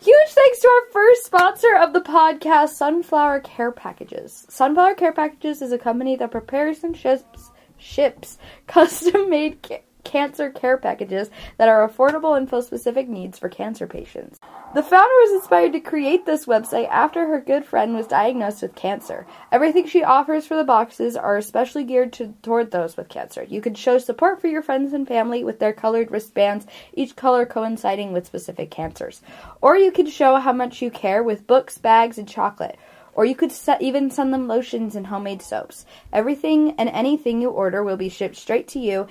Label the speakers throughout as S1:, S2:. S1: Huge thanks to our first sponsor of the podcast, Sunflower Care Packages. Sunflower Care Packages is a company that prepares and ships ships custom-made ca- cancer care packages that are affordable and fill specific needs for cancer patients. The founder was inspired to create this website after her good friend was diagnosed with cancer. Everything she offers for the boxes are especially geared to, toward those with cancer. You can show support for your friends and family with their colored wristbands, each color coinciding with specific cancers. Or you can show how much you care with books, bags, and chocolate. Or you could se- even send them lotions and homemade soaps. Everything and anything you order will be shipped straight to you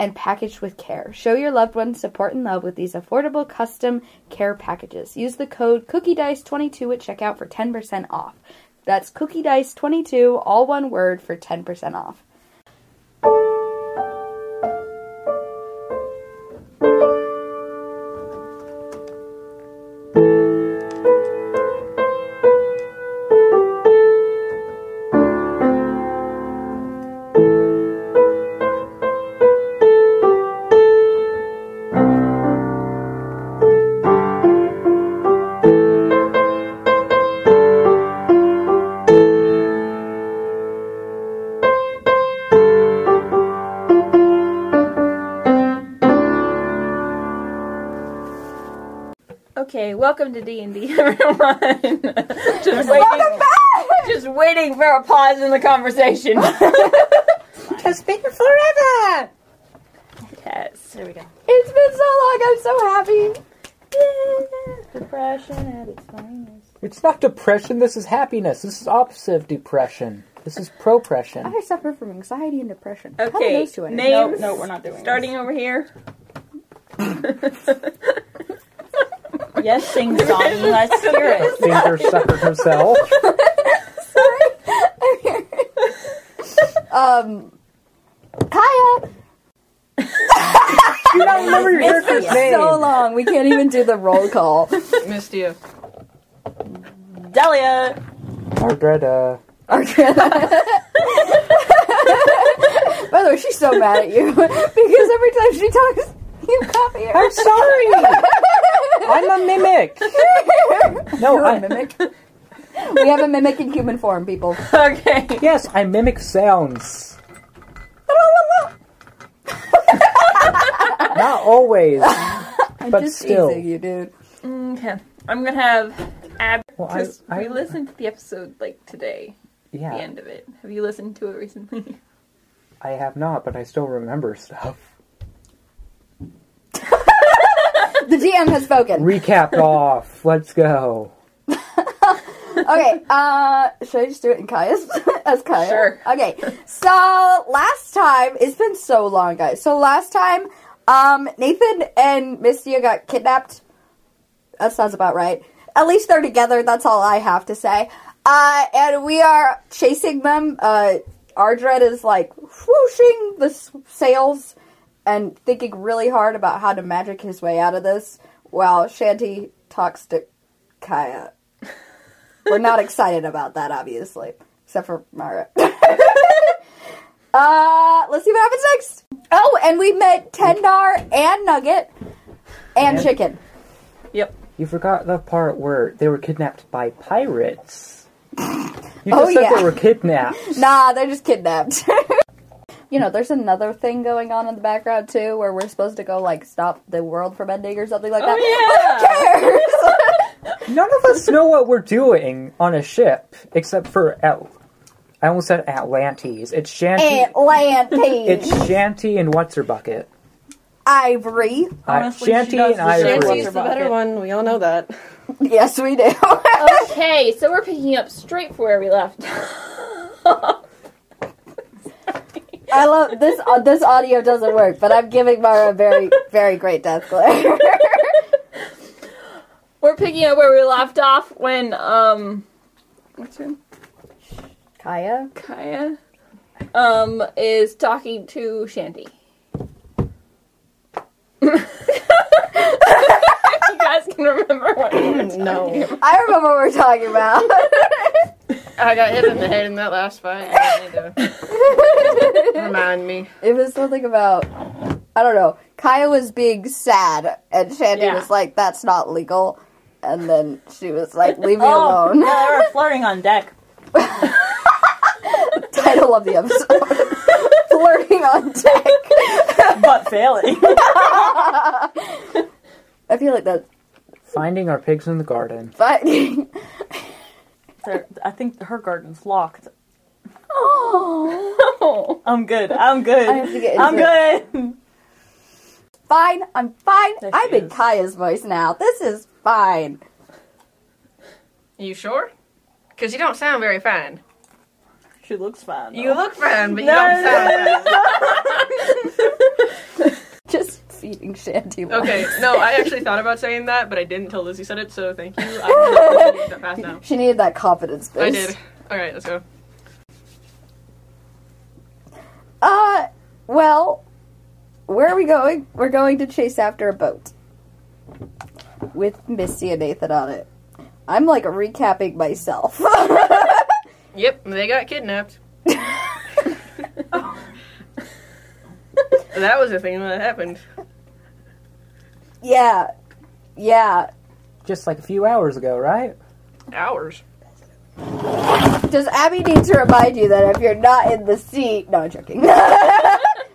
S1: and packaged with care. Show your loved ones support and love with these affordable custom care packages. Use the code CookieDice22 at checkout for 10% off. That's CookieDice22, all one word, for 10% off.
S2: Okay, welcome to D and D, everyone. just
S1: Welcome
S2: waiting, just waiting for a pause in the conversation.
S3: Has been forever.
S2: yes, here we go.
S1: It's been so long, I'm so happy!
S2: Depression at its finest.
S3: It's not depression. This is happiness. This is opposite of depression. This is propression.
S1: I suffer from anxiety and depression. How do
S2: Okay,
S1: those two end?
S4: No,
S2: names.
S4: no, we're not doing
S2: Starting over here.
S4: this. Yes, sing song. Let's hear it.
S3: Danger suffered herself.
S1: Um, Kaya!
S3: You don't remember your character's name.
S1: So long, we can't even do the roll call.
S5: Mistia.
S2: Delia.
S3: Margareta.
S1: Okay. By the way, she's so mad at you because every time she talks, you copy her.
S3: I'm sorry. I'm a mimic. No,
S1: You're a
S3: I,
S1: mimic. We have a mimic in human form, people.
S2: Okay.
S3: yes, I mimic sounds. Not always.
S1: I'm
S3: But
S1: just
S3: still.
S1: teasing you, dude.
S2: Okay. I'm gonna have Ab
S3: Well, I,
S2: because we
S3: I,
S2: listened to the episode like today,
S3: yeah,
S2: the end of it. Have you listened to it recently?
S3: I have not, but I still remember stuff.
S1: The GM has spoken.
S3: Recap off. Let's go.
S1: Okay, uh, should I just do it in Kaya's as Kaya?
S2: Sure.
S1: Okay, so last time it's been so long, guys. So last time, um, Nathan and Mistia got kidnapped. That sounds about right. At least they're together. That's all I have to say. Uh, and we are chasing them. Uh, Ardred is like whooshing the s- sails and thinking really hard about how to magic his way out of this. While Shanty talks to Kaya. We're not excited about that, obviously, except for Mara. uh, let's see what happens next. Oh, and we met Tendar and Nugget and
S3: And-
S1: Chicken.
S2: Yep.
S3: You forgot the part where they were kidnapped by pirates. You
S1: Oh,
S3: just said
S1: yeah.
S3: they were kidnapped.
S1: Nah, they're just kidnapped. you know, there's another thing going on in the background too, where we're supposed to go like stop the world from ending or something
S3: Oh,
S1: like that. Who cares?
S3: None of us know what we're doing on a ship, except for L. I almost said Atlantes. It's Shanty.
S1: Atlantis,
S3: It's Shanty and what's her bucket?
S1: Ivory.
S3: Uh,
S4: Honestly, she
S3: Shanty
S4: does deserve
S3: and Ivory.
S4: Shanty's
S5: Shanty's the
S4: the
S5: better
S4: bucket.
S5: one. We all know that.
S1: Yes, we do.
S3: Oh,
S2: Okay, so we're picking up straight from where we left.
S1: I love this. Uh, this audio doesn't work, but I'm giving Mara a very, very great death glare.
S2: we're picking up where we left off when um what's her name?
S1: Kaya,
S2: Kaya um is talking to Shanty. you guys can remember what we were talking
S5: no.
S1: I remember what we're talking about.
S5: I got hit in the head in that last fight. I don't need to remind me.
S1: it was something about I don't know. Kaya was being sad, and Shandy
S2: Yeah.
S1: was like, "That's not legal." and then she was like, "Leave me
S6: Oh,
S1: alone."
S6: no, they were flirting on deck.
S1: Title of the episode: Flirting on deck.
S6: But failing.
S1: I feel like that's
S3: Finding our pigs in the garden.
S1: fighting.
S6: They're- I think her garden's locked.
S1: Oh,
S2: Oh.
S6: I'm good. I'm good.
S1: I have to get into
S6: I'm good.
S1: fine. I'm fine.
S6: There she
S1: I'm in
S6: is.
S1: Kaya's voice now. This is fine.
S5: You sure? Because you don't sound very fine.
S6: She looks fine.
S5: You
S6: though.
S5: look fine, but you
S6: No,
S5: don't
S6: no,
S5: sound fine.
S1: Just feeding Shanty. wine.
S5: Okay, no, I actually thought about saying that, but I didn't until Lizzie said it, so thank you. I'm gonna that pass now.
S1: She needed that confidence boost.
S5: I did. Alright, let's go.
S1: Uh, well, where are we going? We're going to chase after a boat with Misty and Nathan on it. I'm like recapping myself.
S5: Yep, they got kidnapped. That was a thing that happened.
S1: yeah, yeah.
S3: Just like a few hours ago, right?
S5: Hours.
S1: Does Abby need to remind you that if you're not in the sea? No, I'm joking.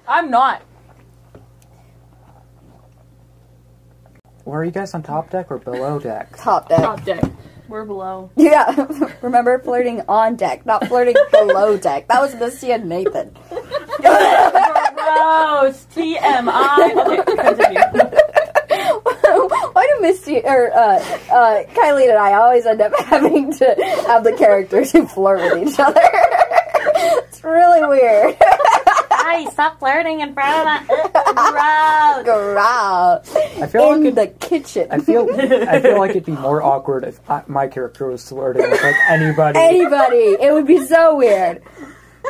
S6: I'm not.
S3: Were you guys on top deck or below deck?
S1: Top deck.
S2: Top deck.
S6: We're below.
S1: Yeah, remember flirting on deck, not flirting below deck. That was Misty and Nathan.
S6: Gross. TMI. Okay, continue.
S1: Why do Misty or uh, uh, Kylie and I always end up having to have the characters who flirt with each other? it's really weird.
S6: Hi, stop flirting in front of uh, that.
S1: Growl.
S3: I feel
S1: in
S3: like it,
S1: the kitchen.
S3: I feel I feel like it'd be more awkward if I, my character was flirting with like anybody.
S1: Anybody, it would be so weird.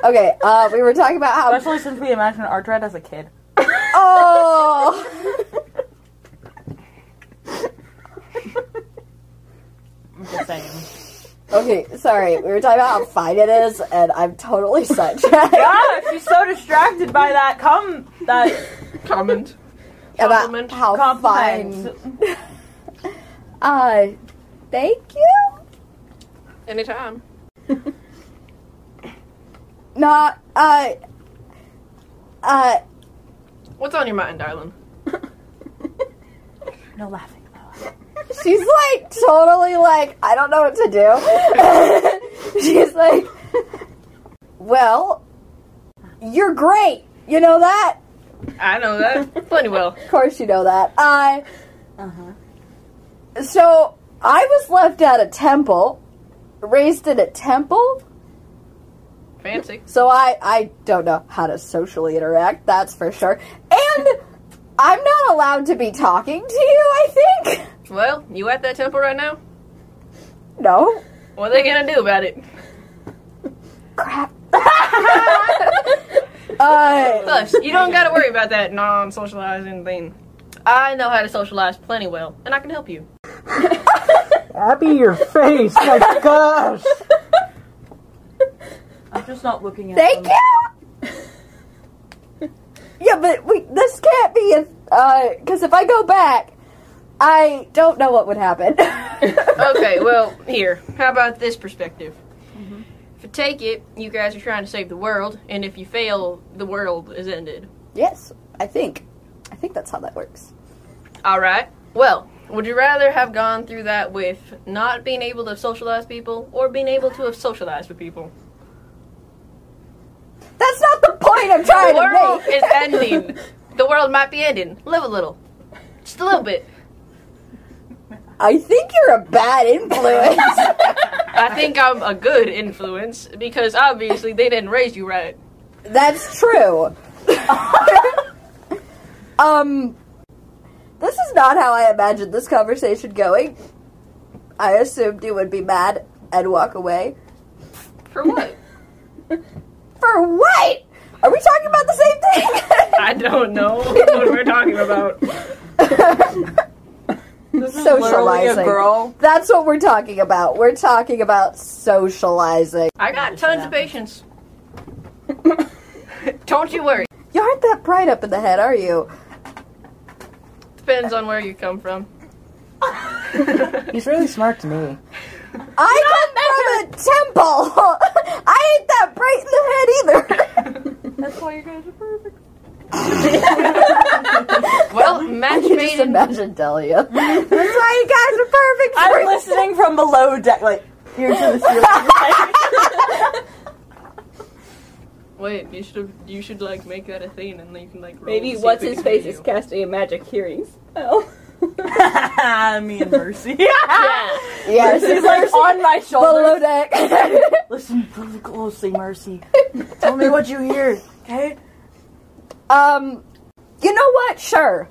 S1: Okay, uh, we were talking about how.
S6: Especially since we imagined Artred as a kid.
S1: Oh,
S6: I'm just saying.
S1: okay. Sorry, we were talking about how fine it is, and I'm totally sidetracked
S6: God, she's so distracted by that cum that
S5: Comment.
S1: about
S5: Compliment.
S6: Oh,
S1: how
S6: compliment.
S1: fine. Uh, thank you.
S5: Anytime.
S1: Not uh uh
S5: What's on your mind, darling?
S6: No laughing. though.
S1: she's like totally like I don't know what to do. she's like Well You're great. You know that?
S5: I know that. Plenty well.
S1: Of course you know that. Uh
S6: Uh-huh.
S1: so I was left at a temple, raised in a temple,
S5: Fancy.
S1: so I I don't know how to socially interact, that's for sure. And I'm not allowed to be talking to you, I think.
S5: Well, you at that temple right now?
S1: No.
S5: What are they gonna do about it?
S1: crap. uh,
S5: Plus, you don't gotta worry about that non socializing thing. I know how to socialize plenty well, and I can help you.
S3: Abby, your face! My gosh!
S6: I'm just not looking at
S1: thank
S6: them.
S1: you. yeah, but we, this can't be a because if I go back, I don't know what would happen.
S5: Okay, well, here. How about this perspective? Mm-hmm. If you take it, you guys are trying to save the world, and if you fail, the world is ended.
S1: yes, I think, I think that's how that works.
S5: Alright. Well, would you rather have gone through that with not being able to socialize people or being able to have socialized with people?
S1: That's not the point I'm trying
S5: the world
S1: to make.
S5: is ending. The world might be ending. Live a little. Just a little bit.
S1: I think you're a bad influence.
S5: I think I'm a good influence because obviously they didn't raise you right.
S1: That's true. um, this is not how I imagined this conversation going. I assumed you would be mad and walk away.
S5: For what?
S1: For what? Are we talking about the
S5: I don't know what we're talking about.
S1: same thing?
S6: This is literally a
S1: Socializing.
S6: girl.
S1: That's what we're talking about. We're talking about socializing.
S5: I got tons of patience. don't you worry.
S1: You aren't that bright up in the head, are you?
S5: Depends on where you come from.
S3: He's really smart to me.
S1: I come from a temple. I ain't that bright in the head either.
S7: That's why you guys are perfect.
S5: well, match
S1: I can just
S5: made in
S1: imagine Delia. That's why you guys are
S6: I'm
S1: perfect.
S6: listening from below deck, like here to the ceiling.
S5: Wait, you should you should like make that a thing, and then you can like roll
S2: Maybe
S5: to see if
S2: what's
S5: it
S2: his
S5: can
S2: face
S5: hit
S2: is
S5: you.
S2: casting a magic hearing spell.
S6: Me and Mercy. yeah.
S1: yeah,
S6: Mercy's like on my
S1: below
S6: shoulder.
S1: deck.
S6: Listen really closely, Mercy. Tell me what you hear, okay?
S1: um, you know what? Sure.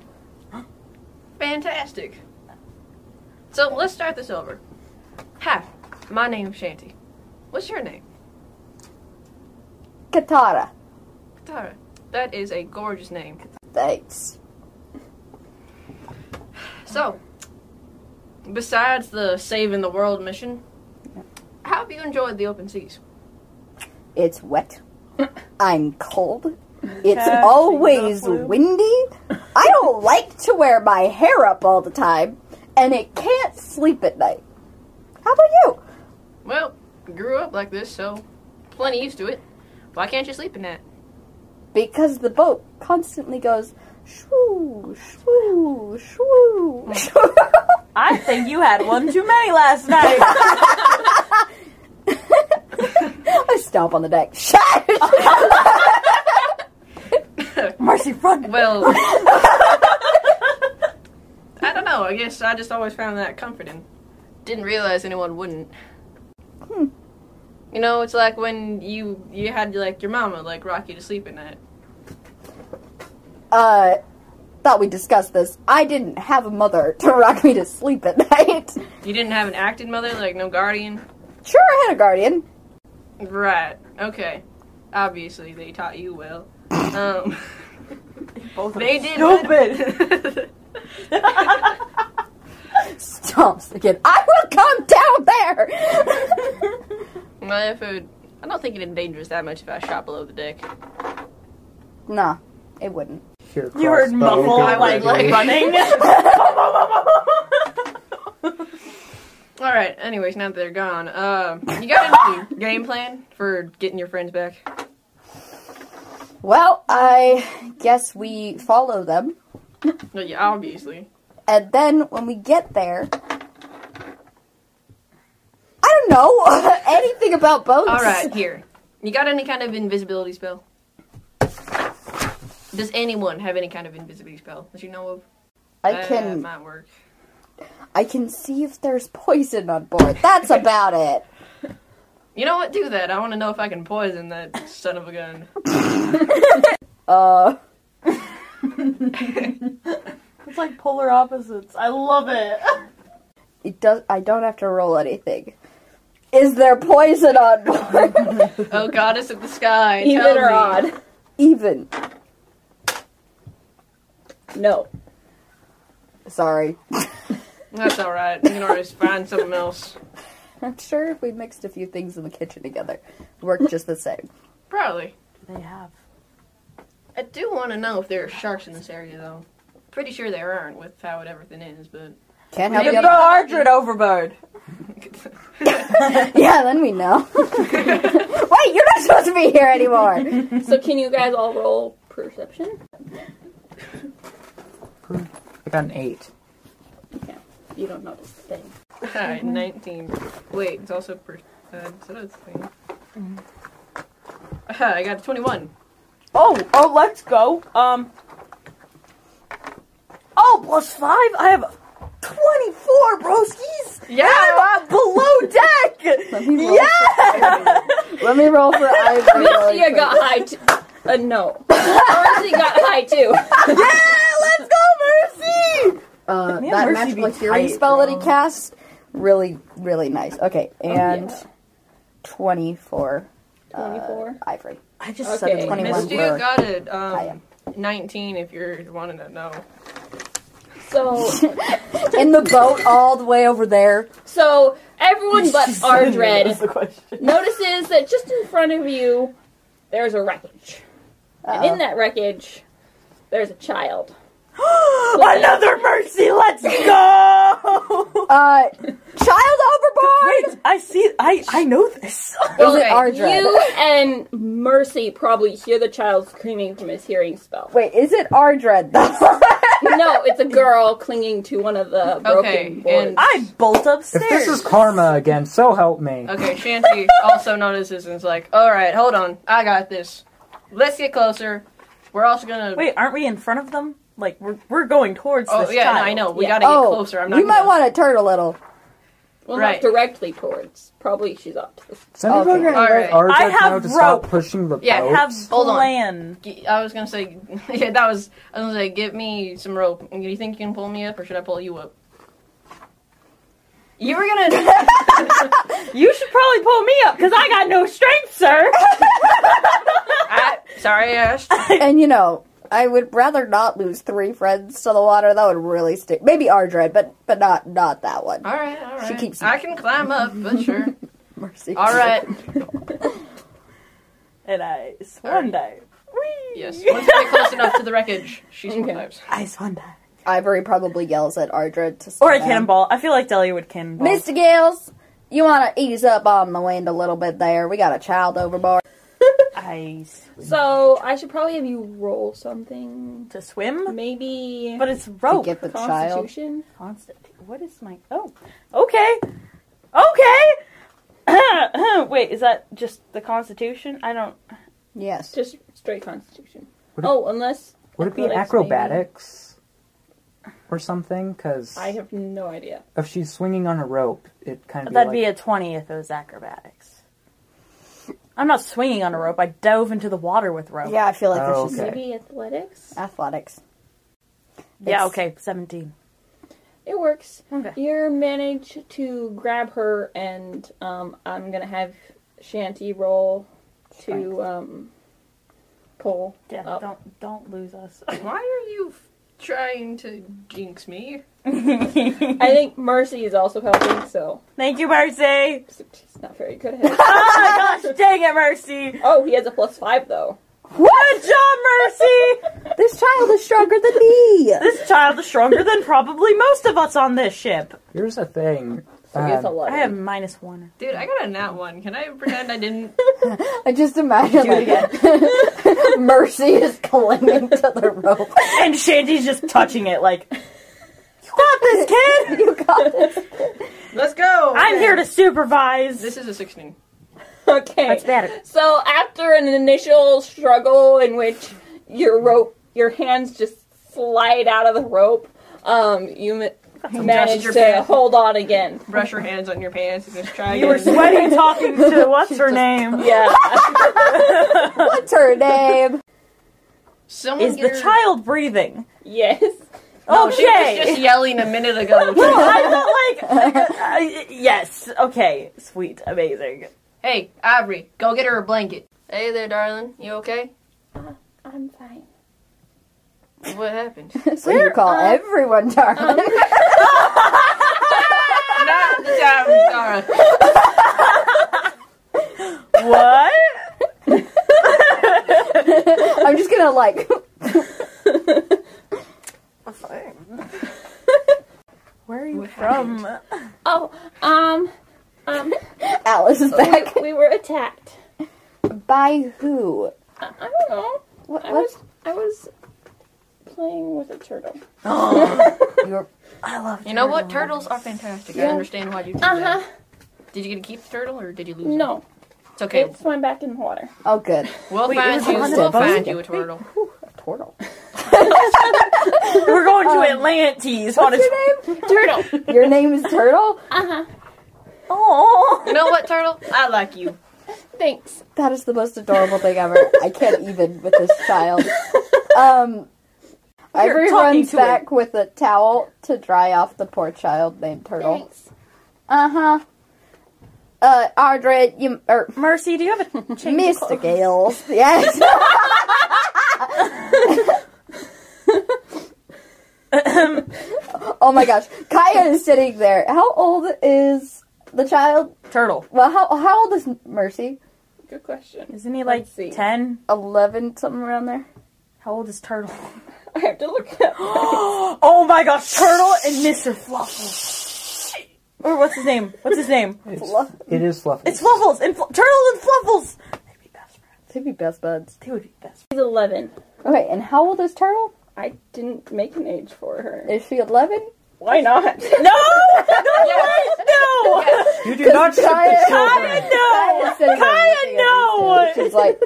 S5: Fantastic. So let's start this over. Hi, my name's Shanty. What's your name?
S1: Katara.
S5: Katara. That is a gorgeous name.
S1: Thanks.
S5: So, besides the saving the world mission, how have you enjoyed the open seas?
S1: It's wet. I'm cold. It's
S6: she's
S1: always
S6: got flu.
S1: windy. I don't like to wear my hair up all the time, and it can't sleep at night. How about you?
S5: Well, grew up like this, so plenty used to it. Why can't you sleep in that?
S1: Because the boat constantly goes shoo, shoo, shoo. shoo.
S6: I think you had one too many last night.
S1: I stomp on the deck. Shut!
S6: Mercy, run.
S5: Well, I don't know. I guess I just always found that comforting. Didn't realize anyone wouldn't.
S1: Hmm.
S5: You know, it's like when you you had like your mama like rock you to sleep at night.
S1: uh, thought we discussed this. I didn't have a mother to rock me to sleep at night.
S5: You didn't have an acting mother, like no guardian.
S1: Sure, I had a guardian.
S5: Right. Okay. Obviously, they taught you well. Um,
S6: Both of
S5: they
S6: us.
S5: did.
S6: Stupid.
S1: Stomps again. I will come down there!
S5: My food. I don't think it endangers that much if I shot below the deck.
S1: nah, it wouldn't.
S3: Your
S6: You heard
S3: crossbow
S6: muffled
S3: go
S6: like,
S5: like-
S6: running.
S5: All right. Anyways, now that they're gone, uh, you got any game plan for getting your friends back?
S1: Well, I guess we follow them,
S5: No, yeah, obviously.
S1: and then when we get there. I don't know anything about boats.
S5: All right, here. You got any kind of invisibility spell? Does anyone have any kind of invisibility spell that you know of?
S1: I
S5: That
S1: can
S5: might work.
S1: I can see if there's poison on board. That's about it.
S5: You know what? Do that. I want to know if I can poison that son of a gun.
S1: Uh,
S6: it's like polar opposites. I love it.
S1: it does. I don't have to roll anything. Is there poison on board?
S5: Oh, goddess of the sky. tell
S2: Even or
S5: me.
S2: odd?
S1: Even.
S2: No.
S1: Sorry.
S5: That's all right. You can always find something else.
S1: I'm sure if we mixed a few things in the kitchen together, it worked just the same.
S5: Probably.
S6: They have.
S5: I do want to know if there are sharks in this area, though. Pretty sure there aren't with how it everything is, but.
S1: Can't help
S6: You
S1: you.
S6: throw Ardred overboard.
S1: Yeah, then we know. Wait, you're not supposed to be here anymore.
S2: So can you guys all roll perception?
S3: I got an eight.
S2: You don't notice the thing.
S5: Alright, 19. Wait, it's also. Per- uh, so that's thing. Mm-hmm. Uh, I got a 21.
S6: Oh, oh, let's go. Um. Oh, plus five. I have twenty-four broskies.
S5: Yeah!
S6: I'm below
S1: Let
S6: deck.
S1: me roll.
S6: Yeah.
S1: Let me roll for Ivory. really
S2: Marcia
S1: quick.
S2: got high. T- uh, no. Marcia got high too.
S6: let's go, Mercy.
S1: Uh,
S6: Me and
S1: that
S6: Mercy
S1: magical
S6: be
S1: hearing
S6: tight,
S1: spell that he
S6: bro.
S1: cast, really, really nice. Okay, and
S2: yeah.
S1: 24
S2: Twenty-four.
S1: ivory.
S6: I just
S2: Okay,
S6: said a
S1: Miss
S6: 21
S5: Miss
S1: Anyone
S5: Stu
S1: were-
S5: got it.
S1: I
S5: Um,
S1: am.
S5: 19 if you're wanting to know.
S2: So
S1: In the boat all the way over there.
S2: so everyone but
S6: That's
S2: Ardred
S6: the question.
S2: notices that just in front of you there's a wreckage, and in that wreckage there's a child.
S6: Another mercy. Let's go.
S1: Uh, child overboard.
S6: Wait, I see. I I know this.
S1: Is it our dread?
S2: you and Mercy probably hear the child screaming from his hearing spell.
S1: Wait, is it our dread though?
S2: No, it's a girl clinging to one of the broken
S5: Okay,
S2: boards.
S5: and-
S6: I bolt
S3: If
S6: upstairs.
S3: this is karma again, so help me.
S5: Okay, Shanty also notices and is like, all right, hold on. I got this. Let's get closer. We're also gonna.
S6: Wait, aren't we in front of them? Like we're we're going towards
S5: oh,
S6: this
S5: yeah,
S6: child.
S5: no, I know. We
S2: Yeah.
S5: gotta get
S1: oh,
S5: closer. I'm not
S1: you might
S5: gonna-
S1: want to turn a little.
S2: Well,
S5: Right.
S2: not directly towards. Probably she's up to the
S3: Send okay.
S1: Okay.
S3: and let
S5: All
S6: I
S3: Arjun
S6: have
S3: know to stop
S6: rope.
S3: pushing the
S5: Yeah,
S6: I
S3: boat.
S6: have
S5: Hold on.
S6: plan.
S5: G- I was gonna say, yeah, that was. I was gonna say, get me some rope. Do you think you can pull me up, or should I pull you up? You were gonna.
S2: You should probably pull me up because I got no strength, sir.
S5: I, sorry, Ash.
S1: And you know, I would rather not lose three friends to the water. That would really stick. Maybe our dread, but but not not that one.
S5: All right, all right.
S1: She keeps-
S5: I can climb up, but sure.
S1: Mercy.
S5: All right.
S6: And I swan dive. Whee!
S5: Yes. Once we get close enough to the wreckage, she survives.
S6: I swan dive.
S1: Ivory probably yells at Ardred to slow
S6: Or a
S1: down.
S6: cannonball. I feel like Delia would cannonball.
S1: Mr. Gales, you want to ease up on the wind a little bit there. We got a child overboard.
S6: I s-
S2: so I should probably have you roll something.
S6: to swim,
S2: Maybe
S6: but it's rope.
S1: get the child.
S2: Constitution.
S6: Constant. What is my? Oh, okay, okay. Wait, is that just the Constitution? I don't.
S1: Yes.
S2: Just straight Constitution.
S3: Would it-
S2: oh, unless
S3: Would it be
S2: athletics, maybe.
S3: acrobatics or something? Because
S2: I have no idea.
S3: if she's swinging on a rope, it kind of
S6: That'd be
S3: like,
S6: a twenty if it was acrobatics. I'm not swinging on a rope. I dove into the water with rope.
S1: Yeah, I feel like
S3: Oh,
S1: this is
S3: okay.
S2: Maybe athletics.
S1: athletics. It's-
S6: Yeah. Okay. Seventeen.
S2: It works.
S6: Okay.
S2: You manage to grab her, and um, I'm gonna have Shanty roll to um, pull.
S6: Yeah.
S1: Oh.
S2: up.
S6: Don't don't lose us.
S5: Why are you f- trying to jinx me?
S2: I think Mercy is also helping, so
S6: Thank you, Mercy.
S2: she's not very good at it.
S6: Oh my gosh! Dang it, Mercy.
S2: Oh, he has a plus five though.
S6: What a job, Mercy.
S1: This child is stronger than me.
S6: This child is stronger than probably most of us on this ship.
S3: Here's the thing.
S2: So he has a
S3: Um,
S2: lot.
S6: I have minus one.
S5: Dude, I got a nat one. Can I pretend I didn't?
S1: I just imagine like, Mercy is clinging to the rope.
S6: And Shanty's just touching it like, Stop this kid!
S1: You got this.
S5: Let's go.
S6: I'm here to supervise!
S5: This is a sixteen.
S2: Okay.
S6: That's better.
S2: So after an initial struggle in which your rope, your hands just slide out of the rope, um, you ma- manage
S5: your
S2: to
S5: pants.
S2: hold on again.
S5: Brush your hands on your pants and just try.
S6: You were
S5: again.
S6: sweating talking to what's her name?
S2: Yeah.
S1: What's her name?
S5: Someone
S6: Is
S5: get
S6: the
S5: her-
S6: child breathing?
S2: yes.
S5: No, she was
S6: okay!
S5: just yelling a minute ago.
S6: No, I felt like, I- yes, okay, sweet, amazing.
S5: hey, Ivory, go get her a blanket. Hey there, darling. You okay?
S2: I'm fine.
S5: What happened?
S1: So you call everyone darling.
S5: Not the time, Dara.
S6: What?
S1: I'm just gonna like.
S6: Where are you from?
S2: Oh, um, um,
S1: Alice is back.
S2: we were attacked.
S1: By who?
S2: I, I don't know.
S1: What?
S2: I
S1: what?
S2: was, I was playing with a turtle.
S1: You're-
S6: I love
S5: You know what? Turtles are fantastic. I
S2: Yeah.
S5: understand why you did
S2: Uh
S6: Uh-huh.
S2: huh.
S5: that. Did you get to keep the turtle or did you lose it?
S2: No,
S5: It's okay.
S2: it swam back in the water.
S1: Oh, good.
S5: We'll
S6: Wait,
S5: find
S6: it was
S5: you.
S6: on the
S5: We'll
S6: boat.
S5: find you a turtle.
S1: Turtle.
S6: We're going to Atlantis. What is
S1: Your name? Turtle. Your name is Turtle?
S2: Uh huh.
S6: Oh,
S5: You know what, turtle? I like you.
S2: Thanks.
S1: That is the most adorable thing ever. I can't even with this child. Um, Ivory
S6: talking
S1: runs
S6: to
S1: back with a towel to dry off the poor child named Turtle.
S2: Thanks.
S1: Uh huh. Uh, Ardred, you or
S6: Mercy, do you have a change? of
S1: Mr. Gales? Yes.
S6: clothes?
S1: oh my gosh, Kaya is sitting there. How old is the child?
S6: Turtle.
S1: Well, how how old is Mercy?
S2: Good question.
S6: Isn't he like
S2: Let's see.
S6: 10?
S1: Eleven, something around there.
S6: How old is Turtle?
S2: I have to look it up.
S6: Oh my gosh, Turtle and Mr. Fluffles. Or what's his name? What's his name?
S3: It's, it is fluffy.
S6: It's Fluffles and Fl- Turtle and Fluffles. They'd be best friends.
S8: They'd be best buds.
S6: They would be best.
S2: She's 11.
S1: Okay, and how old is Turtle?
S2: I didn't make an age for her.
S1: Is she 11?
S2: Why not?
S6: friends. No, no, no,
S3: You do not ship the
S1: Kaya-
S3: children.
S6: no,
S1: Kaya's sitting there
S6: Kaya,
S1: looking at me, too.
S6: no.
S1: She's like,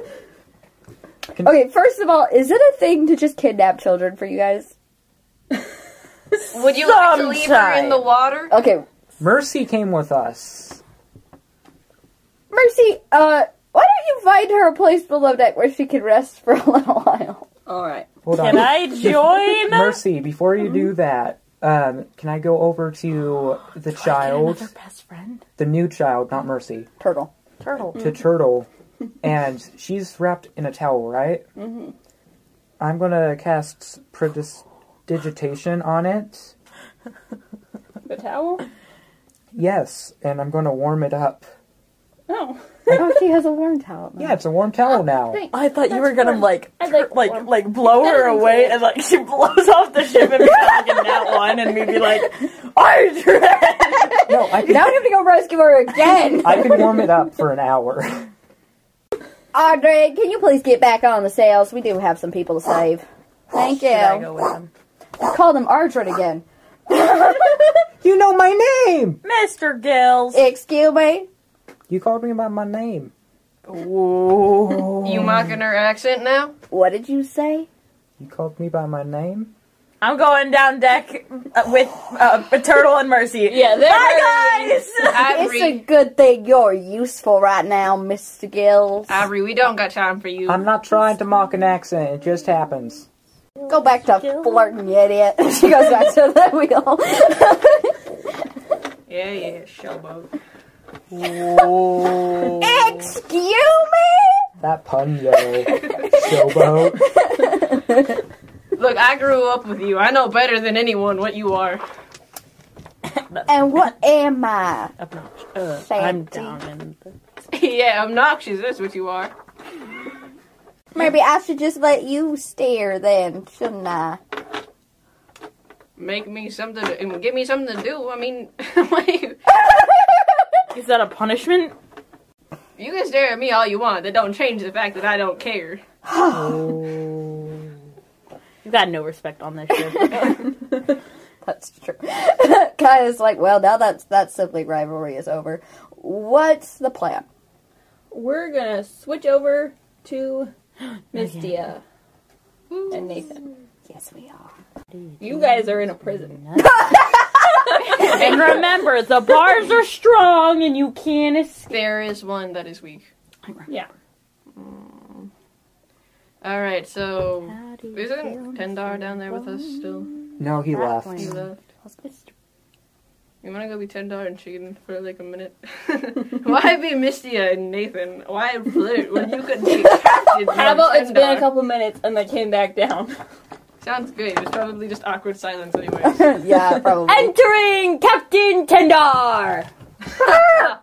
S3: Can-
S1: okay. First of all, is it a thing to just kidnap children for you guys?
S5: Would you like to leave her in the
S6: Sometime.
S5: water?
S1: Okay,
S3: Mercy came with us.
S1: Mercy. Uh, why don't you find her a place below deck where she can rest for a little while?
S2: Alright.
S3: Hold
S6: Can
S3: on.
S6: I Mm-hmm. join?
S3: Mercy, before you do that, um, can I go over to the child,
S6: Oh, Another best friend.
S3: the new child, not Mercy,
S1: Turtle.
S6: Turtle.
S3: to Turtle, and she's wrapped in a towel, right? Mm-hmm. I'm gonna cast prestidigitation on it.
S2: The towel?
S3: Yes, and I'm gonna warm it up.
S2: Oh.
S1: oh, she has a worm towel.
S3: Yeah, it's a warm towel now.
S5: thank-
S6: I thought you were gonna like,
S2: I like
S6: like,
S2: warm.
S6: like blow her away, and like she blows off the ship and becomes like a nat one, and me be like, I dread.
S3: No,
S1: Now
S3: I can,
S1: we have to go rescue her again.
S3: I can warm it up for an hour.
S1: Audrey, can you please get back on the sails? We do have some people to save. Thank
S6: I
S1: you.
S6: go with him,
S1: Call them Ardred again.
S3: you know my name.
S6: Mr. Gills.
S1: Excuse me.
S3: You called me by my name.
S6: Ooh.
S5: You mocking her accent now?
S1: What did you say?
S3: You called me by my name.
S6: I'm going down deck uh, with uh, Turtle and Mercy.
S2: Yeah, they're
S6: Bye, guys.
S5: Ivory,
S1: It's a good thing you're useful right now, Mr. Gills.
S5: Ivory, we don't got time for you.
S3: I'm not trying to mock an accent. It just happens.
S1: Go back to flirting, you idiot. She goes back to the wheel.
S5: yeah, yeah, showboat.
S1: Excuse me?
S3: That pun, yo. Showboat.
S5: Look, I grew up with you. I know better than anyone what you are.
S1: And what am I?
S6: Uh, I'm down in the
S5: yeah, obnoxious. That's what you are.
S1: Maybe I should just let you steer then, shouldn't I?
S5: Make me something. To, give me something to do. I mean, like,
S6: Is that a punishment?
S5: you can stare at me all you want. That don't change the fact that I don't care.
S6: You got no respect on this ship.
S1: That's true. Kaya's like, well, now that's that sibling rivalry is over. What's the plan?
S2: We're gonna switch over to Mistia and Nathan.
S1: Yes, we are.
S2: You guys are in a prison.
S6: and remember, the bars are strong, and you can't escape.
S5: There is one that is weak. Mm.
S2: Yeah.
S5: All right, so isn't Tendar down there with us still?
S3: No, he left.
S5: He left. You wanna go be Tendar and Chicken for like a minute? Why be Mistia and Nathan? Why flirt when you could be captain?
S6: Mm.
S2: How about it's been a couple minutes and they came back down?
S5: Sounds great. It's probably just awkward silence, anyways.
S1: yeah, probably.
S6: Entering Captain Tendar!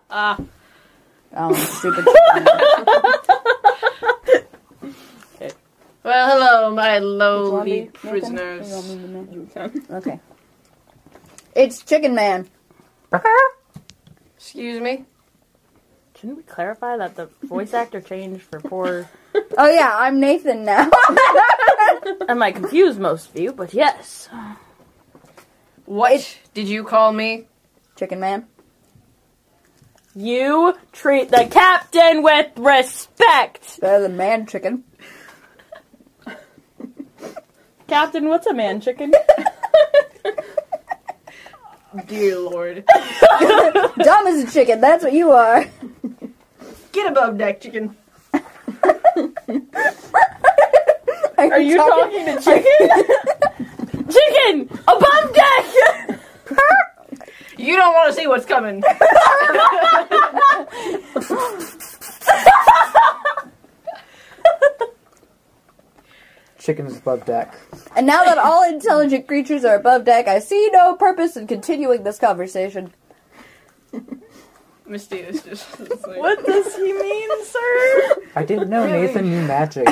S5: Ah,
S1: oh, stupid.
S5: well, hello, my lowly
S1: Zombie, Nathan?
S5: prisoners.
S2: You can.
S1: okay. It's Chicken Man.
S5: Excuse me.
S6: Shouldn't we clarify that the voice actor changed for poor.
S1: Oh yeah, I'm Nathan now.
S6: I might confuse most of you, but yes.
S5: What did you call me?
S1: Chicken Man.
S6: You treat the captain with respect!
S1: Better than man chicken.
S6: Captain, what's a man chicken?
S5: Dear Lord.
S1: Dumb as a chicken, that's what you are.
S5: Get above deck, chicken.
S6: Are you talking to chicken? chicken! Above deck!
S5: You don't want to see what's coming.
S3: Chickens above deck.
S1: And now that all intelligent creatures are above deck, I see no purpose in continuing this conversation.
S5: Mistia is just it's like,
S6: what does he mean, sir?
S3: I didn't know Nathan knew magic.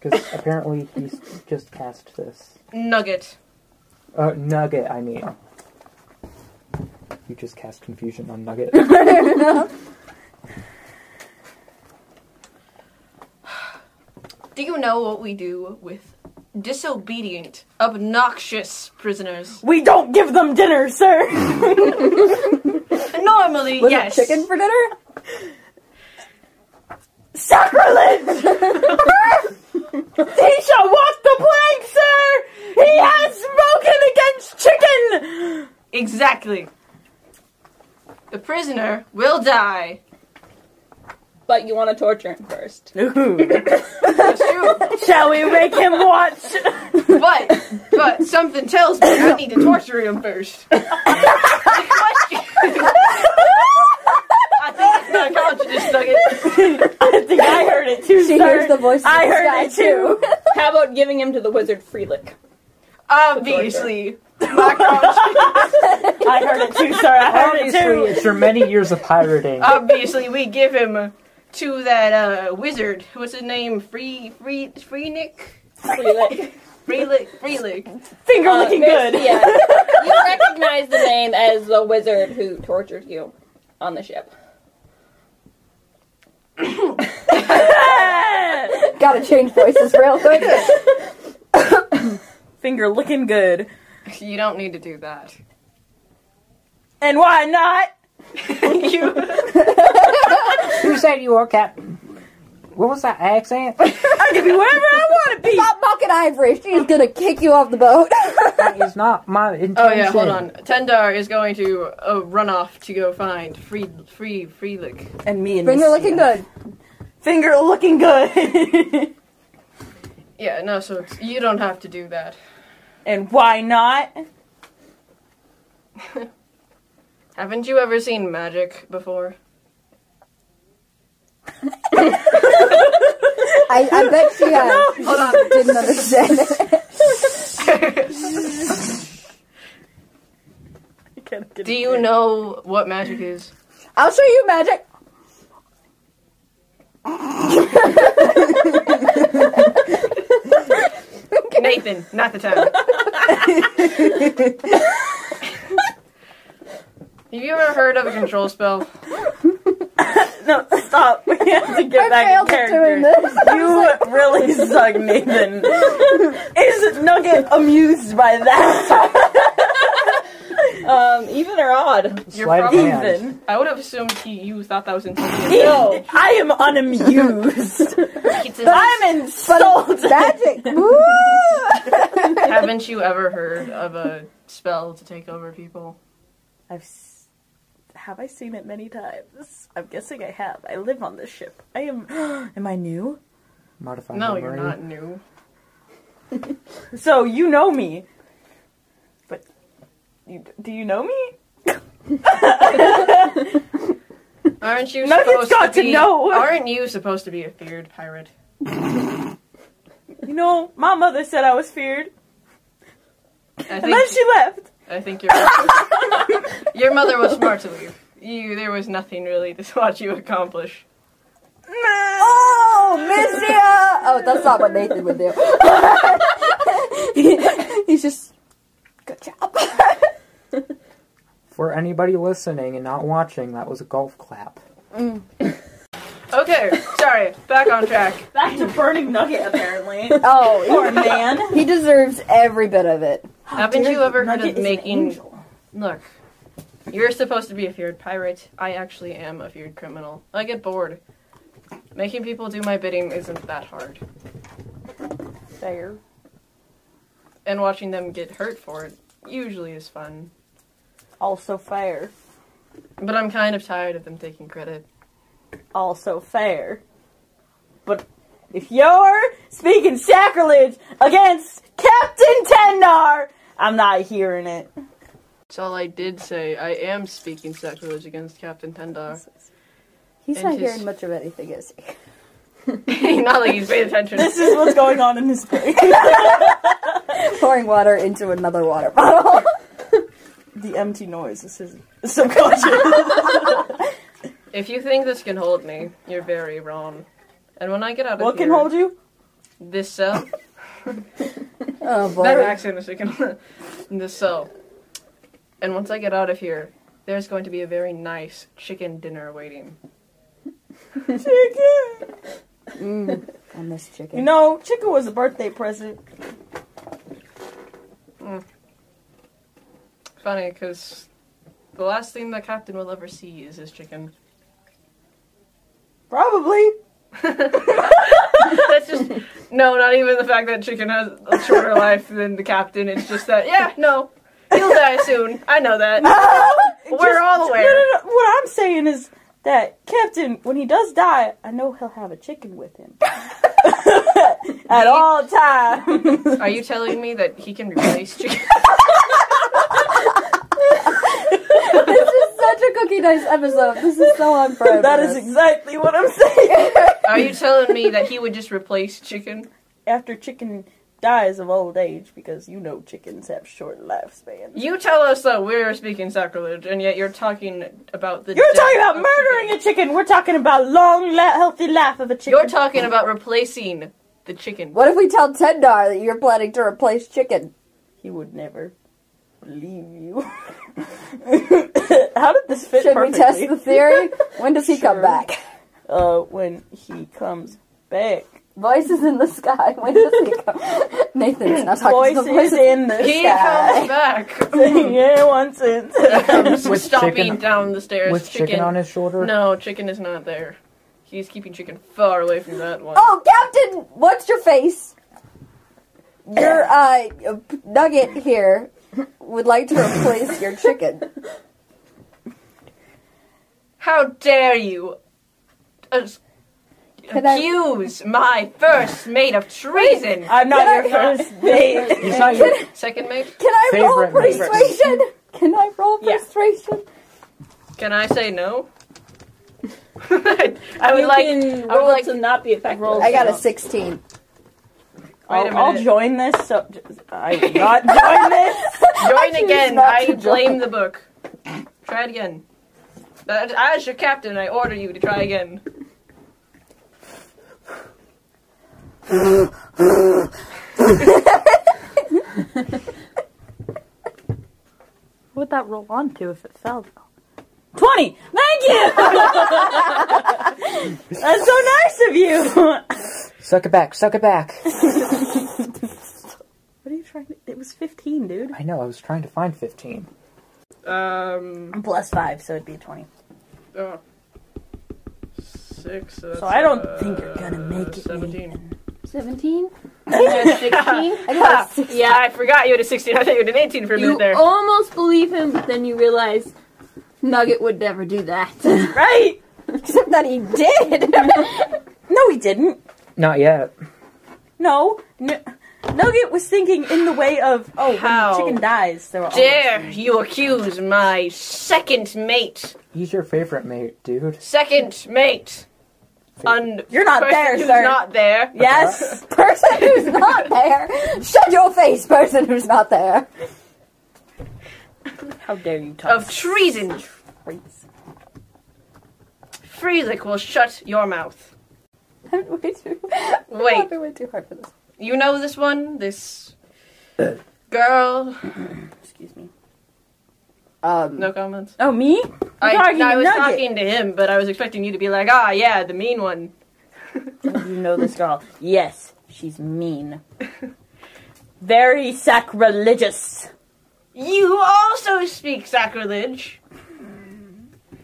S3: Because apparently he's just cast this.
S5: Nugget.
S3: Uh, Nugget, I mean. You just cast confusion on Nugget.
S5: Do you know what we do with disobedient, obnoxious prisoners?
S6: We don't give them dinner, sir.
S5: Normally,
S1: Was
S5: yes.
S1: it chicken for dinner?
S6: Sacrilege! he shall walk the plank, sir. He has spoken against chicken.
S5: Exactly. The prisoner will die.
S2: But you want to torture him first.
S5: That's true.
S6: Shall we make him watch?
S5: but but something tells me I need to torture him first. I think it's not conscious, Nugget.
S6: I think I heard it too,
S1: She
S6: sir.
S1: hears the voice. of
S6: I
S1: the
S6: heard
S1: sky,
S6: it too.
S2: How about giving him to the wizard Freelick?
S5: Obviously, not conscious.
S6: I heard it too, sir. I heard it
S3: Obviously,
S6: too.
S3: it's your many years of pirating.
S5: Obviously, we give him to that uh, wizard. What's his name? Free Free Freenick.
S2: Freelick.
S5: Freelick Freelick.
S6: Finger
S2: Uh,
S6: looking
S2: there's-
S6: good.
S2: Yeah. You recognize the name as the wizard who tortured you on the ship.
S1: Gotta change voices real quick.
S6: Finger looking good.
S5: You don't need to do that.
S6: And why not?
S3: Who said you were captain? What was that accent?
S6: I can be wherever I want to be.
S1: Stop mocking Ivory. She's gonna kick you off the boat.
S3: that is not my intention.
S5: Oh yeah, hold on. Tendar is going to uh, run off to go find Free Free Freelick.
S6: And me and
S1: Finger
S6: Miss
S1: looking
S6: Sia.
S1: good.
S6: Finger looking good.
S5: Yeah, no, so it's- you don't have to do that.
S6: and why not?
S5: Haven't you ever seen magic before?
S1: I, I bet she has. Hold on. Didn't understand it.
S5: Do you know what magic is?
S1: I'll show you magic.
S5: Nathan, not the time. Have you ever heard of a control spell?
S6: No, stop. We have to get
S1: I
S6: back in
S1: failed at doing
S6: character.
S1: this.
S6: You really suck, Nathan. Is Nugget amused by that?
S2: Um, even or odd?
S5: You're
S3: Sleight of
S5: probably-
S3: hand.
S6: Even.
S5: I would have assumed he, you thought that was intelligent.
S2: No.
S6: I am unamused.
S5: It's an-
S6: I'm
S1: But
S6: insulted.
S1: it's magic. Woo!
S5: Haven't you ever heard of a spell to take over people?
S6: I've s- have I seen it many times? I'm guessing I have. I live on this ship. I am. Am I new?
S3: Modify
S5: No, you're
S3: memory.
S5: not new.
S6: So you know me, but you, do you know me?
S5: Aren't you
S6: Nugget's
S5: supposed
S6: got
S5: to
S6: to
S5: be?
S6: know.
S5: Aren't you supposed to be a feared pirate?
S6: You know, my mother said I was feared,
S5: I
S6: and then
S5: think
S6: she left.
S5: I think your your mother was smart to leave. You there was nothing really to watch you accomplish.
S1: Oh, Missy! Oh, that's not what Nathan would do. He- he's just. Good job.
S3: For anybody listening and not watching, that was a golf clap.
S5: Okay, sorry, back on track.
S6: Back to burning nugget, apparently.
S1: oh,
S6: Poor man.
S1: he deserves every bit of it.
S5: Haven't you ever heard
S6: Nugget
S5: of
S6: is an
S5: making?
S6: angel.
S5: Look, you're supposed to be a feared pirate. I actually am a feared criminal. I get bored. Making people do my bidding isn't that hard,
S6: Fair.
S5: and watching them get hurt for it usually is fun.
S6: Also fair.
S5: But I'm kind of tired of them taking credit.
S6: Also fair. But if you're speaking sacrilege against Captain Tendar, I'm not hearing it.
S5: That's all I did say. I am speaking sacrilege against Captain Tendar.
S1: He's
S5: And
S1: not
S5: his-
S1: hearing much of anything, is he?
S5: Not like he's paying attention.
S6: This is what's going on in his brain.
S1: Pouring water into another water bottle.
S6: the empty noise is his subconscious.
S5: If you think this can hold me, you're very wrong. And when I get out of
S6: what
S5: here,
S6: can hold you?
S5: This cell.
S1: Oh boy.
S5: Better accent as I can. this cell. And once I get out of here, there's going to be a very nice chicken dinner waiting.
S1: Mm, I miss chicken.
S6: You know, chicken was a birthday present.
S5: Funny, because the last thing the captain will ever see is his chicken.
S6: Probably.
S5: That's just no, not even the fact that chicken has a shorter life than the captain. It's just that yeah, no, he'll die soon. I know that.
S6: We're
S5: We're all
S6: No,
S5: aware.
S6: no, no. What I'm saying is that Captain, when he does die, I know he'll have a chicken with him. At all times.
S5: Are you telling me that he can replace chicken?
S1: this is such a cookie dice episode. This is so on brand.
S6: that
S1: with
S6: is
S1: us.
S6: exactly what I'm saying.
S5: Are you telling me that he would just replace chicken?
S6: After chicken dies of old age, because you know chickens have short lifespans.
S5: You tell us that we're speaking sacrilege, and yet you're talking about the.
S6: You're
S5: death
S6: talking about
S5: of
S6: murdering
S5: chicken.
S6: a chicken. We're talking about long, la- healthy life of a chicken.
S5: You're talking about replacing the chicken.
S1: What if we tell Tendar that you're planning to replace chicken?
S6: he would never leave you. How did this fit
S1: Should we
S6: perfectly?
S1: test the theory? When does he come
S6: Sure.
S1: back?
S6: uh, when he comes back.
S1: Voices in the sky. When does he come? Nathan is not talking to
S6: Voices
S1: the voices.
S6: in the
S5: He comes
S6: sky.
S5: back.
S6: Singing in one sentence.
S3: With
S5: Stomping
S3: chicken-
S5: down the stairs.
S3: with chicken. on his shoulder.
S5: No, chicken is not there. He's keeping chicken far away from that one.
S1: Oh, Captain, what's your face? Your uh, nugget here would like to replace your chicken.
S5: How dare you ac-
S1: Could I-
S5: accuse my first mate of treason?
S6: I'm not your first date.
S3: He's not your
S5: Second mate?
S1: Can I roll
S3: Favorite nugget.
S1: persuasion? Can I roll
S6: Yeah.
S1: persuasion?
S5: Can I say no? I would
S2: you
S5: like.
S2: can
S5: I would
S2: roll
S5: like-
S2: to not be affected.
S6: Roll
S1: I got a
S6: No.
S1: 16.
S5: Wait a
S6: I'll, I'll
S5: minute.
S6: join this. So I will not join this.
S5: Join again.
S1: not to
S5: I
S1: join.
S5: blame the book. Try it again. But As your captain, I order you to try again.
S6: What would that roll onto if it fell? Twenty. Thank you. That's so nice of you. what
S3: suck it back, suck it back.
S6: are you trying? to... It was fifteen, dude.
S3: I know. I was trying to find fifteen.
S5: Um.
S6: Plus five, so it'd be twenty.
S5: Oh. Six. So, that's,
S6: So I don't
S5: uh,
S6: think you're gonna make it,
S5: Seventeen.
S7: 17?
S1: I got a 16.
S5: Yeah, I forgot you had a sixteen. I thought you had an eighteen for a
S2: You
S5: minute there.
S2: almost believe him, but then you realize Nugget would never do that.
S6: Right?
S1: Except that he did.
S6: No, he didn't.
S3: Not yet.
S6: No, N- Nugget was thinking in the way of oh, when
S5: How
S6: chicken dies, there are
S5: Dare you accuse my second mate?
S3: He's your favorite mate, dude.
S5: Second mate. Un-
S6: You're not
S5: person
S6: there,
S5: who's
S6: sir.
S5: Not there.
S6: Yes,
S1: person who's not there. Shut your face, person who's not there.
S6: how dare you talk?
S5: Of treason.
S6: crazy.
S5: Freelick will shut your mouth.
S1: I'm way too.
S5: Wait.
S1: I'm way too hard for this.
S5: You know this one? This girl.
S6: Excuse me.
S1: Um,
S5: No comments.
S6: Oh, me?
S5: I,
S6: talking
S5: I
S6: to
S5: was
S6: Nugget.
S5: talking to him, but I was expecting you to be like, ah, yeah, the mean one.
S6: you know this girl? Yes, she's mean. Very sacrilegious.
S5: You also speak sacrilege.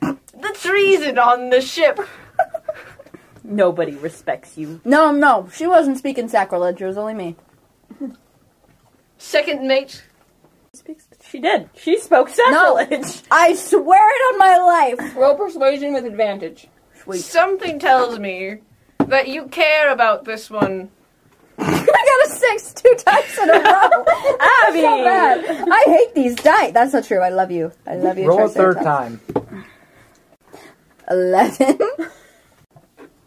S5: The treason on the ship.
S6: Nobody respects you.
S1: No, no, she wasn't speaking sacrilege. It was only me.
S5: Second mate.
S6: She did. She spoke sacrilege.
S1: I swear it on my life.
S2: roll persuasion with advantage.
S5: Something tells me that you care about this one.
S1: I got a six two times in a row.
S6: Abby.
S1: so bad. I hate these dice. That's not true. I love you. I love you.
S3: Roll a third
S1: Triceratops.
S3: time.
S1: Eleven.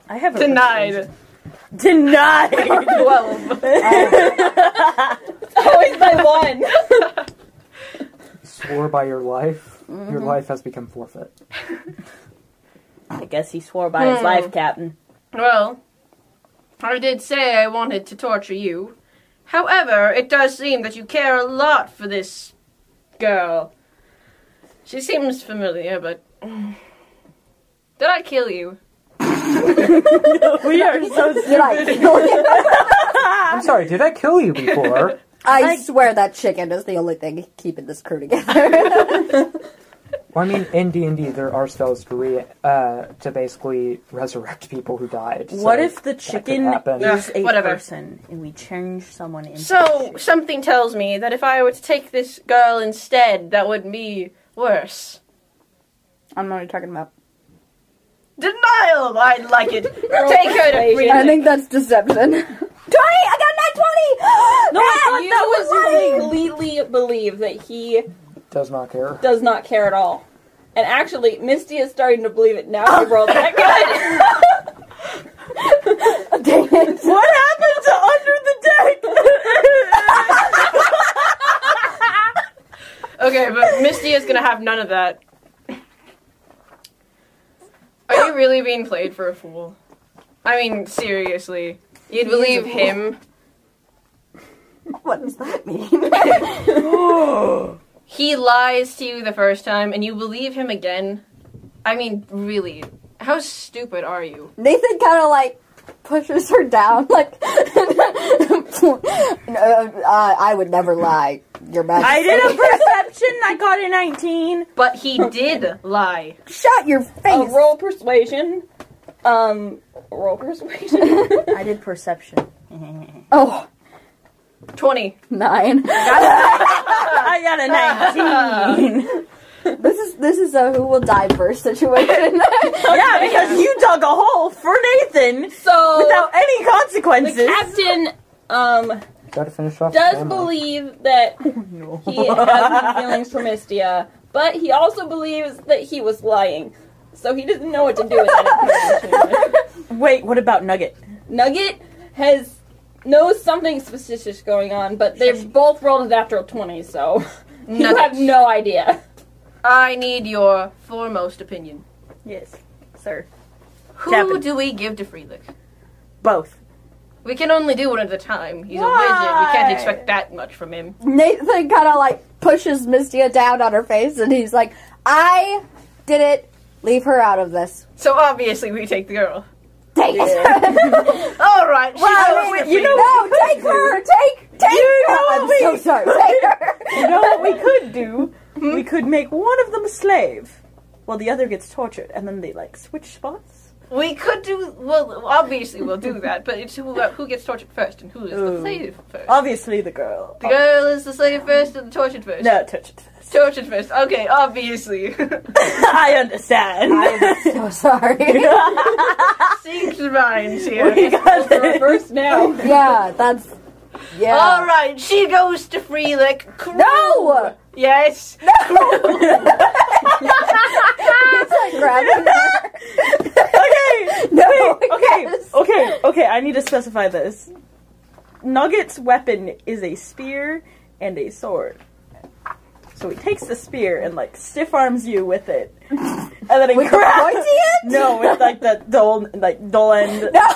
S6: I have a
S5: Denied.
S6: Denied.
S5: Twelve.
S2: Always Oh, by one.
S3: Swore by your life. Your life has become forfeit.
S6: I guess he swore by his
S5: Hmm.
S6: life, Captain.
S5: Well, I did say I wanted to torture you. However, it does seem that you care a lot for this girl. She seems familiar, but. Did I kill you?
S6: we are so
S1: You're like, "No,
S3: I'm sorry, did I kill you before?
S1: I swear that chicken is the only thing keeping this crew together.
S3: well, I mean, in D&D, there are spells to, re- uh, to basically resurrect people who died. so
S6: What if the
S3: that could
S6: chicken
S3: happen.
S6: is
S5: Ugh,
S6: a
S5: whatever.
S6: person and we change someone into
S5: So, something tells me that if I were to take this girl instead, that would be worse.
S7: I don't know what you're talking about.
S5: Denial! I like it. take her to
S2: persuasion.
S1: I
S5: freedom.
S1: think that's deception.
S2: No,
S1: Ah!
S2: I
S6: Yeah,
S2: you
S6: that was
S2: completely believe that he
S3: Does not care.
S2: does not care at all. And actually, Misty is starting to believe it now. He rolled that good.
S1: Dang it.
S6: What happened to under the deck?
S5: Okay, but Misty is gonna have none of that. Are you really being played for a fool? I mean, seriously. You'd believe him.
S1: What does that mean?
S5: He lies to you the first time and you believe him again? I mean, really. How stupid are you?
S1: Nathan kind of like pushes her down, like. uh, I would never lie, Your Majesty.
S6: I did a perception. I got a 19.
S5: But he did lie.
S1: Shut your
S2: Uh,
S1: face.
S2: roll persuasion. Um, roll persuasion.
S6: I did perception.
S1: oh,
S5: 20.
S1: nine.
S6: I got a 19.
S1: this is this is a who will die first situation.
S6: yeah, because you dug a hole for Nathan
S2: so
S6: without any
S2: the
S6: consequences.
S2: captain um
S3: Gotta finish off the
S2: does
S3: ammo.
S2: believe that he has no feelings for Mistia, but he also believes that he was lying. So he doesn't know what to do with that information.
S6: Wait, what about Nugget?
S2: Nugget has knows something suspicious going on, but they've both rolled a natural twenty, so you
S5: Nugget.
S2: have no idea.
S5: I need your foremost opinion.
S6: Yes, sir.
S5: Who
S6: Captain.
S5: do we give to Freelick?
S6: Both.
S5: We can only do one at a time. He's a wizard. We
S6: Why?
S5: can't expect that much from him.
S1: Nathan kind of like pushes Mistia down on her face, and he's like, "I did it. Leave her out of this."
S5: So obviously we take the girl.
S1: Dang it.
S5: All right.
S1: Well,
S5: Well,
S1: I mean,
S5: you know,
S1: no, take her, take, take her. I'm so sorry, take her.
S6: You know what we could do? We could make one of them a slave while the other gets tortured, and then they like switch spots.
S5: we could do. Well, obviously we'll do that, but it's who who gets tortured first and who is
S6: Ooh.
S5: the slave first.
S6: Obviously, the girl.
S5: the girl is the slave first and the tortured first.
S6: No, touch it first.
S5: Tortured first. Okay, obviously.
S6: I understand.
S1: So sorry.
S5: Synced minds
S6: we
S5: here.
S6: got this.
S2: Reverse now.
S1: Yeah, that's yeah.
S5: All right, she goes to Freelick. Crew.
S1: No,
S5: Yes.
S1: it's like grabbing her.
S6: Okay.
S1: No,
S6: Okay,
S1: yes.
S6: okay, okay, I need to specify this. Nugget's weapon is a spear and a sword. So he takes the spear and like stiff arms you with it. And then he
S1: With the
S6: grabs
S1: pointy end?
S6: No, with like the dull like dull end
S1: No.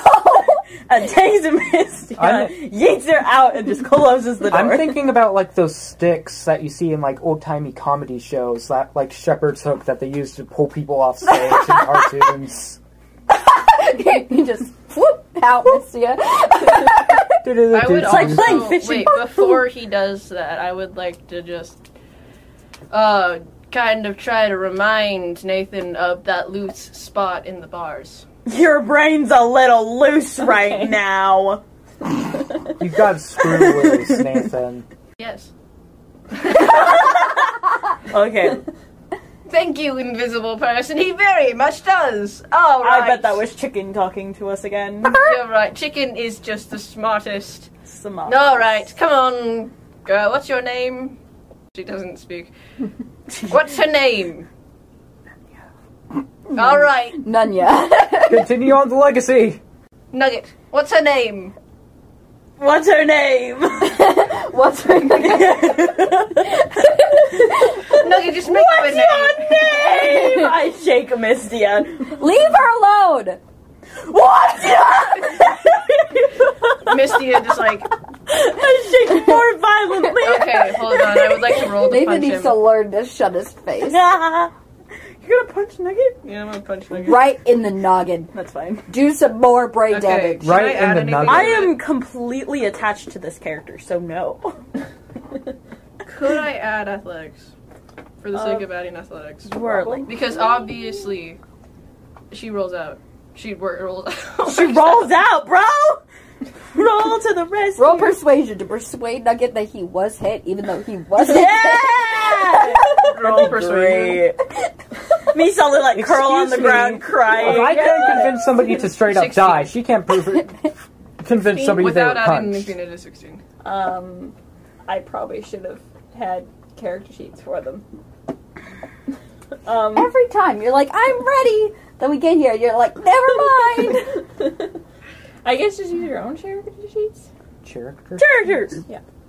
S6: and takes him his
S3: I'm-
S6: yeets her out and just closes the door.
S3: I'm thinking about like those sticks that you see in like old timey comedy shows, that like shepherd's hook that they use to pull people off stage in cartoons.
S1: you just whoop out, Mistia.
S5: I would
S6: like
S5: also
S6: playing fishing.
S5: wait before he does that. I would like to just uh kind of try to remind Nathan of that loose spot in the bars.
S6: Your brain's a little loose right now.
S3: You've got to screw loose, Nathan.
S5: Yes.
S6: Okay.
S5: Thank you, invisible person. He very much does. All right.
S6: I bet that was chicken talking to us again.
S5: You're right. Chicken is just the smartest.
S6: Samara.
S5: All right, come on, girl. What's your name? She doesn't speak. What's her name? All right,
S1: Nunya.
S3: Continue on the legacy.
S5: Nugget. What's her name?
S6: What's her name?
S1: What's her name?
S5: Nugget, just make up a name.
S6: name? I shake Mistia.
S1: Leave her alone.
S6: What?
S5: Misty is just like,
S6: I shake more violently.
S5: okay, hold on. I would like to roll to
S1: Nathan
S5: punch
S1: needs
S5: him.
S1: to learn to shut his face.
S6: You're gonna punch Nugget?
S5: Yeah, I'm gonna punch Nugget.
S1: Right in the noggin.
S6: That's fine.
S1: Do some more brain
S5: Okay,
S1: damage.
S5: should I
S3: Right in
S5: add
S3: the
S5: anything
S3: nugget.
S5: to
S6: I
S5: it?
S6: am completely attached to this character, so no.
S5: Could I add athletics for the sake
S6: Uh,
S5: of adding athletics?
S6: You are like
S5: Because obviously, she rolls out. She wor- rolls out.
S6: she rolls out, bro. Roll to the rescue.
S1: Roll persuasion to persuade Nugget that he was hit, even though he wasn't.
S6: Yeah.
S5: Roll persuasion.
S6: Me solid like curl on the
S3: Excuse me.
S6: ground
S3: If
S5: Oh,
S6: crying.
S3: I can't convince somebody to straight up
S5: 16.
S3: die, she can't prove it. convince somebody they were
S5: Without adding
S3: punched.
S5: anything, it is 16.
S2: Um, I probably should have had character sheets for them. um,
S1: Every time you're like, I'm ready. Then we get here, you're like, never mind.
S2: I guess just use your own character sheets.
S3: Character.
S6: Characters.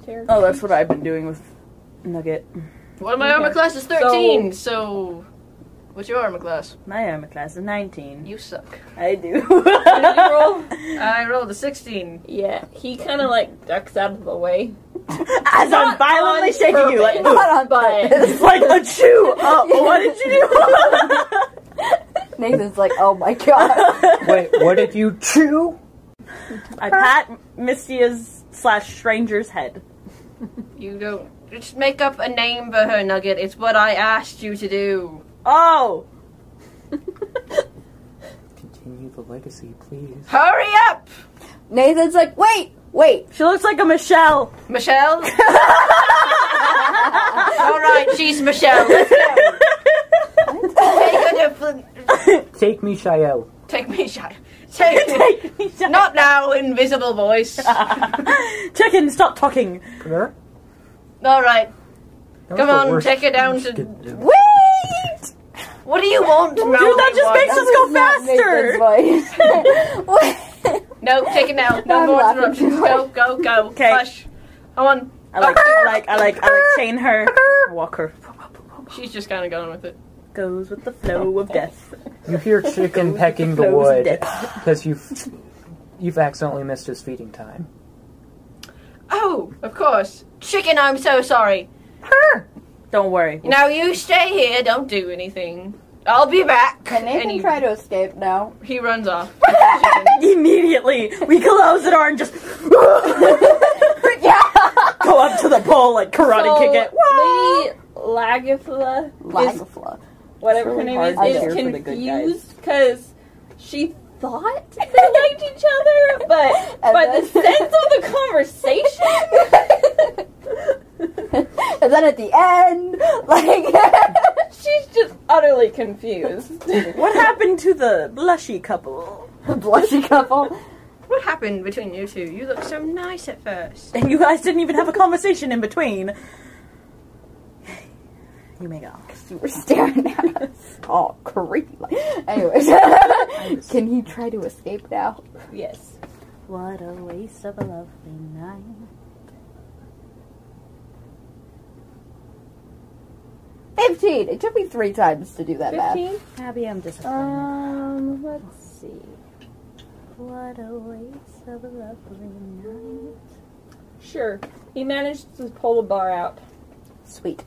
S2: Character
S6: Oh, that's what I've been doing with Nugget.
S5: One of my armor
S2: Okay.
S5: class is 13, so... What's your armor class?
S6: My armor class is 19.
S5: You suck.
S6: I do.
S2: Did you roll?
S5: I rolled a 16.
S2: Yeah, he kind of like ducks out of the way.
S6: As I'm
S2: Not
S6: violently
S2: on
S6: shaking you, like,
S2: purpose.
S6: "Ooh,
S1: Not on
S2: But-
S1: purpose.
S6: it's like a chew up. What did you
S1: Nathan's like, oh my god.
S6: do?
S3: Wait, what did you chew?
S6: I pat Mistia's slash stranger's head.
S5: You don't. Just make up a name for her, Nugget. It's what I asked you to do.
S6: Oh,
S3: Continue the legacy, please.
S5: Hurry up!
S1: Nathan's like, wait, wait.
S6: she looks like a Michelle.
S5: Michelle? Alright, she's Michelle. Let's go. Take her to. fl-
S3: Take me, Shael.
S5: Take me, shy. Take me.
S6: Take me down.
S5: Not now, invisible voice.
S6: Chicken, stop talking.
S3: Come
S5: Alright, come on, take her down to.
S1: Wait!
S5: What do you want, Dude,
S6: Dude, that just makes us go faster.
S1: faster!
S5: No, take it now. No
S1: I'm
S5: more
S1: laughing
S5: interruptions.
S1: too hard.
S5: Go, go, go.
S6: Okay.
S5: Hush. Come on.
S6: I like, I like, I like, I like chain her. Walk her.
S5: She's just kind of going with it.
S6: Goes with the flow of death.
S3: You hear chicken pecking the
S6: Flows of
S3: wood
S6: death.
S3: because you've you've accidentally missed his feeding time.
S5: Oh, of course. Chicken, I'm so sorry.
S6: Don't worry.
S5: Now you stay here. Don't do anything. I'll be back.
S1: Can
S5: And
S1: Nathan
S5: he,
S1: try to escape now?
S5: he runs off.
S6: Immediately, we close the door and just
S1: yeah!
S6: go up to the pole like karate kick it.
S2: Lady Lagifla,
S1: Lagafla.
S2: whatever
S6: really
S2: her name
S6: hard
S2: is,
S6: to
S2: is
S6: cheer for the good
S2: confused because she thought they liked each other, but
S1: And
S2: but
S1: then-
S2: the sense of the conversation.
S1: and then at the end, like,
S2: She's just utterly confused.
S6: What happened to the blushy couple?
S1: blushy couple.
S5: What happened between you two? You look so nice at first.
S6: And you guys didn't even have a conversation in between. You may go.
S1: You were staring at us all Oh, creepy. Like, anyways, can he try to escape now?
S2: yes.
S6: What a waste of a lovely night.
S1: Fifteen. It took me three times to do that math.
S2: Fifteen.
S6: Abby, I'm disappointed.
S2: Um, let's see.
S6: what a waste of a lovely night.
S2: Sure. He managed to pull the bar out.
S1: Sweet.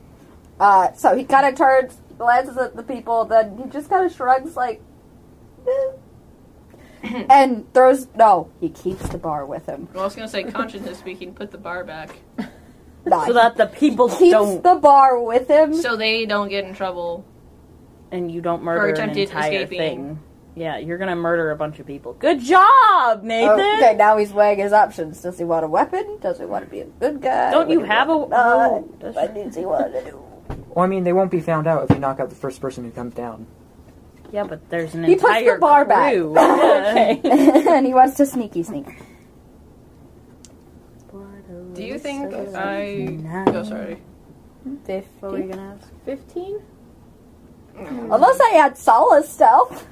S1: Uh, so he kind of turns, glances at the people, then he just kind of shrugs, like, "Eh," and throws. No, he keeps the bar with him.
S5: Well, I was gonna say, consciousness speaking, put the bar back
S1: Nah,
S6: So that the people
S1: he keeps
S6: don't,
S1: the bar with him.
S5: so they don't get in trouble.
S6: and you don't murder an
S5: attempted
S6: entire
S5: escaping.
S6: thing. Yeah, you're gonna murder a bunch of people. Good job, Nathan.
S1: Oh, Okay, now he's weighing his options. Does he want a weapon? Does he want to be a good guy?
S6: Don't you
S1: What do
S6: have a?
S1: want to die?
S6: Oh, that's
S1: What does he want to do?
S3: Well, I mean, they won't be found out if you knock out the first person who comes down.
S6: Yeah, but there's an
S1: He puts the
S6: entire
S1: bar back.
S6: crew.
S2: Okay.
S1: and he wants to sneaky sneak.
S5: Do you think I? Oh, sorry.
S6: What were you gonna ask?
S2: Fifteen.
S1: Unless I had Solace stealth.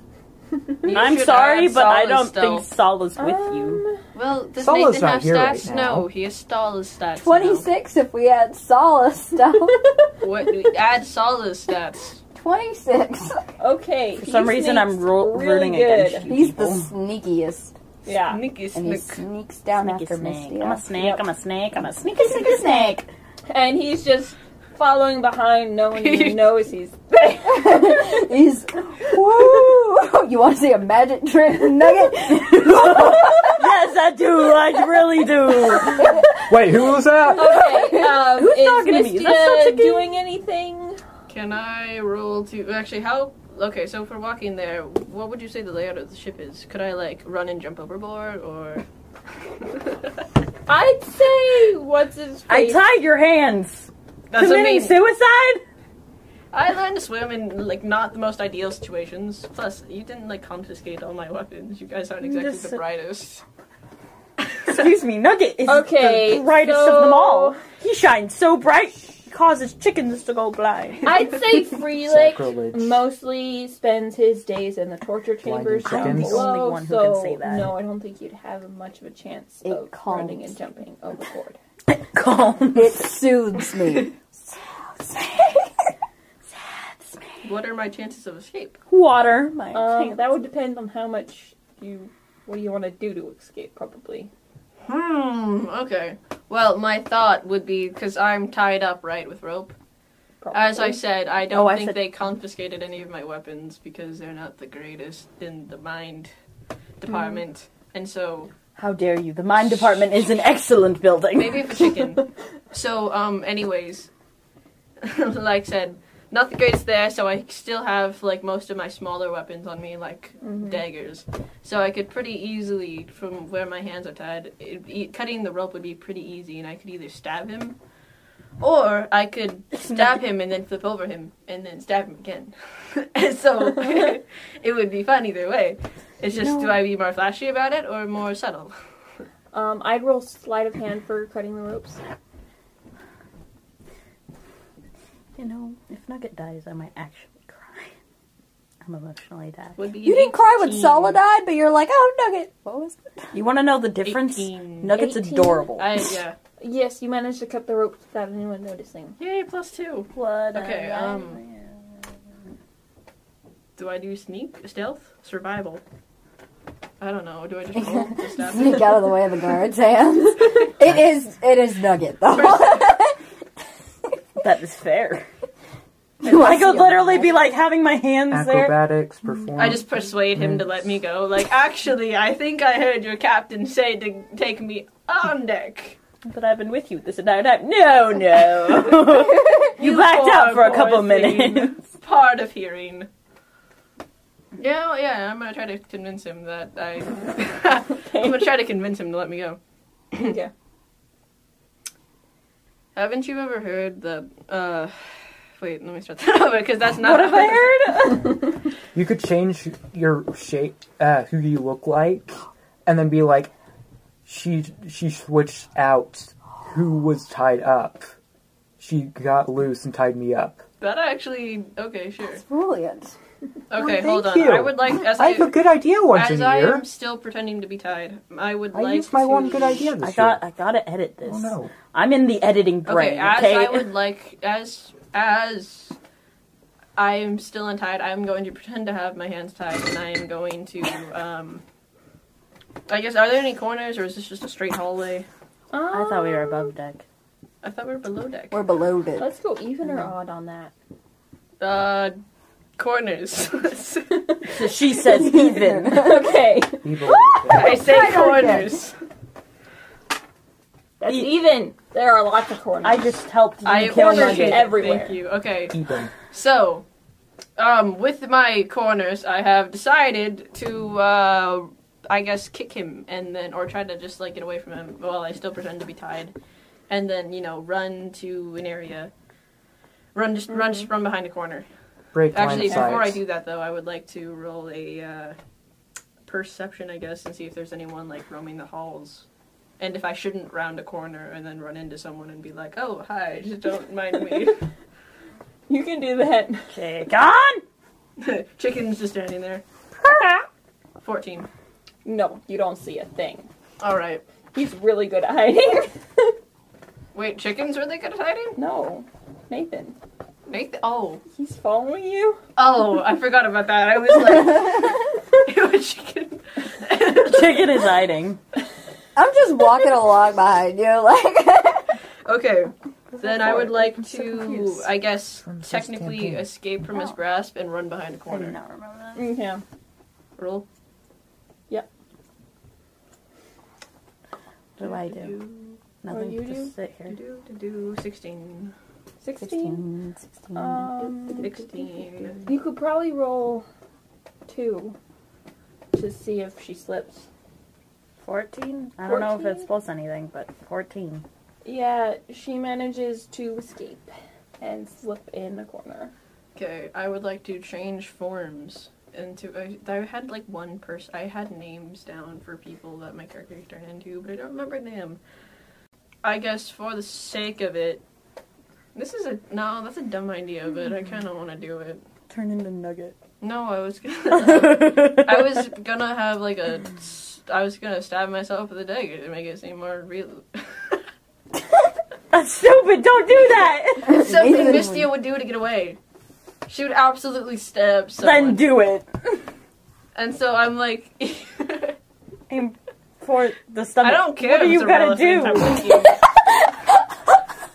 S5: You
S6: I'm
S5: should
S6: sorry,
S5: add
S6: but I
S5: solid
S6: don't
S5: stealth.
S6: think Sol is with you.
S5: Well, does
S3: Solo's
S5: Nathan
S3: not
S5: have
S3: here right
S5: stats?
S3: now.
S5: no, he has Stala's stats. now.
S2: Um,
S1: 26 if we had Solace stealth.
S5: What? Add Sola's stats.
S1: 26.
S2: Okay.
S6: For some reason, I'm ro- rooting against you.
S1: He's the
S6: people.
S1: sneakiest.
S2: Yeah.
S5: Sneaky
S1: And he
S5: sneak.
S1: sneaks down
S6: Sneaky
S1: Um, after
S6: snake.
S1: Misty.
S6: I'm a snake. I'm a snake. I'm a sneaky, sneaky snake.
S2: And he's just following behind. No one even knows he's there.
S1: He's woo! You want to see a magic trick, Nugget?
S6: yes, I do. I really do.
S3: Wait, who was
S5: Oh,
S3: that?
S2: Okay, um,
S6: Who's
S2: is
S6: talking to me? Is that
S2: Mistia
S6: such a game?
S2: doing anything?
S5: Can I roll to actually how? Okay, so for walking there, what would you say the layout of the ship is? Could I like run and jump overboard, or
S2: I'd say what's his
S6: I
S2: face.
S6: tied your hands.
S5: That's what I
S6: Committing
S5: mean.
S6: suicide?
S5: I learned to swim in like not the most ideal situations. Plus, you didn't like confiscate all my weapons. You guys aren't exactly
S6: Just-
S5: the brightest.
S6: Excuse me, Nugget is
S2: Okay,
S6: the brightest of them
S2: so-
S6: all. He shines so bright, he causes chickens to go blind.
S2: I'd say Freelix
S3: Sacrilege.
S2: mostly spends his days in the torture chambers
S3: Blinding
S2: down
S3: chickens.
S2: below.
S6: I'm the only one who
S2: so
S6: can say that.
S2: no, I don't think you'd have much of a chance
S1: It
S2: of
S1: calms
S2: running and jumping overboard.
S6: Calm.
S1: it soothes me.
S5: What are my chances of escape?
S6: Water. My
S2: Um,
S6: hands.
S2: that would depend on how much you. What do you want to do to escape? Probably.
S5: Hmm. Okay. Well, my thought would be because I'm tied up right with rope.
S2: probably.
S5: As I said, I don't
S6: Oh, I
S5: think
S6: said-
S5: they confiscated any of my weapons because they're not the greatest in the mind
S6: Hmm.
S5: department. And so
S6: How dare you? The mine department is an excellent building.
S5: maybe if a chicken. so um, anyways, like I said, not the greatest there. So I still have like most of my smaller weapons on me, like
S1: Mm-hmm.
S5: daggers. So I could pretty easily, from where my hands are tied, it, e- cutting the rope would be pretty easy, and I could either stab him. Or I could stab him and then flip over him and then stab him again. And so it would be fun either way. It's just do I be more flashy about it or more subtle?
S2: Um, I'd roll sleight of hand for cutting the ropes.
S6: You know, if Nugget dies, I might actually cry. I'm emotionally dead.
S5: Would be
S1: You didn't cry when
S5: 18.
S1: Solid died, but you're like, oh, Nugget. What was it?
S6: You want to know the difference?
S5: 18.
S6: Nugget's
S2: 18.
S6: adorable.
S5: I, yeah.
S2: Yes, you managed to cut the ropes without anyone noticing.
S5: Yay, plus two.
S6: What
S5: Okay, um, Do I do sneak, stealth, survival? I don't know. Do I just roll to stab him?
S1: Sneak out of the way of the guard's hands. It is. It is Nugget though.
S6: that is fair.
S1: You
S6: I
S1: are
S6: could
S1: so
S6: literally
S1: mad.
S6: be like having my hands there.
S3: Acrobatics, performance.
S5: I just persuade him to let me go. Like, actually, I think I heard your captain say to take me on deck.
S6: But I've been with you this entire time. No, no. you blacked
S5: poor,
S6: out for a
S5: poor
S6: couple
S5: thing.
S6: minutes.
S5: Part of hearing. Yeah, well, yeah. I'm gonna try to convince him that I. I'm gonna try to convince him to let me go.
S2: yeah.
S5: Haven't you ever heard the? uh... Wait, let me start that over because that's not
S6: What have I heard?
S3: You could change your shape, uh, who you look like, and then be like, she she switched out who was tied up. She got loose and tied me up.
S5: That actually okay, sure.
S1: Brilliant.
S3: Well,
S5: Okay, hold on.
S3: thank you.
S5: I would like as
S3: I
S5: I,
S3: have a good idea once
S5: as
S3: a
S5: I
S3: year.
S5: am still pretending to be tied, I would
S3: I
S5: like
S3: used my
S5: to,
S3: one good idea this
S6: I
S3: year.
S6: got. I gotta edit this.
S3: oh no.
S6: I'm in the editing
S5: Okay,
S6: brain.
S5: as
S6: Okay.
S5: I would like as as I am still untied, I am going to pretend to have my hands tied, and I am going to um. I guess are there any corners, or is this just a straight hallway?
S6: I thought we were above deck.
S5: I thought we were below deck.
S1: We're below it.
S2: Um, Let's go even or
S6: Mm-hmm.
S2: odd on that.
S5: Uh, corners.
S6: So she says even.
S2: okay,
S3: Evil.
S5: I say corners.
S2: that's even. E- There are lots of corners.
S6: I just helped you
S5: I
S6: kill
S5: ordered
S6: Nugget.
S5: it.
S2: everywhere.
S5: Thank you. Okay.
S3: Even.
S5: So, um, with my corners, I have decided to, uh, I guess, kick him and then, or try to just like get away from him while I still pretend to be tied, and then you know run to an area, run just run just run behind a corner.
S3: Break line
S5: Actually,
S3: of sight.
S5: before I do that though, I would like to roll a uh, perception, I guess, and see if there's anyone like roaming the halls. And if I shouldn't round a corner and then run into someone and be like, "Oh, hi, just don't mind me."
S2: you can do that.
S6: Kick on.
S5: Chicken's just standing there. 14.
S2: No, you don't see a thing.
S5: Alright.
S2: He's really good at hiding.
S5: Wait, chickens really good at hiding?
S2: no, Nathan.
S5: Nathan. Oh,
S2: He's following you?
S5: oh, I forgot about that. I was like, it was chicken.
S6: Chicken is hiding.
S1: I'm just walking along behind you, like.
S5: Okay, then I would like
S6: so
S5: to,
S6: confused.
S5: I guess,
S3: From first
S5: technically
S3: campaign.
S5: escape from his
S6: Oh.
S5: grasp and run behind a corner.
S6: not remember that.
S2: Mm, Yeah.
S5: Roll.
S6: What do I do?
S5: Do,
S6: Nothing.
S2: you
S6: just
S2: do?
S6: sit
S5: do,
S6: here.
S5: do, do, do, 16.
S2: 16?
S1: 16, 16.
S5: Uh,
S2: Um,
S5: 16.
S2: you could probably roll 2 to see if she slips.
S6: Fourteen. I don't know if it's
S2: 14?
S6: plus anything, but fourteen.
S2: Yeah, she manages to escape and slip in a corner.
S5: Okay, I would like to change forms into. I, I had like one person. I had names down for people that my character could turn into, but I don't remember them. I guess for the sake of it, this is a no. That's a dumb idea, but I
S6: Hmm.
S5: kind of want to do it.
S6: Turn into nugget.
S5: No, I was gonna.
S6: I
S5: I was gonna have like a. s- I was gonna stab myself with a dagger to make it seem more real.
S6: That's stupid. Don't do that.
S5: Something
S1: Nathan.
S5: Mistia would do to get away. She would absolutely stab someone.
S6: then do it.
S5: and so I'm like.
S6: Aim for the stomach.
S5: I don't care.
S6: What are
S5: if
S6: you
S5: it's a
S6: gonna
S5: relevant,
S6: do?
S5: I'm with you.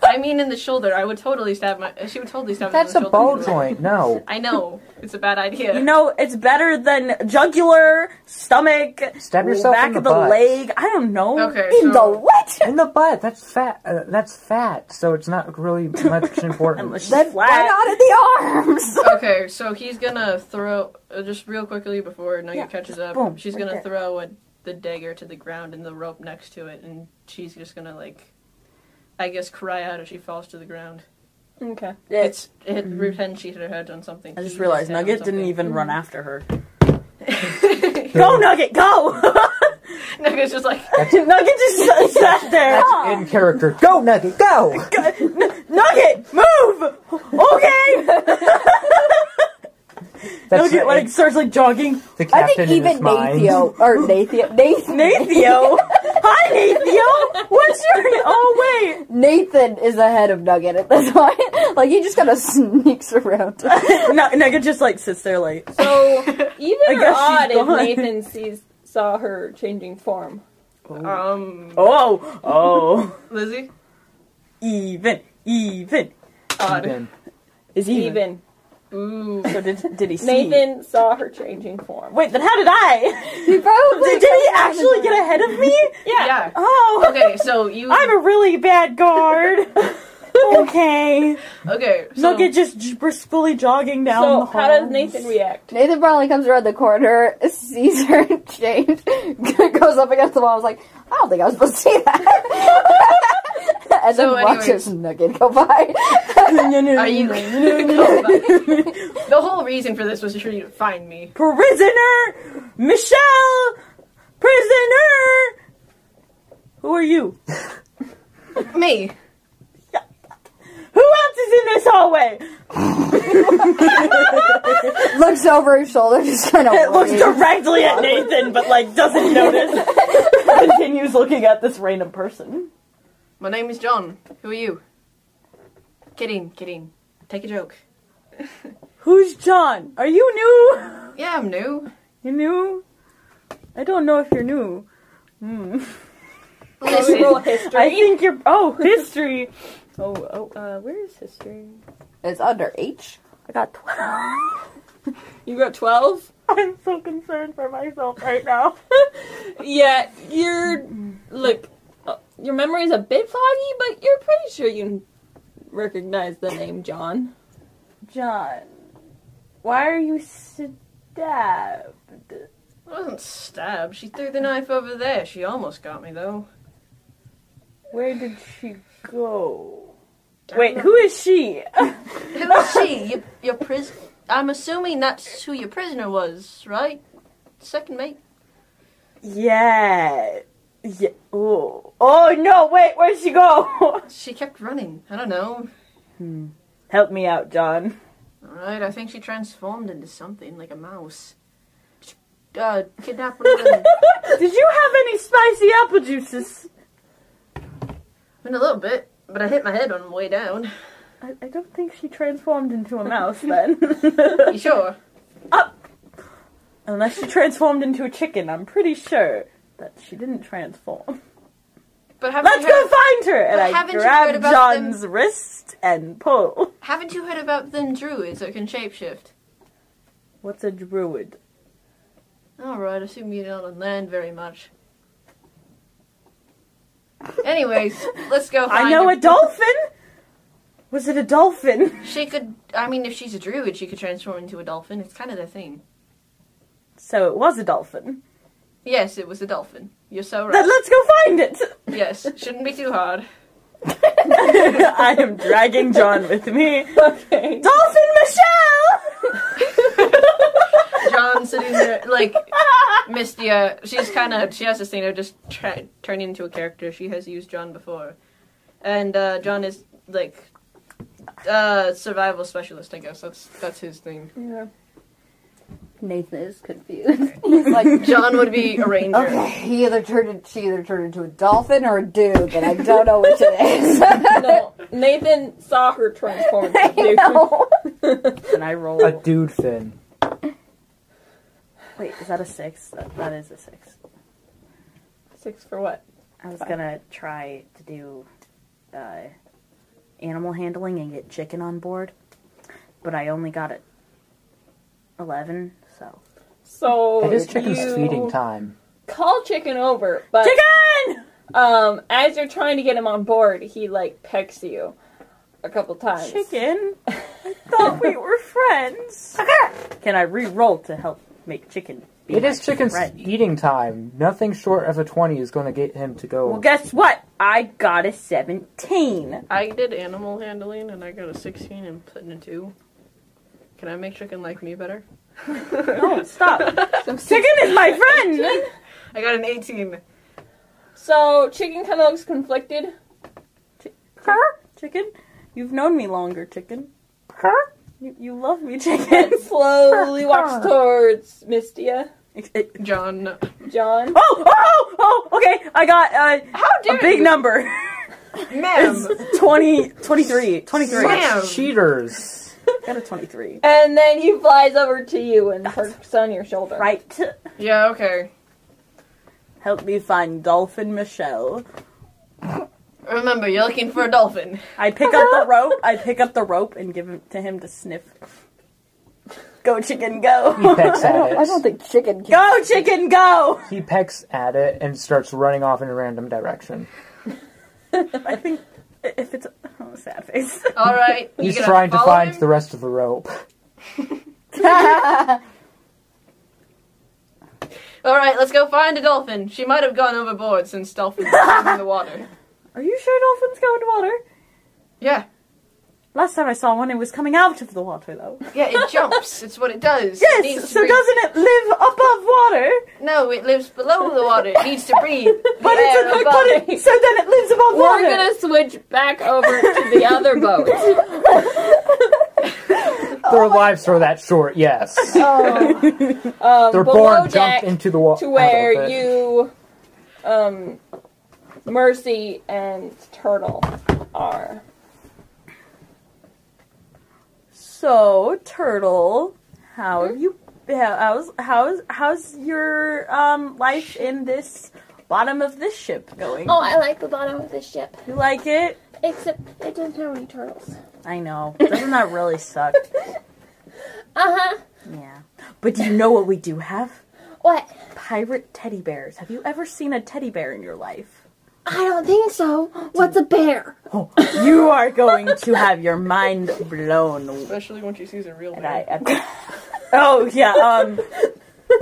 S5: I mean, in the shoulder. I would totally stab my. She would totally stab. me in
S3: That's
S5: the
S3: a
S5: shoulder
S3: ball
S5: either way.
S3: joint. No.
S5: I know it's a bad idea.
S6: You know, it's better than jugular, stomach,
S3: Stab yourself
S6: back
S3: in the
S6: of the
S3: butt.
S6: leg. I don't know.
S5: okay.
S1: In the
S5: So,
S1: what?
S3: In the butt. That's fat. Uh, that's fat. So it's not really much important.
S6: Unless she's
S1: Then why
S6: flat.
S1: not in the arms?
S5: okay, so he's gonna throw uh, just real quickly before Nugget
S6: Yeah,
S5: catches up.
S6: boom,
S5: she's
S6: right
S5: gonna
S6: there.
S5: throw a, the dagger to the ground and the rope next to it, and she's just gonna like, I guess, cry out as she falls to the ground.
S2: Okay.
S6: Yeah. Mm-hmm.
S5: It's it. Pretend she hit her head on something.
S6: I
S5: She
S6: just
S5: hit
S6: realized
S5: her head on
S6: Nugget didn't
S5: something.
S6: even run after her.
S3: Yeah.
S6: Go, Nugget, go!
S5: Nugget's just like.
S6: Nugget just sat there.
S3: In character. Go, Nugget. Go.
S6: Nugget, move! Okay!
S3: That's
S6: Nugget like starts like jogging.
S3: the
S1: I think
S3: captain in
S1: even
S3: his mind.
S1: Nathio, or Nathio, Nathan,
S6: Nathio, hi Nathio. What's your? Oh
S1: Nathan is ahead of Nugget at this point. Like, he just kind of sneaks around.
S6: wait, no, Nugget just like sits there like.
S2: So,
S6: I
S2: even
S6: guess
S2: odd
S6: she's
S2: if
S6: gone.
S2: Nathan sees, saw her changing form.
S5: Um,
S6: Oh, oh,
S5: Lizzie,
S6: even, even
S2: Oh,
S5: odd.
S3: Even.
S6: is even.
S2: Even.
S5: Ooh,
S6: So did did he see?
S2: Nathan saw her changing form.
S6: Wait, then how did I?
S1: He probably
S6: Did, did he actually get ahead of me?
S5: yeah.
S6: Oh,
S5: Okay, so you.
S6: I'm a really bad guard. okay,
S5: okay. So
S6: Nugget just j- briskly jogging down the
S2: So,
S6: hall.
S2: how does Nathan react?
S1: Nathan probably comes around the corner, sees her change, goes up against the wall. I was like, I don't think I was supposed to see that. and
S5: So
S1: then watches Nugget go by.
S5: are you? the whole reason for this was for you to find me.
S6: prisoner Michelle prisoner who are you
S5: Me.
S6: who else is in this hallway
S1: Looks over his shoulder, just kind of.
S6: it looks directly at Nathan but like doesn't notice continues looking at this random person
S5: My name is John. Who are you? Kidding, kidding. Take a joke.
S6: who's John are you new
S5: Yeah, I'm new.
S6: you new I don't know if you're new Hmm.
S5: Listen,
S2: Roll history.
S6: I think you're oh history oh oh uh where is history
S1: It's under H.
S6: I got 12
S2: You got 12?
S6: I'm so concerned for myself right now
S2: Yeah, you're. Look, uh, your memory's a bit foggy, but you're pretty sure you recognize the name John.
S6: John, why are you stabbed?
S5: I wasn't stabbed. She threw the knife over there. She almost got me though.
S6: Where did she go?
S5: Don't
S6: Wait,
S5: know.
S6: who is she?
S5: Who is she? Your, your pris. I'm assuming that's who your prisoner was, right? Second mate.
S6: yeah. Yeah. Oh. Oh no, wait, where'd she go?
S5: She kept running. I don't know.
S6: Help me out, John.
S5: Alright, I think she transformed into something, like a mouse. She, uh, kidnapped one of them.
S6: Did you have any spicy apple juices?
S5: In a little bit, but I hit my head on the way down.
S6: I, I don't think she transformed into a mouse then.
S5: You sure?
S6: Unless she transformed into a chicken, I'm pretty sure that she didn't transform.
S5: But haven't
S6: Let's
S5: you heard,
S6: go find her! And
S5: But
S6: I
S5: haven't you heard
S6: grab
S5: about
S6: John's wrist and pull.
S5: haven't you heard about them druids that can shapeshift?
S6: What's a druid?
S5: All right, assume you're not on land very much. Anyways, let's go. Find
S6: I know
S5: her.
S6: a dolphin! Was it a dolphin?
S5: She could. I mean, if she's a druid, she could transform into a dolphin. It's kind of their thing.
S6: So it was a dolphin.
S5: Yes, it was a dolphin. You're so right.
S6: Then let's go find it!
S5: yes, shouldn't be too hard.
S6: I am dragging John with me.
S2: Okay.
S6: Dolphin Michelle!
S5: John sitting there, like Mistia. She's kind of she has this thing of just tra- turning into a character. She has used John before, and uh, John is like uh survival specialist. I guess that's that's his thing.
S1: Nathan is confused. He's like,
S5: John would be a ranger.
S1: okay, he either turned in, she either turned into a dolphin or a dude, but I don't know which it is.
S2: No, Nathan saw her transform.
S1: I know.
S6: and I roll.
S3: A dude fin.
S6: Uh, Wait, is that a six? That, that is a six.
S2: Six for what?
S6: I was gonna try to do uh, animal handling and get chicken on board, but I only got it eleven. So
S2: So
S3: It is chicken's
S2: you
S3: feeding time.
S2: Call chicken over, but
S6: chicken.
S2: um, as you're trying to get him on board, he like pecks you a couple times.
S6: Chicken. I thought we were friends. Can I re-roll to help make chicken? be
S3: It
S6: my
S3: is chicken's
S6: friend?
S3: eating time. Nothing short of a 20 is going to get him to go.
S6: Well, guess what? I got a seventeen.
S5: I did animal handling, and I got a sixteen and put in a two. Can I make chicken like me better?
S6: No, stop. chicken is my friend.
S5: I got an eighteen.
S2: So chicken kind of looks conflicted.
S6: Chicken, you've known me longer. Chicken, you, you love me,
S2: and
S6: chicken.
S2: slowly walks towards Mistia.
S5: John,
S2: John.
S6: Oh, oh, oh, oh, okay. I got uh,
S2: How
S6: a big number.
S5: ma'am,
S6: It's 20, 23. 23.
S5: ma'am.
S3: Cheaters.
S6: Got a 23.
S2: And then he flies over to you and perks on your shoulder.
S6: Right.
S5: Yeah, okay.
S6: Help me find Dolphin Michelle.
S5: Remember, you're looking for a dolphin.
S6: I pick up the rope. I pick up the rope and give it to him to sniff. Go, chicken,
S3: He
S6: go.
S3: pecks
S1: I
S3: at
S1: don't,
S3: it.
S1: I don't think chicken can.
S6: Go, chicken, go.
S3: He pecks at it and starts running off in a random direction.
S6: I think if it's oh, sad face.
S5: All right. you
S3: He's
S5: gonna
S3: trying to
S5: follow
S3: find
S5: him?
S3: the rest of the rope.
S5: All right, let's go find a dolphin. She might have gone overboard since dolphins are in the water.
S6: Are you sure dolphins go in water?
S5: Yeah,
S6: Last time I saw one, it was coming out of the water though.
S5: yeah, it jumps. it's what it does. it
S6: Yes.
S5: needs to
S6: So
S5: breathe.
S6: doesn't it live above water?
S5: No, it lives below the water. It needs to breathe.
S6: But it's
S2: Yeah,
S6: a,
S2: above
S6: but it, so then it lives above
S2: We're
S6: water.
S2: gonna switch back over to the other boat.
S3: Their lives were that short, yes.
S2: Um, below
S3: They're born,
S2: deck
S3: jumped into the water.
S2: to where you, um, Mercy and Turtle are.
S6: So turtle, how have you? how- How's how's how's your um life in this bottom of this ship going?
S9: Oh, I like the bottom of the ship,
S6: You like it?
S9: except it doesn't have any turtles.
S6: I know. Doesn't that really suck?
S9: Uh huh.
S6: Yeah. But do you know what we do have?
S9: What?
S6: Pirate teddy bears. Have you ever seen a teddy bear in your life? Oh,
S9: I don't think so. What's a bear?
S6: You are going to have your mind blown.
S5: Especially when she sees a real
S6: And I, I- oh yeah. Um.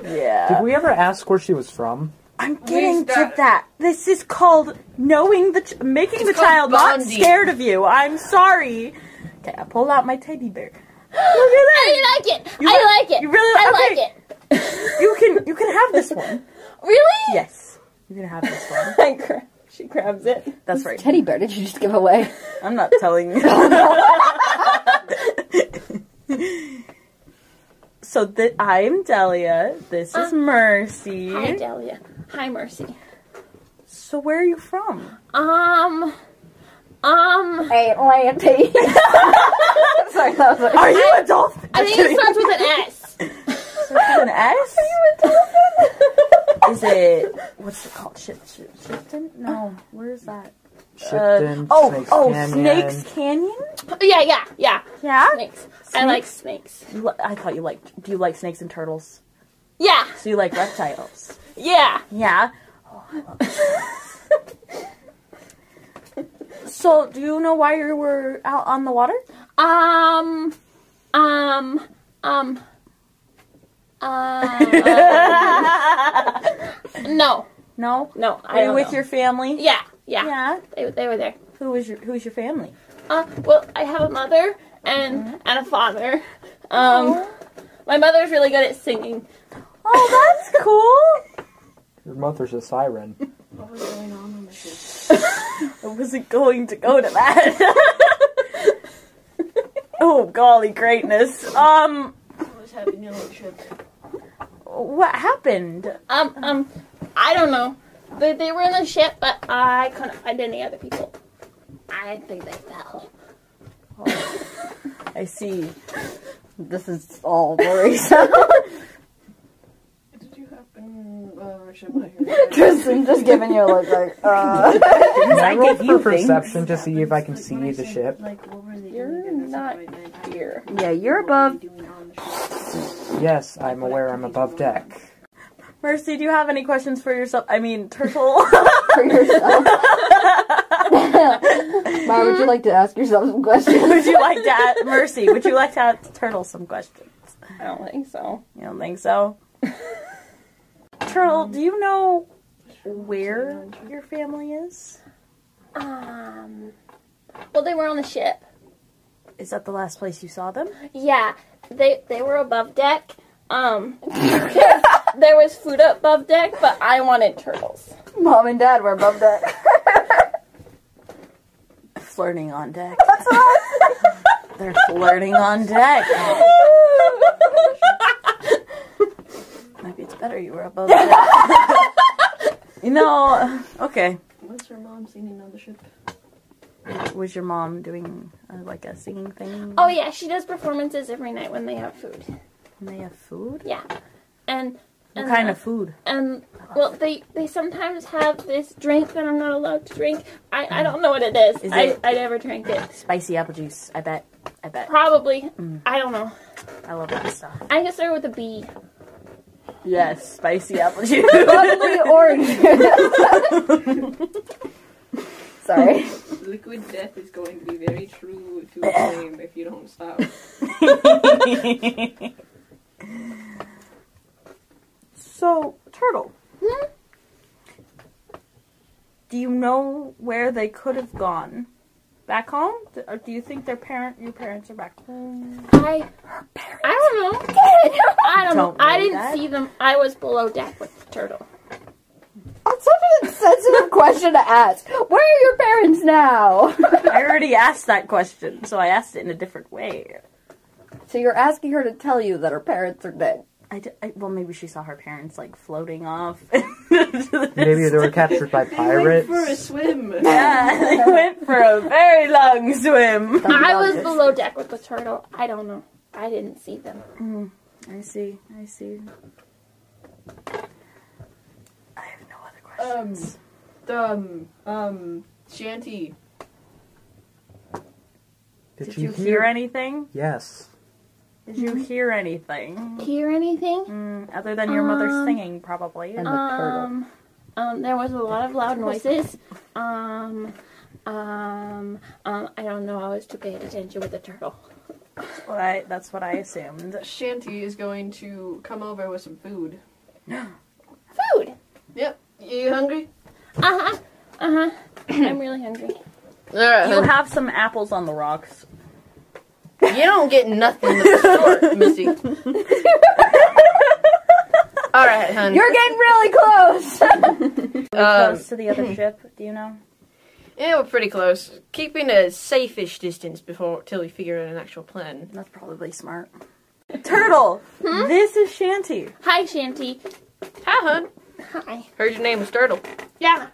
S6: Yeah.
S3: Did we ever ask where she was from?
S6: I'm getting to
S5: that-
S6: that. This is called knowing the ch- making the
S5: called
S6: child not
S5: bonding.
S6: scared of you. I'm sorry. Okay, I pull out my teddy bear. Look at that.
S9: I like it.
S6: You
S9: I
S6: like-
S9: like it.
S6: you really
S9: I
S6: like-
S9: like
S6: okay.
S9: it.
S6: You can you can have this one.
S9: Really?
S6: Yes, you can have this one.
S2: I gra- she grabs it.
S6: That's right.
S1: Teddy bear, did you just give away?
S6: I'm not telling you. so that I'm Delia. This is
S2: Um,
S6: Mercy.
S9: Hi, Delia. Hi, Mercy.
S6: So where are you from?
S9: Um,
S2: Um,
S1: Atlantean. Sorry, that was like,
S6: Are you a dolphin?
S2: I think it starts with an S.
S6: an S? Is it what's it called? Ship, ship, Shipton? No, where's that?
S3: Shipton,
S6: Uh, oh,
S3: Snakes
S6: oh,
S3: Canyon.
S6: Snakes Canyon.
S2: Yeah, yeah, yeah.
S6: Yeah.
S2: Snakes. I like snakes.
S6: You li- I thought you liked. Do you like snakes and turtles?
S2: Yeah,
S6: So you like reptiles?
S2: yeah.
S6: Yeah. so, do you know why you were out on the water?
S2: Um, um, um. Uh, no,
S6: No.
S2: no. I
S6: Are you
S2: don't
S6: with
S2: know.
S6: your family?
S2: Yeah, yeah.
S6: Yeah.
S2: They, they were there.
S6: Who was your Who was your family?
S2: Uh, well, I have a mother and and a father. Um, my mother's really good at singing.
S6: Oh, that's cool.
S3: Your mother's a siren.
S5: What was going on with this?
S6: I wasn't going to go to that. oh, golly greatness. Um,
S5: What was happening on the trip?
S6: what happened?
S2: Um, um, I don't know. They, they were in the ship, but I couldn't find any other people. I think they fell. Oh,
S6: I see.
S1: this is all worrisome.
S5: Did you happen, uh, Richard? my hero?
S1: Tristan just giving you a look like, uh.
S3: Can I roll
S6: give you
S3: for
S6: things.
S3: perception to see if I can
S5: Like,
S3: see
S5: when I
S3: the
S5: said,
S3: ship?
S5: Like, what were they
S2: You're
S5: doing in the
S2: not
S5: Sacred Night?
S2: Here.
S1: Yeah, you're
S5: What were
S1: above.
S5: they doing on the ship?
S3: Yes, I'm aware I'm above deck.
S6: Mercy, do you have any questions for yourself? I mean, Turtle.
S1: for yourself. Why would you like to ask yourself some questions?
S6: would you like to ask Mercy? Would you like to ask Turtle some questions?
S2: I don't think so.
S6: You don't think so? Turtle, do you know where your family is?
S2: Um, well, they were on the ship.
S6: Is that the last place you saw them?
S2: Yeah, they they were above deck. Um, there was food above deck, but I wanted turtles.
S1: Mom and Dad were above that.
S6: Flirting on deck. They're flirting on deck. Maybe it's better you were above deck. you know, okay.
S5: What's her mom singing on the ship?
S6: Was your mom doing uh, like a singing thing?
S2: Oh yeah, she does performances every night when they have food.
S6: And they have food?
S2: Yeah, and
S6: What
S2: and
S6: kind of food?
S2: and Um, well, they they sometimes have this drink that I'm not allowed to drink. I I don't know what it is.
S6: Is
S2: I
S6: it-
S2: I never drank it.
S6: Spicy apple juice. I bet. I bet.
S2: Probably.
S6: Mm.
S2: I don't know.
S6: I love that stuff.
S2: I guess started with a B.
S6: Yes, spicy apple juice.
S1: Bubbly orange. Sorry.
S5: Liquid death is going to be very true to its name if you don't stop.
S6: so, turtle.
S2: Hmm?
S6: Do you know where they could have gone? Back home, D- or do you think their parent, your parents, are back home?
S2: I I don't know. I don't, know.
S6: Don't
S2: I
S6: know
S2: didn't
S6: that.
S2: see them. I was below deck with the turtle.
S1: That's such an insensitive question to ask. Where are your parents now?
S6: I already asked that question, so I asked it in a different way.
S1: so you're asking her to tell you that her parents are dead.
S6: I, d- I- well, maybe she saw her parents like floating off.
S3: Maybe they were captured by
S5: Went for a
S3: pirates.
S5: swim.
S6: Yeah, they went for a very long swim.
S2: I was below deck with the turtle. I don't know. I didn't see them.
S6: I see. I see. I have no other
S5: Um,
S6: questions.
S5: um, um, Shanty.
S3: Did, Mm-hmm.
S6: Did you hear anything?
S3: Yes.
S6: Did you hear anything?
S2: Hear anything?
S6: Mm, other than your mother
S2: Um,
S6: singing, probably.
S1: And the turtle.
S2: Um, um, there was a lot of loud noises. Um, um, um, I don't know. I was too paying attention with the turtle.
S6: That's what I, that's what I assumed.
S5: Shanty is going to come over with some food.
S2: Food.
S5: Yep. You hungry?
S2: Uh huh. Uh huh. I'm really hungry.
S5: Uh-huh.
S6: You have some apples on the rocks.
S5: You don't get nothing of the sort, Missy. All right, hun.
S1: You're getting really close!
S5: Um,
S6: Close to the other ship. Do you know?
S5: yeah, we're pretty close. Keeping a safe-ish distance before till we figure out an actual plan.
S6: That's probably smart. Turtle,
S5: Hmm?
S6: this is Shanty.
S2: Hi, Shanty.
S5: Hi, hun.
S2: Hi.
S5: Heard your name was Turtle.
S2: Yeah.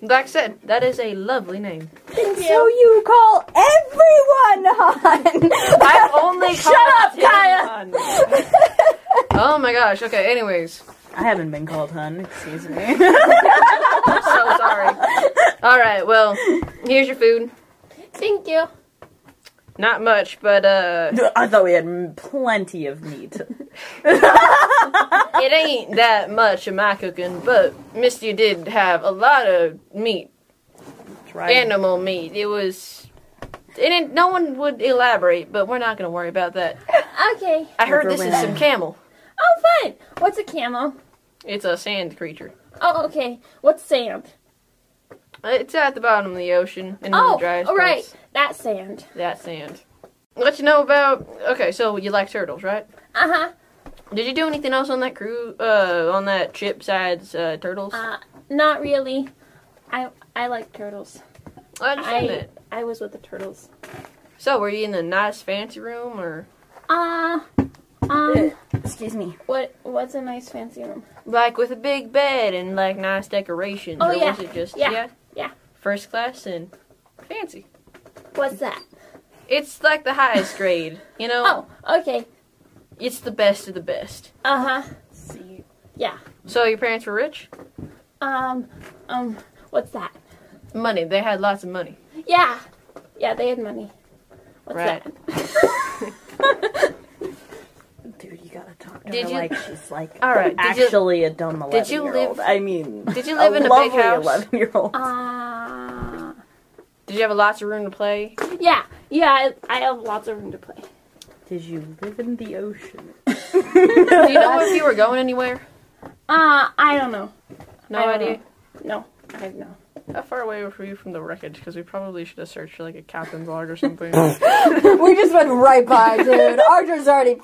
S5: Like I said, that is a lovely name.
S1: So you call everyone Han.
S5: I've only
S1: Shut up, Kaya.
S5: Oh my gosh. Okay. Anyways,
S6: I haven't been called hun. Excuse me.
S5: I'm so sorry. All right. Well, here's your food.
S9: Thank you.
S5: Not much, but uh,
S6: I thought we had m- plenty of meat.
S5: it ain't that much of my cooking. But Misty did have a lot of meat,
S6: Try
S5: animal meat. It was. It didn't, no one would elaborate, but we're not going to worry about that.
S9: Okay.
S5: I heard this
S6: Overwhelmed.
S5: is some camel.
S9: Oh, fun. What's a camel?
S5: It's a sand creature.
S9: Oh, okay. What's sand?
S5: It's at the bottom of the ocean in
S9: Oh,
S5: the dry spots.
S9: all right. That sand.
S5: That sand. What you know about? Okay, so you like turtles, right?
S9: Uh huh.
S5: Did you do anything else on that crew? Uh, on that ship besides uh, turtles?
S9: Uh, not really. I I like turtles.
S5: I understand
S9: I-
S5: that.
S9: I was with the turtles.
S5: So were you in the nice fancy room or
S9: Uh, um,
S6: Excuse me.
S9: what what's a nice fancy room?
S5: like with a big bed and like nice decorations?
S9: Oh,
S5: or
S9: yeah.
S5: Was it just
S9: Yeah.
S5: yeah,
S9: Yeah.
S5: first class and fancy?
S9: What's that?
S5: It's like the highest grade, you know.
S9: Oh, okay.
S5: It's the best of the best.
S9: Uh huh.
S6: See.
S5: So your parents were rich?
S9: Um, um, what's that?
S5: Money. They had lots of money.
S9: Yeah, yeah, they had money. What's
S5: Right.
S9: that?
S6: Dude, you gotta talk to
S5: Did
S6: her
S5: you-
S6: like she's like
S5: All right. Did you
S6: actually a dumb 11
S5: did you
S6: year
S5: live-
S6: old. I mean,
S5: did you live in a big
S6: lovely
S5: house?
S6: 11 year old.
S9: uh,
S5: Did you have lots of room to play?
S9: yeah, yeah. I, I have lots of room to play.
S6: Did you live in the ocean?
S5: Do you know if you were going anywhere?
S9: Uh, I don't know.
S5: No
S9: I don't
S5: idea.
S9: know. No, I don't know.
S5: How far away were you from the wreckage? Because we probably should have searched for like a captain's log or something.
S1: we just went right by, dude. Archer's already.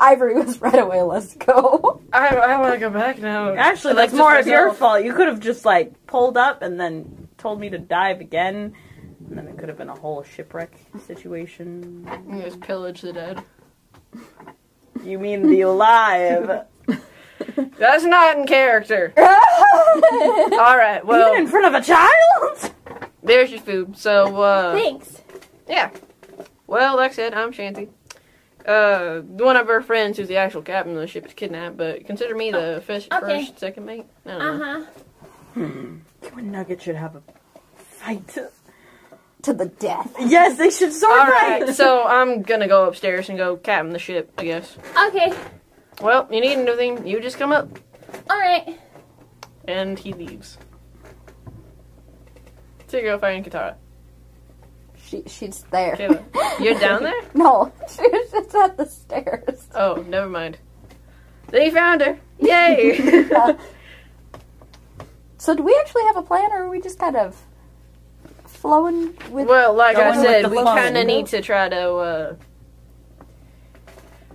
S1: Ivory was right away. Let's go.
S5: I, I want to go back now.
S6: Actually,
S5: So
S6: that's
S5: just
S6: more of your
S5: myself.
S6: fault. You could have just like pulled up and then told me to dive again, and then it could have been a whole shipwreck situation.
S5: You just pillage the dead.
S6: You mean the alive?
S5: That's not in character. All right. Well,
S6: Even in front of a child?
S5: there's your food. So uh,
S9: Thanks.
S5: yeah. Well, like I said, I'm Shanty. Uh, one of our friends, who's the actual captain of the ship, is kidnapped. But consider me the fish,
S9: Oh, okay.
S5: first, second mate. I don't
S9: Uh
S5: know.
S2: Uh-huh.
S9: huh.
S6: You and Hmm. Nugget should have a fight.
S1: To the death.
S6: Yes, they should sword
S5: All
S6: fight.
S5: right. So I'm gonna go upstairs and go captain the ship. I guess.
S9: Okay.
S5: Well, you need anything? You just come up.
S9: All right.
S5: And he leaves. To go find Katara.
S1: She, she's there.
S5: Kayla, you're down there?
S1: No, she was just at the stairs.
S5: Oh, never mind. They found her. Yay!
S1: So do we actually have a plan, or are we just kind of flowing with?
S5: well, like
S6: Going
S5: I
S6: with the
S5: said, we
S6: flow.
S5: kind of need to try to. Uh,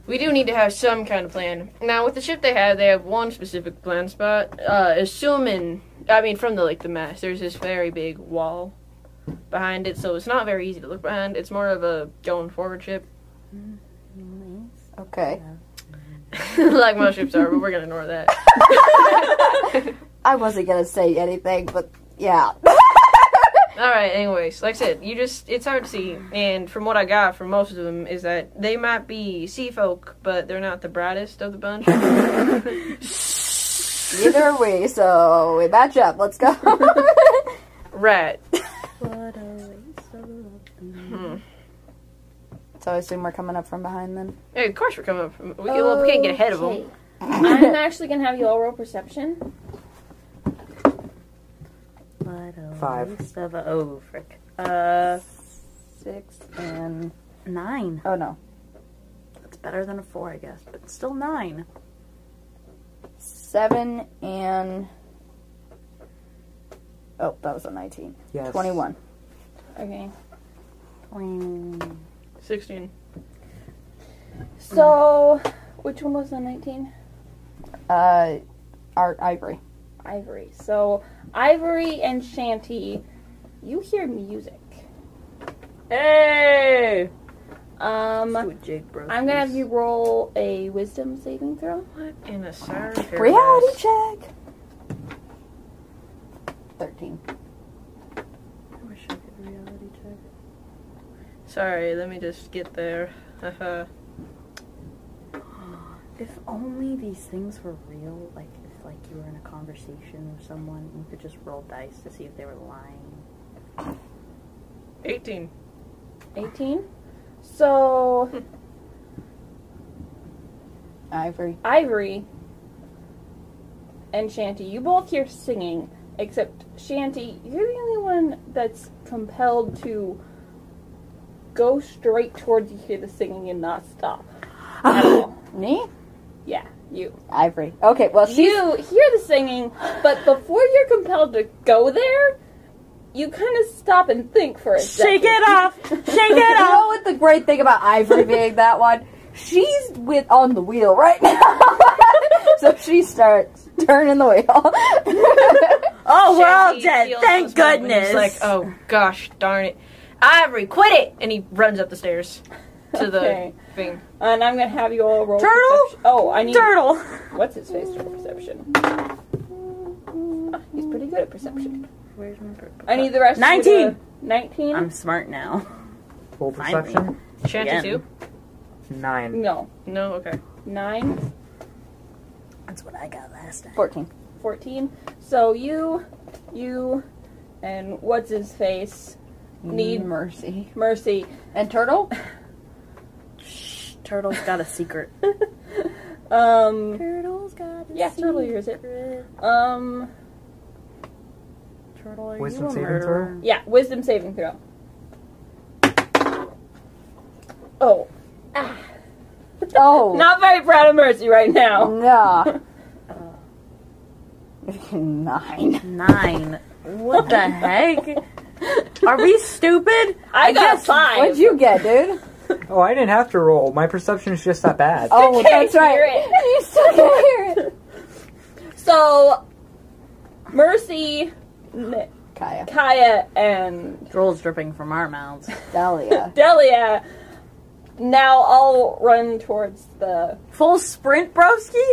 S5: we do need to have some kind of plan. Now, with the ship they have, they have one specific blind spot. Uh, assuming, I mean, from the like the mast, there's this very big wall behind it, so it's not very easy to look behind. It's more of a going forward ship.
S1: Okay.
S5: like most ships are, but we're gonna ignore that.
S1: I wasn't gonna say anything, but yeah.
S5: All right. Anyways, like I said, you just—it's hard to see, and from what I got from most of them is that they might be sea folk, but they're not the brightest of the bunch.
S1: Either way, so we match up. Let's go.
S5: right.
S1: so I assume we're coming up from behind then.
S5: Hey, of course we're coming up. From, we, can, well, we can't get ahead of them.
S9: Okay. I'm actually gonna have you all roll perception.
S3: Five.
S6: Oh, frick. Uh,
S1: Six.
S6: and nine.
S1: Oh no.
S6: That's better than a four, I guess, but still nine.
S1: Seven and. Oh, that was a 19.
S3: Yes.
S1: 21.
S9: Okay.
S6: Twing.
S5: Sixteen.
S9: So, which one was the 19?
S1: Uh, Art Ivory.
S9: Ivory. So Ivory and Shanty, you hear music.
S6: Hey!
S9: Um, I'm
S6: With Jake Brokers.
S9: gonna have you roll a Wisdom saving throw.
S5: What in a sorry paradise.
S1: Reality check! Thirteen.
S6: I wish I could reality check.
S5: Sorry, let me just get there. Uh-huh. Haha.
S6: Uh, If only these things were real, like if like you were in a conversation with someone and you could just roll dice to see if they were lying.
S5: 18.
S2: 18. So
S1: Ivory.
S2: Ivory and Shanty, you both hear singing, except Shanty, you're the only one that's compelled to go straight towards you hear the singing and not stop. At all.
S1: Me?
S2: Yeah, you.
S1: Ivory. Okay. Well, she's
S2: You hear the singing, but before you're compelled to go there, you kind of stop and think for a second.
S6: Shake it off! Shake it
S1: you know
S6: off!
S1: what the great thing about Ivory being that one? She's with on the wheel right now. so she starts turning the wheel.
S6: Oh, we're all
S5: Jackie
S6: dead.
S5: feels
S6: Thank
S5: this moment and
S6: goodness.
S5: He's like, oh gosh, darn it, Ivory, quit it! And he runs up the stairs to the
S2: Okay.
S5: thing.
S2: And I'm gonna have you all roll.
S6: Turtle?
S2: perception- Oh, I need.
S6: Turtle.
S2: What's his face for perception? Ah, he's pretty good at perception.
S6: Where's my purple?
S2: I need the rest.
S6: 19.
S2: Nineteen.
S6: I'm smart now.
S3: Full
S6: Finally.
S3: perception?
S5: Shanty
S6: Again.
S5: too?
S3: Nine.
S2: No,
S5: No, okay.
S2: nine,
S6: That's what I got last time.
S1: Fourteen.
S2: fourteen. So you, you, and what's his face? Need
S1: mercy.
S2: mercy.
S1: And turtle.
S6: Shh, Turtle's got a secret.
S2: Um.
S6: Turtle's got a
S2: Yeah, turtle hears it. Um.
S6: Turtle, are
S3: Wisdom
S6: you a
S3: saving
S6: murderer?
S2: Yeah. Wisdom saving throw. Oh,
S1: Oh
S2: not very proud of mercy right now.
S1: no. Nine.
S6: Nine. What the heck?
S1: Mm.
S6: Are we stupid?
S2: I, got
S6: guess-
S2: guess, five.
S1: What'd you get, dude?
S3: Oh, I didn't have to roll. My perception is just that bad.
S1: Oh,
S2: can't
S1: that's right.
S2: hear it.
S1: You still can't hear it.
S2: So, Mercy, N-
S1: Kaya,
S2: Kaya, and
S6: Drool's dripping from our mouths.
S1: Dahlia.
S2: Delia now all run towards the.
S6: Full sprint, broski?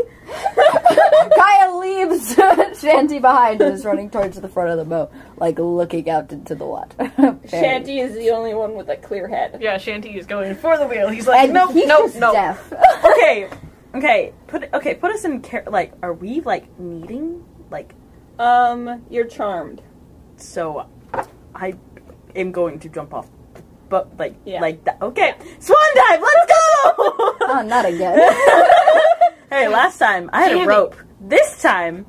S1: Kaya leaves Shanty behind and is running towards the front of the boat, like looking out into the water. Very-
S2: Shanty is the only one with a clear head.
S5: Yeah, Shanty is going for the wheel. He's like,
S1: And
S5: nope,
S1: he's
S5: nope, nope.
S1: deaf.
S6: Okay, okay. Put okay. Put us in care. Like, are we like needing like?
S2: Um, you're charmed.
S6: So, I am going to jump off, but like
S2: Yeah.
S6: like that. Okay, swan dive. Let's go.
S1: Oh, not again.
S6: hey, last time I had
S5: Damn
S6: a
S5: it.
S6: rope. This time,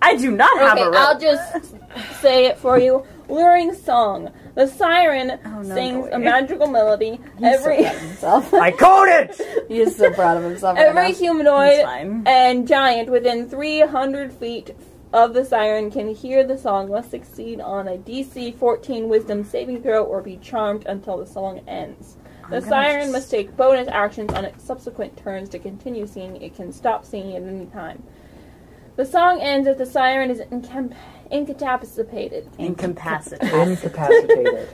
S6: I do not have
S2: Okay,
S6: a rope.
S2: I'll just say it for you. Luring song. The siren
S6: Oh, no,
S2: sings a
S6: boy.
S2: magical melody.
S1: He's so
S2: every
S1: proud of himself.
S3: I called it!
S1: he is so proud of himself. right
S2: every
S1: now.
S6: It's
S2: humanoid
S6: fine.
S2: and giant within 300 feet of the siren can hear the song must succeed on a DC 14 wisdom saving throw or be charmed until the song ends. The
S6: gonna
S2: siren
S6: just-
S2: must take bonus actions on its subsequent turns to continue singing. It can stop singing at any time. The song ends if the siren is incam- incapacitated.
S6: Incapacitated.
S3: Incapacitated.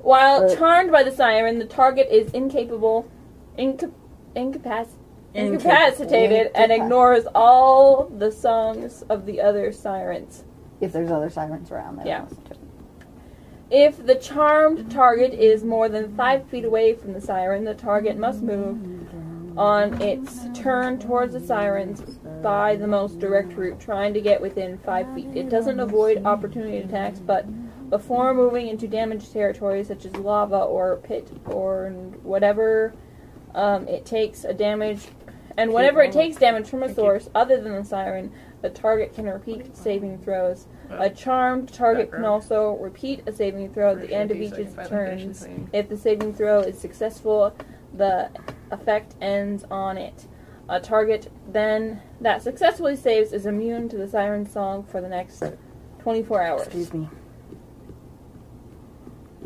S2: While
S1: Uh,
S2: charmed by the siren, the target is incapable, inca- incapac- incapacitated, and
S1: Incapac-
S2: ignores all the songs of the other sirens.
S1: if there's other sirens around, they
S2: Yeah.
S1: don't listen to him.
S2: If the charmed target is more than five feet away from the siren, the target must move on its turn towards the sirens by the most direct route, trying to get within five feet. It doesn't avoid opportunity attacks, but before moving into damaged territory such as lava or pit or whatever, um, it takes a damage. And whenever it takes damage from a source other than the siren, the target can repeat saving throws. A charmed target can
S5: Background.
S2: also repeat a saving throw at the end of each of its turns. If the saving throw is successful, the effect ends on it. A target then that successfully saves is immune to the siren song for the next 24 hours.
S6: Excuse me.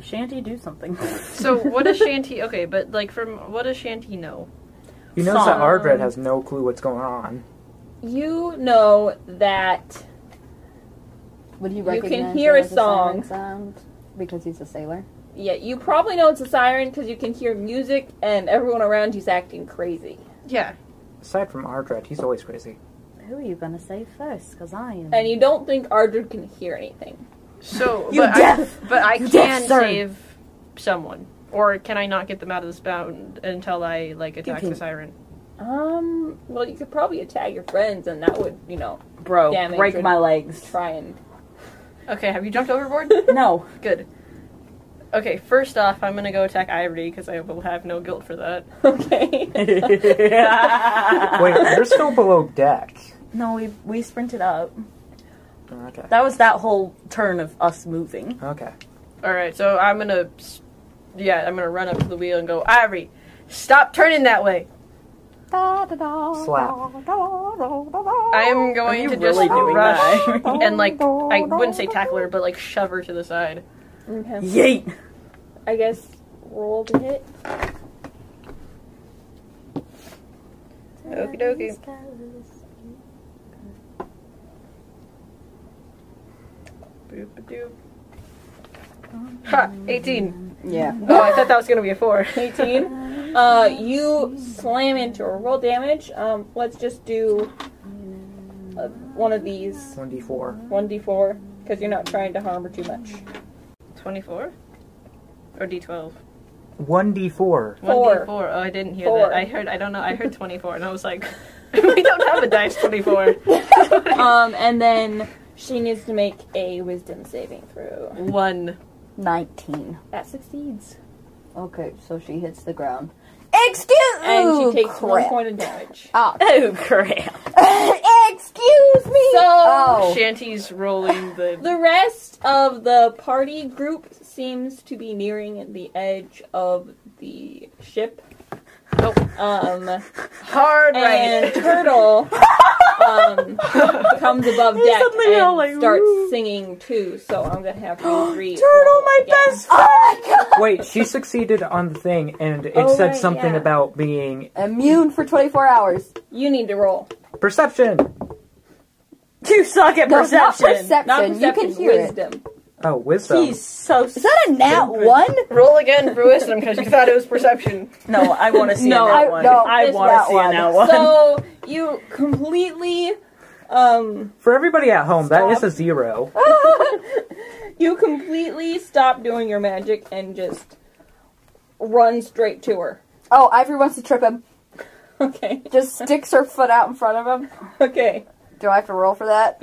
S6: Shanty, do something.
S5: So what does Shanty? Okay, but like from what does Shanty know?
S3: You notice that
S6: Song.
S3: Arbred has no clue what's going on.
S2: You know that
S1: Would you
S2: can
S1: recognize
S2: hear
S1: her
S2: a
S1: as siren
S2: song.
S1: sound because he's a sailor?
S2: yeah, you probably know it's a siren because you can hear music and everyone around you's acting crazy.
S5: Yeah,
S3: Aside from Arbred, he's always crazy.
S10: who are you going to save first? Because I am.
S2: And you don't think Ardred can hear anything.
S5: So,
S6: You
S5: but I,
S6: deaf!
S5: but I
S10: You deaf
S5: can
S10: son.
S5: save someone, or can I not get them out of this bound until I like attack
S10: can-
S5: the siren?
S2: Um, well, you could probably attack your friends, and that would, you know,
S6: Bro,
S2: Damn,
S6: break
S2: Adrian.
S6: my legs.
S2: try and.
S5: Okay, have you jumped overboard?
S6: No.
S5: Good. Okay, first off, I'm gonna go attack Ivory because I will have no guilt for that.
S2: Okay.
S3: Wait,
S6: Wait.
S3: you're still below deck.
S6: No, we we sprinted up.
S3: Okay.
S6: That was that whole turn of us moving.
S3: Okay.
S5: All right, so I'm gonna, s- yeah, I'm gonna run up to the wheel and go, Ivory, stop turning that way.
S3: Slap.
S5: I am
S6: Are
S5: going
S6: you
S5: to
S6: really
S5: just
S6: doing
S5: rush
S6: that? Oh
S5: and like I wouldn't say tackle her, but like shove her to the side.
S2: okay.
S6: Yeet.
S2: I guess roll to hit.
S5: Okie dokie. Boop-a-doop. Ha! 18.
S6: Yeah.
S5: Oh, I thought that was gonna be a 4.
S2: 18. Uh, you slam into her. Roll damage. Um, let's just do uh, one of these
S3: 1d4.
S2: 1d4 because you're not trying to harm her too much.
S5: 24? Or D12?
S3: 1d4.
S2: Four.
S5: 1d4. Oh, I didn't hear
S2: Four.
S5: that. I heard, I don't know, I heard 24 and I was like, we don't have a dice 24.
S2: Um, and then she needs to make a wisdom saving throw.
S5: 1.
S1: 19.
S2: That succeeds.
S1: Okay, so she hits the ground. Excuse me! Ah.
S2: And she takes one point of damage.
S6: Oh crap.
S1: Excuse me!
S2: So-
S1: oh.
S5: Shanty's rolling the.
S2: The rest of the party group seems to be nearing the edge of the ship.
S5: Oh.
S2: Um,
S5: Hard
S2: and
S5: right.
S2: Turtle um, comes above
S6: They're
S2: deck
S6: suddenly all
S2: and
S6: like,
S2: starts
S6: "Ooh."
S2: singing too. So I'm gonna have you three.
S6: Turtle, my best
S1: Oh
S6: friend.
S3: Wait, she succeeded on the thing, and it
S2: Oh,
S3: said
S2: right,
S3: something
S2: yeah.
S3: about being
S1: Immune for 24 hours.
S2: You need to roll.
S3: perception.
S6: You suck at
S1: No, it's not
S6: perception.
S1: perception.
S2: Not
S1: You
S2: perception,
S1: can hear it.
S2: wisdom.
S3: Oh, wisdom.
S6: He's so.
S1: Is that a nat
S6: Stupid.
S1: one?
S5: Roll again for wisdom because you thought it was perception.
S6: No, I want to see
S2: No,
S6: an
S1: I-
S6: out one.
S1: no,
S6: I
S1: it's
S6: want to
S1: not
S6: see
S1: one.
S6: an out one.
S2: So you completely, um,
S3: For everybody at home, that is a zero.
S2: you completely stop doing your magic and just run straight to her.
S1: Oh, Ivory wants to trip him.
S2: Okay.
S1: Just sticks her foot out in front of him.
S2: Okay.
S1: Do I have to roll for that?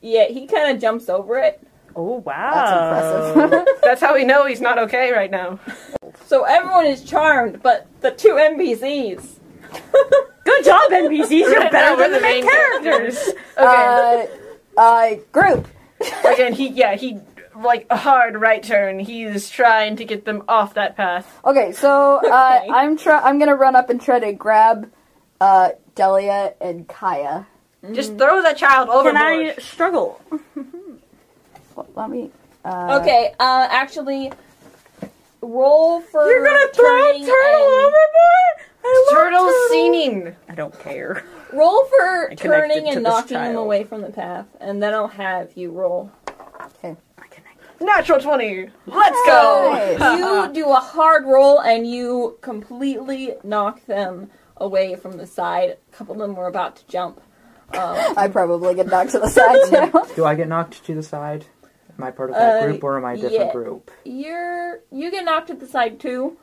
S2: Yeah, he kind of jumps over it.
S6: oh wow.
S1: That's impressive.
S5: That's how we know he's not okay right now.
S2: So everyone is charmed, but the two NPCs.
S6: Good job, NPCs. You're
S5: Right now
S6: better
S5: we're
S6: than the main characters.
S5: Okay.
S1: Uh, uh, group.
S5: Again, he yeah he like a hard right turn. He's trying to get them off that path.
S1: Okay, so uh,
S2: Okay.
S1: I'm try- I'm gonna run up and try to grab uh, Delia and Kaya.
S5: Just throw that child overboard.
S6: Can I struggle?
S1: Well, let me. Uh,
S2: Okay, uh, actually, roll for.
S6: You're gonna throw
S2: turning
S6: turtle overboard? I love
S5: Turtle
S6: turtles.
S5: singing.
S6: I don't care.
S2: Roll for
S6: I connected
S2: turning
S6: to
S2: and
S6: this
S2: knocking them
S6: child.
S2: away from the path, and then I'll have you roll.
S5: Natural twenty. Let's
S1: Nice.
S5: go.
S2: you do a hard roll and you completely knock them away from the side. A couple of them were about to jump. Um,
S1: I probably get knocked to the side too.
S3: Do I get knocked to the side? Am I part of that
S2: Uh,
S3: group, or am I a different
S2: yeah.
S3: group?
S2: you're you get knocked at the side too,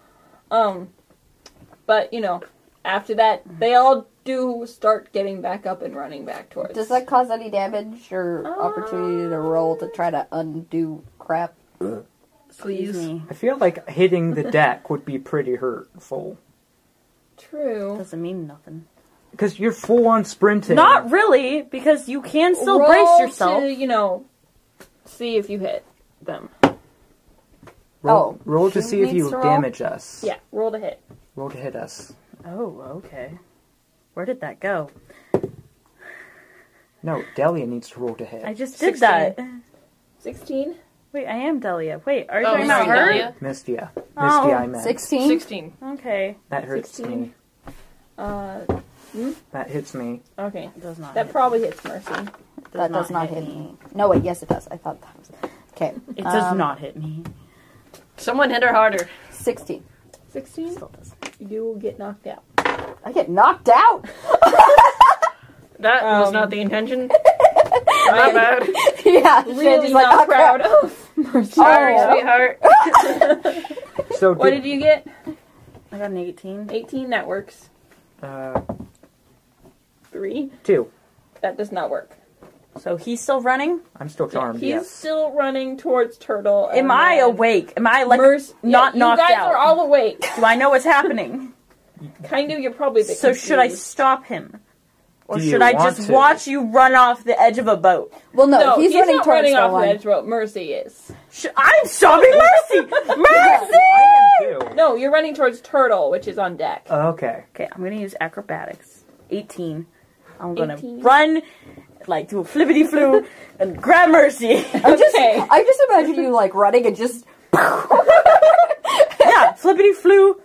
S2: um, but you know after that they all do start getting back up and running back towards.
S1: Does that cause any damage or opportunity
S2: Um,
S1: to roll to try to undo crap?
S5: Please.
S3: I feel like hitting the deck would be pretty hurtful.
S2: true?
S10: Doesn't mean nothing.
S3: Because you're full on sprinting.
S6: Not really, because you can still
S2: Roll
S6: brace yourself.
S2: To, you know, see if you hit them.
S1: Oh,
S3: Roll,
S2: oh.
S3: roll to
S1: she
S3: see if
S1: needs
S3: you
S1: to roll?
S3: damage us.
S2: Yeah, roll to hit.
S3: Roll to hit us.
S6: Oh, okay. Where did that go?
S3: No, Delia needs to roll to hit.
S6: I just did
S2: 16.
S6: that.
S2: Sixteen.
S6: Wait, I am Delia. Wait, are you
S5: Oh,
S6: talking about
S5: sorry,
S6: her?
S5: Delia.
S3: Missed ya. Missed
S6: Oh,
S3: ya, I meant.
S1: Sixteen.
S5: Sixteen.
S6: Okay.
S3: That hurts
S2: 16.
S3: me.
S2: Uh,
S3: That hits me.
S2: okay.
S10: Does not.
S2: That
S10: hit-
S2: probably hits Mercy.
S1: That does not hit me. No, wait. Yes, it does. I thought that was okay.
S10: It does
S1: um,
S10: not hit me.
S5: Someone hit her harder.
S1: Sixteen.
S2: Sixteen.
S10: Still doesn't.
S2: You will get knocked out.
S1: I get knocked out.
S5: That was
S11: Um.
S5: not the intention. My bad.
S1: Oh. yeah,
S2: Really
S1: Shandy's like,
S2: not
S1: "Oh, crap."
S2: proud of.
S5: Sorry,
S1: Oh.
S5: sweetheart.
S3: So
S2: What did you get?
S12: I got an 18.
S2: 18. That works.
S3: uh,
S2: Three.
S3: two.
S2: That does not work.
S6: So he's still running?
S3: I'm still charmed.
S2: He's
S3: yes.
S2: still running towards Turtle. and
S6: Am I
S2: then-
S6: awake? Am I like
S2: Merc- yeah,
S6: not
S2: you
S6: knocked
S2: guys
S6: out?
S2: are all awake.
S6: Do I know what's happening?
S2: Kind of. You're probably. A bit
S6: so should I
S2: confused.
S6: stop him? Or
S3: Do you
S6: should I
S3: want
S6: just
S3: to?
S6: watch you run off the edge of a boat?
S1: Well, no, he's, running
S2: not
S1: towards
S2: running
S1: the
S2: off
S1: one.
S2: the edge rope. Mercy is.
S6: Sh- I'm stopping Mercy! Mercy!
S3: I am too.
S2: No, you're running towards Turtle, which is on deck.
S3: Oh, Okay.
S6: Okay, I'm gonna use acrobatics. 18. I'm gonna
S2: 18.
S6: run, like do a flippity flu, and grab Mercy.
S1: I'm just,
S2: Okay.
S1: I just imagine you like running and just
S6: yeah, flippity flu,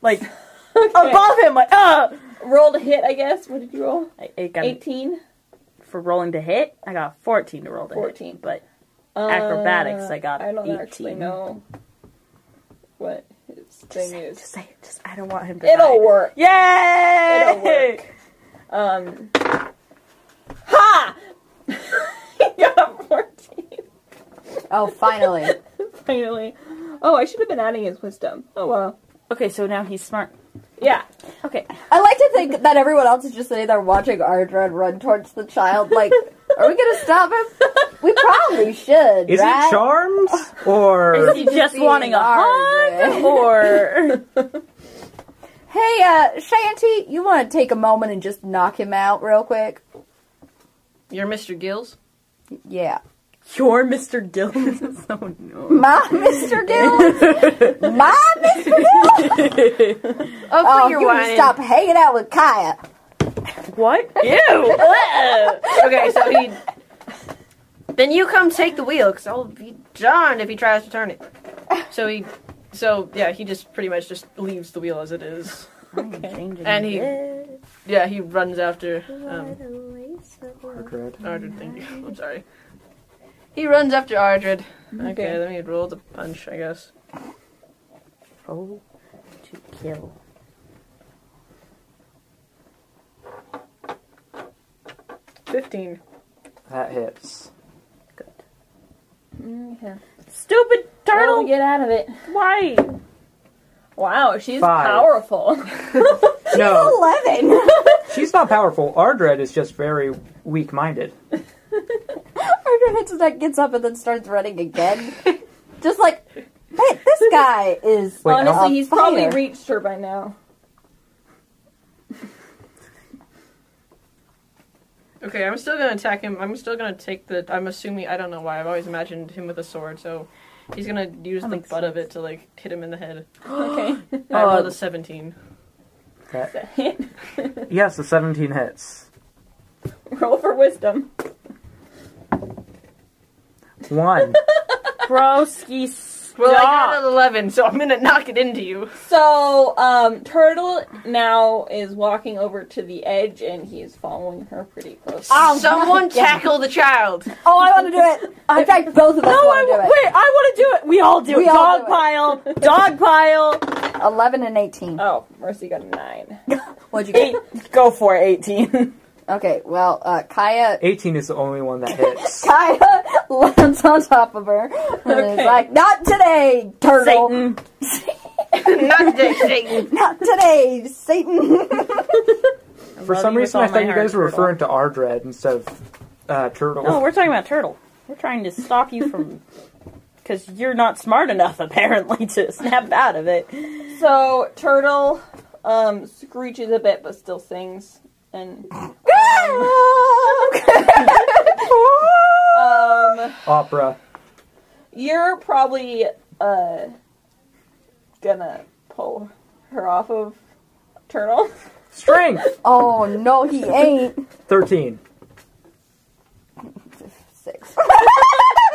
S6: like above him, like uh.
S2: Roll to hit, I guess. What did you roll?
S6: I, I got
S2: 18?
S6: for rolling to hit. I got 14 to roll to
S2: 14.
S6: hit, but
S2: Uh,
S6: Acrobatics, I got
S2: I don't actually
S6: 18.
S2: know what his
S6: just
S2: thing
S6: say,
S2: is.
S6: just say, it, just I don't want him to.
S2: It'll
S6: die.
S2: work.
S6: Yay!
S2: It'll work. Um, ha! He got 14,
S1: oh, finally.
S2: finally. Oh, I should have been adding his wisdom. Oh, well.
S6: Okay, so now he's smart.
S2: Yeah.
S6: Okay,
S1: I like to think that everyone else is just sitting there watching Ardra run towards the child. Like, are we gonna stop him? We probably should,
S3: Is
S1: right?
S3: it charmed or
S6: is he just
S1: being
S6: wanting a hug
S1: Ardred.
S6: or?
S1: Hey, uh, Shanty, you want to take a moment and just knock him out real quick?
S5: You're Mr. Gills.
S1: Yeah.
S6: You're Mr. Gillis. oh no.
S1: My Mr. Gill? My Mr. Gill?
S5: Oh,
S1: Oh,
S5: for
S1: you
S5: your
S1: need to
S5: wine.
S1: stop hanging out with Kaya.
S6: What?
S5: Ew. okay, so he. Then you come take the wheel, because I'll be darned if he tries to turn it. So he. So, yeah, he just pretty much just leaves the wheel as it is. And he- Yeah, he runs after. Um, Ardred, thank you. I'm sorry. He runs after Ardred. Okay,
S2: Okay.
S5: let me roll the punch, I guess.
S6: Oh, to kill.
S5: Fifteen.
S3: that hits?
S2: Okay.
S6: Stupid
S2: Turtle, Mm,
S6: turtle.
S5: Oh,
S2: get out of it.
S6: Why?
S2: Wow, she's
S3: Five.
S2: powerful.
S3: No,
S1: Eleven.
S3: she's not powerful. Ardred is just very weak-minded.
S1: Ardra that gets up and then starts running again. just like, hey, this guy is.
S3: Wait,
S2: Honestly,
S3: how-
S2: he's
S1: Fire.
S2: probably reached her by now.
S5: Okay, I'm still gonna attack him. I'm still gonna take the. I'm assuming. I don't know why. I've always imagined him with a sword, so he's gonna use
S6: That
S5: the butt
S6: makes
S5: of it to like hit him in the head.
S2: Okay.
S5: I rolled
S6: Oh.
S5: a seventeen.
S2: Is that it?
S3: Yes, the 17 hits.
S2: Roll for wisdom.
S3: One.
S6: Broski, stop.
S5: Well, I got an eleven, so I'm gonna knock it into you.
S2: So, um, Turtle now is walking over to the edge and he is following her pretty close.
S6: Oh,
S5: Someone tackle the child.
S1: Oh, I want to do it. In fact, both of us
S6: No, I,
S1: want to do it.
S6: wait, I want to do it. We all do
S1: We
S6: it.
S1: all
S6: Dog
S1: do it.
S6: pile. Dog pile.
S1: 11 and 18.
S2: oh, Mercy got a nine.
S1: What'd you
S6: Eight.
S1: get?
S6: Go for it, 18.
S1: Okay, well, uh, Kaya.
S3: 18 is the only one that hits.
S1: Kaya lands on top of her. And is
S2: Okay.
S1: like, not today, turtle.
S6: Satan.
S5: Not today, Satan.
S1: Not today, Satan.
S3: For some reason, I thought you guys were referring to Ardred instead of uh, Turtle.
S6: No, we're talking about turtle. We're trying to stop you from. Because you're not smart enough, apparently, to snap out of it.
S2: So, Turtle, um, screeches a bit but still sings. And, um,
S3: Opera.
S2: you're probably, uh, gonna pull her off of Turtle.
S3: Strength!
S1: oh, no, he ain't.
S3: 13.
S1: Six.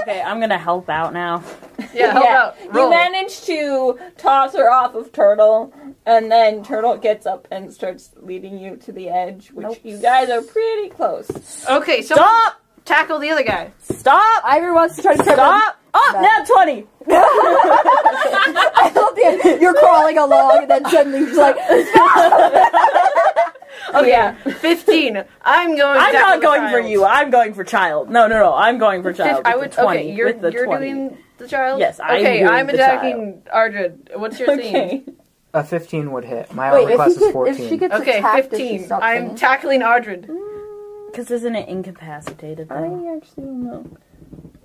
S6: Okay, I'm gonna help out now.
S5: Yeah, help
S2: Yeah,
S5: out. Roll.
S2: You manage to toss her off of Turtle, and then Turtle gets up and starts leading you to the edge, which you guys are pretty close.
S5: okay, so
S6: Stop!
S5: tackle the other guy.
S6: Stop!
S1: Ivory wants to try to trip him.
S6: Stop! Ah, Up!
S1: No.
S6: Now 20!
S1: I love the You're crawling along and then suddenly you're just like,
S6: Oh yeah.
S5: 15. I'm going
S6: I'm
S5: back
S6: not
S5: with
S6: going for
S5: child.
S6: you. I'm going for child. No, no, no. I'm going for child.
S5: Fif-
S6: With
S5: I would.
S6: the 20,
S5: okay, you're,
S6: with the
S5: you're
S6: 20.
S5: doing the child?
S6: Yes, I'm
S5: Okay,
S6: doing
S5: I'm
S6: the
S5: attacking Arjun. What's your
S2: Okay.
S5: theme?
S3: A 15 would hit. My
S1: Wait,
S3: armor
S1: if,
S3: class
S1: he
S3: is
S1: get, if
S3: 14.
S1: she gets
S5: Okay,
S1: attacked, does she
S5: 15.
S1: stop
S5: I'm
S1: singing?
S5: tackling Arjun.
S13: Because isn't it incapacitated?
S9: I
S13: Though?
S9: actually don't know.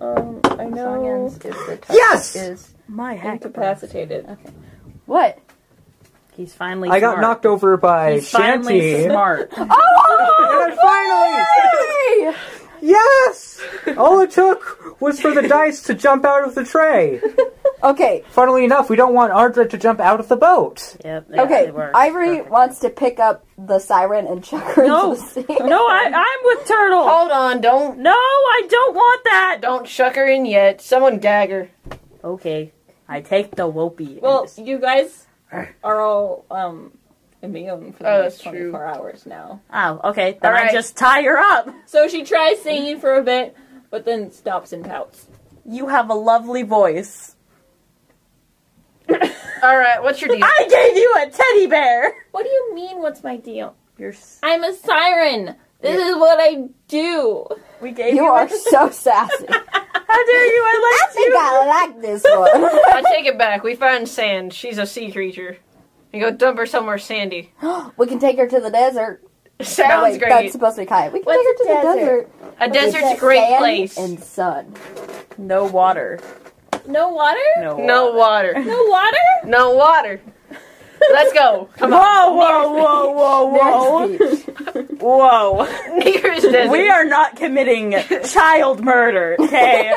S9: Um, I
S1: Song
S9: know
S1: ends if the touch
S3: Yes!
S1: Is
S13: My heck.
S2: incapacitated.
S1: what?
S13: He's finally
S3: I got
S13: smart.
S3: knocked over by
S13: He's
S3: Shanty.
S13: finally
S3: And
S13: smart.
S1: Oh,
S3: I finally! Yes! All it took was for the dice to jump out of the tray.
S1: Okay,
S3: Funnily enough, we don't want Ardra to jump out of the boat.
S13: yep. yeah,
S1: okay.
S13: they were.
S1: Ivory
S13: Perfect.
S1: wants to pick up the siren and chuck her
S6: No.
S1: into the sea.
S6: No, I, I'm with turtle.
S5: Hold on, don't
S6: No, I don't want that.
S5: don't chuck her in yet. Someone gag her.
S13: Okay. I take the whoopee.
S2: Well, you guys are all um immune for the
S5: Oh,
S2: next
S5: that's true.
S2: 24 hours now.
S13: oh, okay. Then
S5: Alright.
S13: I just tie her up.
S2: So she tries singing for a bit, but then stops and pouts.
S6: You have a lovely voice.
S5: All right, what's your deal?
S6: I gave you a teddy bear.
S2: What do you mean? What's my deal?
S13: You're
S2: I'm a siren. This is what I do.
S6: We gave
S1: You
S6: you.
S1: are
S6: a
S1: so sassy.
S6: How dare you? I
S1: I
S6: like
S1: think
S6: you.
S1: I like this one.
S5: I take it back. We found sand. She's a sea creature. You go dump her somewhere sandy.
S1: we can take her to the desert.
S5: Sounds
S1: no, wait, that's
S5: great.
S1: supposed to be kayak. We can
S2: What's
S1: take her to
S2: a
S1: the desert.
S5: A desert's a
S1: It's
S5: great
S1: sand
S5: place.
S1: And sun.
S6: No water.
S2: No water?
S6: No.
S5: No water.
S2: No water?
S5: No water. Let's go. Come
S6: Whoa,
S5: on.
S6: whoa, whoa, whoa,
S1: There's beach.
S6: whoa,
S5: Nearest desert.
S6: whoa! We are not committing child murder, okay?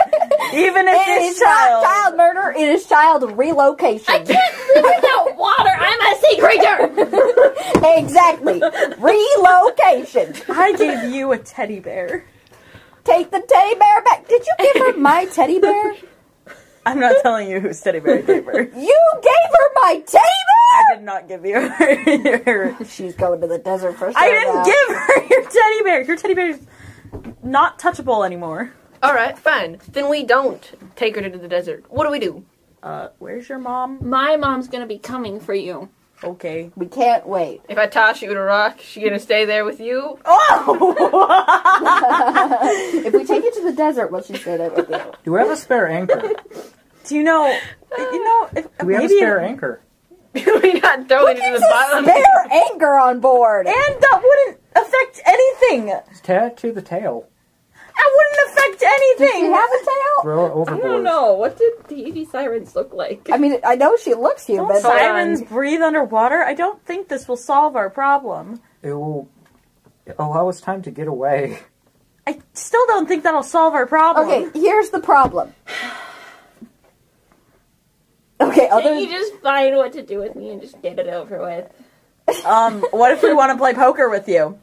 S6: Even if
S1: It
S6: this
S1: is not
S6: child,
S1: child murder. It is child relocation.
S2: I can't live without water. I'm a sea creature.
S1: exactly. Relocation.
S6: I gave you a teddy bear.
S1: Take the teddy bear back. Did you give her my teddy bear?
S6: I'm not telling you whose teddy bear I gave her.
S1: You gave her my teddy
S6: I did not give you her.
S1: bear. She's going to the desert for.
S6: I
S1: sure
S6: didn't
S1: now.
S6: give her your teddy bear. Your teddy bear is not touchable anymore.
S5: All right, fine. Then we don't take her to the desert. What do we do?
S6: Uh, where's your mom?
S2: My mom's gonna be coming for you.
S6: Okay.
S1: We can't wait.
S5: If I toss you in a rock, she gonna stay there with you?
S6: Oh!
S1: if we take it to the desert, what she said, it would be.
S3: Do we have a spare anchor?
S6: Do you know? You know, if,
S3: Do we have a
S6: maybe-
S3: spare anchor?
S5: Do we not throw it into the bottom?
S1: Spare anger on board.
S6: And that wouldn't affect anything.
S3: It's tattoo the tail.
S6: That wouldn't affect
S1: Does she
S6: anything.
S1: have a tail?
S3: Throw it
S2: I
S3: overboard.
S2: don't know. What did the Evie sirens look like?
S1: I mean, I know she looks human. but
S6: Don't sirens breathe underwater? I don't think this will solve our problem.
S3: It will allow us time to get away.
S6: I still don't think that'll solve our problem.
S1: Okay, here's the problem. Okay,
S2: Can
S1: other
S2: you just find what to do with me and just get it over with?
S6: Um, what if we want to play poker with you?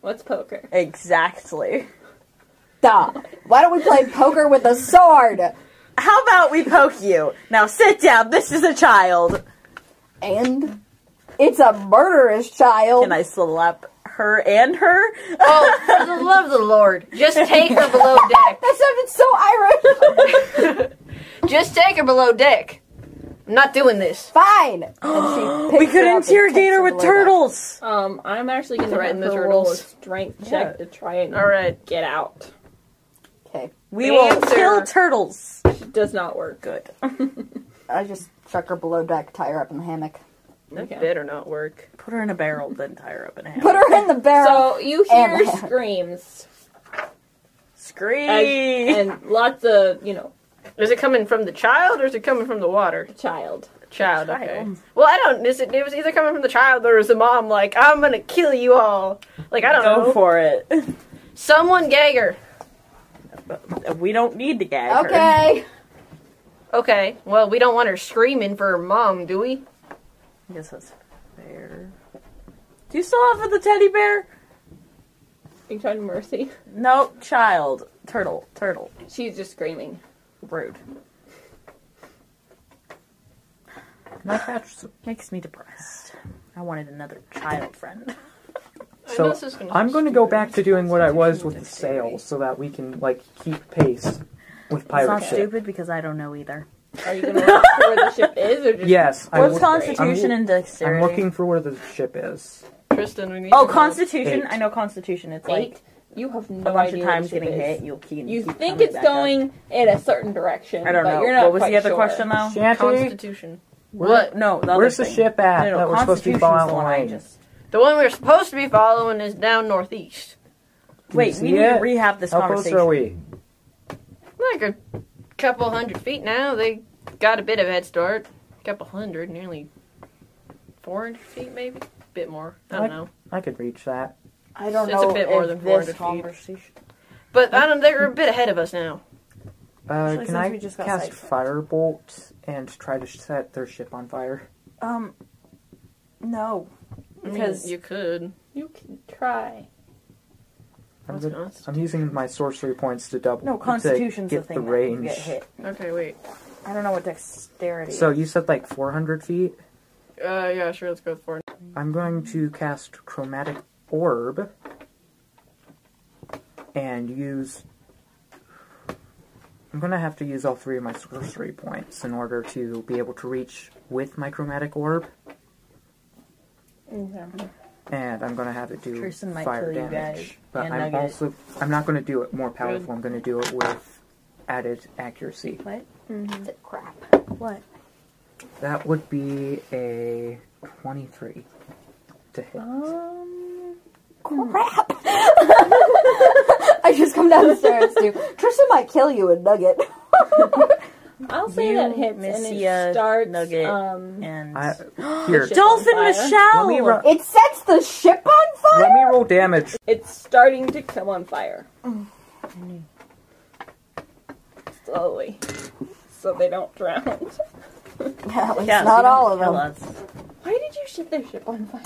S2: What's poker?
S6: Exactly.
S1: duh. Why don't we play poker with a sword
S6: How about we poke you? Now sit down. This is a child.
S1: and? It's a murderous child.
S6: And I slap her and her.
S5: Oh, for the love of the Lord, just take her below deck.
S1: That sounded so Irish.
S5: Just take her below deck. I'm not doing this.
S1: Fine. And she
S6: we
S1: picks
S6: could
S1: it up and
S6: interrogate
S1: takes
S6: her
S1: it
S6: with
S1: away back.
S6: turtles.
S2: Um, I'm actually gonna
S5: Threaten
S2: have
S5: the
S2: her roll a
S5: turtles.
S2: strength check to try and
S5: All right.
S2: get out.
S1: Okay,
S6: We will
S5: Answer.
S6: kill turtles.
S2: It does not work good.
S1: I just chuck her below deck, tie her up in the hammock,
S5: That
S2: Okay.
S5: better not work.
S6: Put her in a barrel, then tie her up in a hammock.
S1: put her in the barrel.
S2: So you
S1: And-
S2: hear screams
S6: Scream.
S2: and lots of you know
S5: Is it coming from the child or is it coming from the water?
S2: child.
S5: Child.
S6: Child.
S5: Okay. Well, I don't. Is it? It was either coming from the child or is the mom like, "I'm gonna kill you all." Like I don't
S6: Go
S5: know.
S6: for it.
S5: Someone gag her.
S6: We don't need to gag her.
S1: okay.
S5: Okay. Well, we don't want her screaming for her mom, do we?
S6: I guess that's fair. Do you still have the teddy bear?
S2: Are you trying to mercy?
S6: No, child. Turtle. Turtle.
S2: She's just screaming.
S6: Rude.
S3: Can I catch some-
S6: Makes me depressed. I wanted another child friend.
S5: I know
S3: So
S5: this is gonna
S3: I'm
S5: be
S3: going to go
S5: stupid.
S3: back to doing what I was with the sail, so that we can like keep pace with
S13: It's
S3: pirate
S13: not
S3: ship.
S13: stupid because I don't know either.
S2: Are you gonna look for where the ship is or just
S3: Yes, I
S6: What's
S3: will-
S6: constitution
S3: I'm-
S6: and dexterity?
S3: I'm looking for where the ship is.
S5: Tristan, we need.
S6: Oh,
S5: to-
S6: Constitution.
S3: Eight.
S6: I know Constitution. It's like
S2: Eight. You have no
S6: a bunch of
S2: idea
S6: times
S2: what chip
S6: getting
S2: is.
S6: hit. You'll keep.
S2: You
S6: keep
S2: think
S6: coming
S2: it's
S6: back up.
S2: going in a certain direction.
S6: I don't
S2: but
S6: know.
S2: You're not
S6: What was
S2: quite
S6: the other
S2: sure.
S6: question though?
S3: Shanty,
S5: Constitution.
S3: where-
S5: What?
S6: No, the
S3: where's
S6: other
S3: the
S6: thing.
S3: ship at
S6: No, no,
S3: that we're supposed to be
S6: Constitution's the one I
S3: following?
S6: just-
S5: The one we're supposed to be following is down northeast.
S3: Can you
S6: Wait,
S3: see
S6: we need to
S3: it?
S6: rehab this
S3: How close
S6: conversation.
S3: are we?
S5: Like a couple hundred feet now. They got a bit of head start. couple hundred, nearly 400 feet maybe? Bit more. I don't
S3: Like-
S5: know.
S3: I could reach that.
S13: I
S5: don't It's a know bit more if than this 400 feet.
S13: conversation.
S5: But I don't. They're a bit ahead of us now.
S3: Uh,
S6: Actually,
S3: can
S6: since
S3: I
S6: we just got
S3: cast
S6: sidetracked.
S3: firebolt and try to set their ship on fire?
S6: Um, no,
S5: I mean,
S6: because
S5: you could.
S2: You can try.
S3: I'm,
S5: What's
S3: gonna-
S5: Const-
S3: I'm using my sorcery points to double.
S6: no
S3: to
S6: Constitution's
S3: get
S6: the thing
S3: the
S6: that you
S3: range.
S6: get hit.
S5: Okay, wait.
S6: I don't know what dexterity.
S3: So you said like 400 feet.
S5: Uh, yeah, sure. Let's go with four.
S3: I'm going to cast chromatic orb and use. I'm going to have to use all three of my sorcery points in order to be able to reach with my chromatic orb,
S6: Mm-hmm.
S3: and I'm going to have it do
S6: Tristan might
S3: fire
S6: kill you
S3: damage.
S6: guys
S3: but
S6: and
S3: I'm
S6: Nugget.
S3: also I'm not going to do it more powerful. I'm going to do it with added accuracy.
S1: crap.
S6: what?
S3: That would be a 23 to hit.
S2: Oh.
S6: Um,
S1: Crap. I just come down the stairs too. Tristan might kill you in Nugget.
S2: I'll say
S6: You,
S2: that hits and
S6: Missia,
S2: it starts.
S6: Nugget.
S2: Um,
S6: and
S3: I, here,
S2: Shit.
S6: Dolphin
S2: Fire.
S3: Let
S6: Michelle.
S3: me ru-
S1: It sets the ship on fire.
S3: let me roll damage.
S2: it's starting to come on fire. Slowly. So they don't drown.
S1: Yeah, at least
S6: Yeah, so
S1: not
S6: you
S1: all of
S6: kill
S1: them.
S6: us.
S2: Why did you set their ship on fire?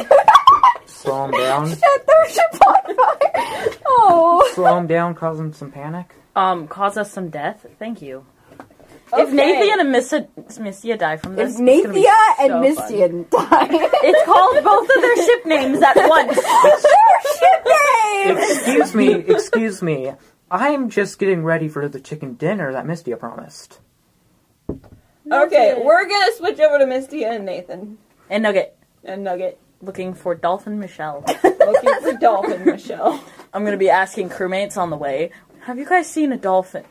S3: Slow him down.
S1: Set their ship on fire. Oh.
S3: Slow him down, cause him some panic.
S13: Um, cause us some death. Thank you.
S2: Okay.
S13: If Nathan and Missa, Missia die from
S1: If
S13: this, it's gonna be
S1: Nathia and
S13: so fun.
S1: Mistian die,
S13: It's called both of their ship names at once.
S1: their ship name.
S3: Excuse me, excuse me. I'm just getting ready for the chicken dinner that Misty promised.
S2: Okay, we're gonna switch over to Misty and Nathan
S13: And Nugget
S2: and Nugget
S13: looking for Dolphin Michelle.
S2: looking for Dolphin Michelle.
S13: I'm gonna be asking crewmates on the way. Have you guys seen a dolphin?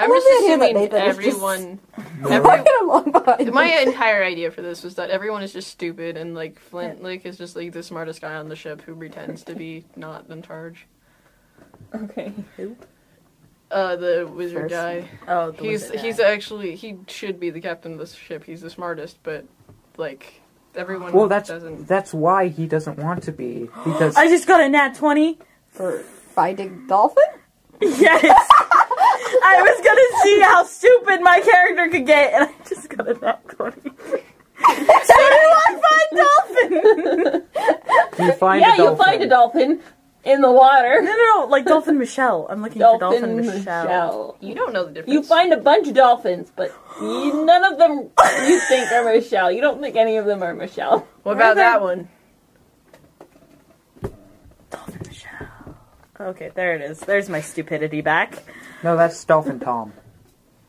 S5: I'm
S1: love
S5: just
S1: the idea that Nathan
S5: assuming
S1: is just-
S5: everyone.
S1: Walking
S5: every,
S1: along behind.
S5: my
S1: you.
S5: entire idea for this was that everyone is just stupid and like Flint like is just like the smartest guy on the ship who pretends to be not in charge.
S2: Okay.
S5: Uh, the wizard
S1: First.
S5: guy.
S13: Oh, the
S5: He's
S13: wizard
S5: he's
S13: guy.
S5: actually he should be the captain of the ship. He's the smartest, but like everyone
S3: Well, that's
S5: doesn't.
S3: that's why he doesn't want to be because
S13: I just got a nat twenty.
S1: for finding dolphin.
S13: Yes. I was gonna see how stupid my character could get, and I just got a nat twenty. so I find dolphin.
S3: you find
S2: yeah,
S3: a dolphin.
S2: you'll find a dolphin in the water.
S13: No, no, no, like Dolphin Michelle. I'm looking for Dolphin
S2: Dolphin
S13: Michelle.
S2: Michelle.
S5: You don't know the difference.
S2: You find a bunch of dolphins, but you, none of them you think are Michelle. You don't think any of them are Michelle.
S5: what about that one?
S13: Dolphin Michelle. Okay, there it is. There's my stupidity back.
S3: No, that's Dolphin Tom.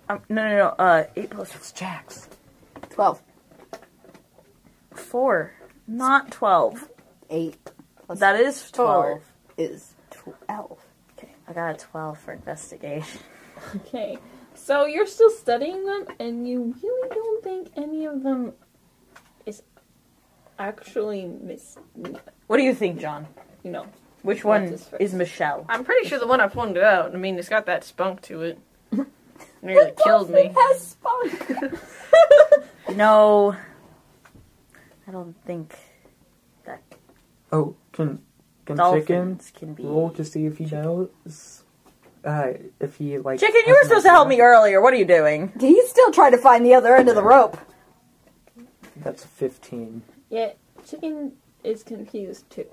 S13: Um, no, no, no. Uh, eight plus
S3: It's Jax.
S1: Twelve.
S13: four, not twelve.
S1: Eight. Plus
S13: That is twelve.
S1: four is twelve.
S13: I got a twelve for investigation.
S2: Okay. So you're still studying them, and you really don't think any of them is actually Miss.
S13: What do you think, John?
S2: You know.
S13: Which
S2: What's
S13: one
S2: his face?
S13: is Michelle?
S5: I'm pretty sure the one I pointed out. I mean, it's got that spunk to it. Nearly killed me.
S1: Has spunk.
S13: No, I don't think that
S3: Oh, can can chicken
S13: dolphins can be.
S3: roll to see if he knows? Uh, if he like
S13: Chicken, you were supposed to help me earlier. What are you doing?
S1: He's still trying to find the other end of the rope.
S3: That's fifteen.
S2: Yeah, chicken is confused too.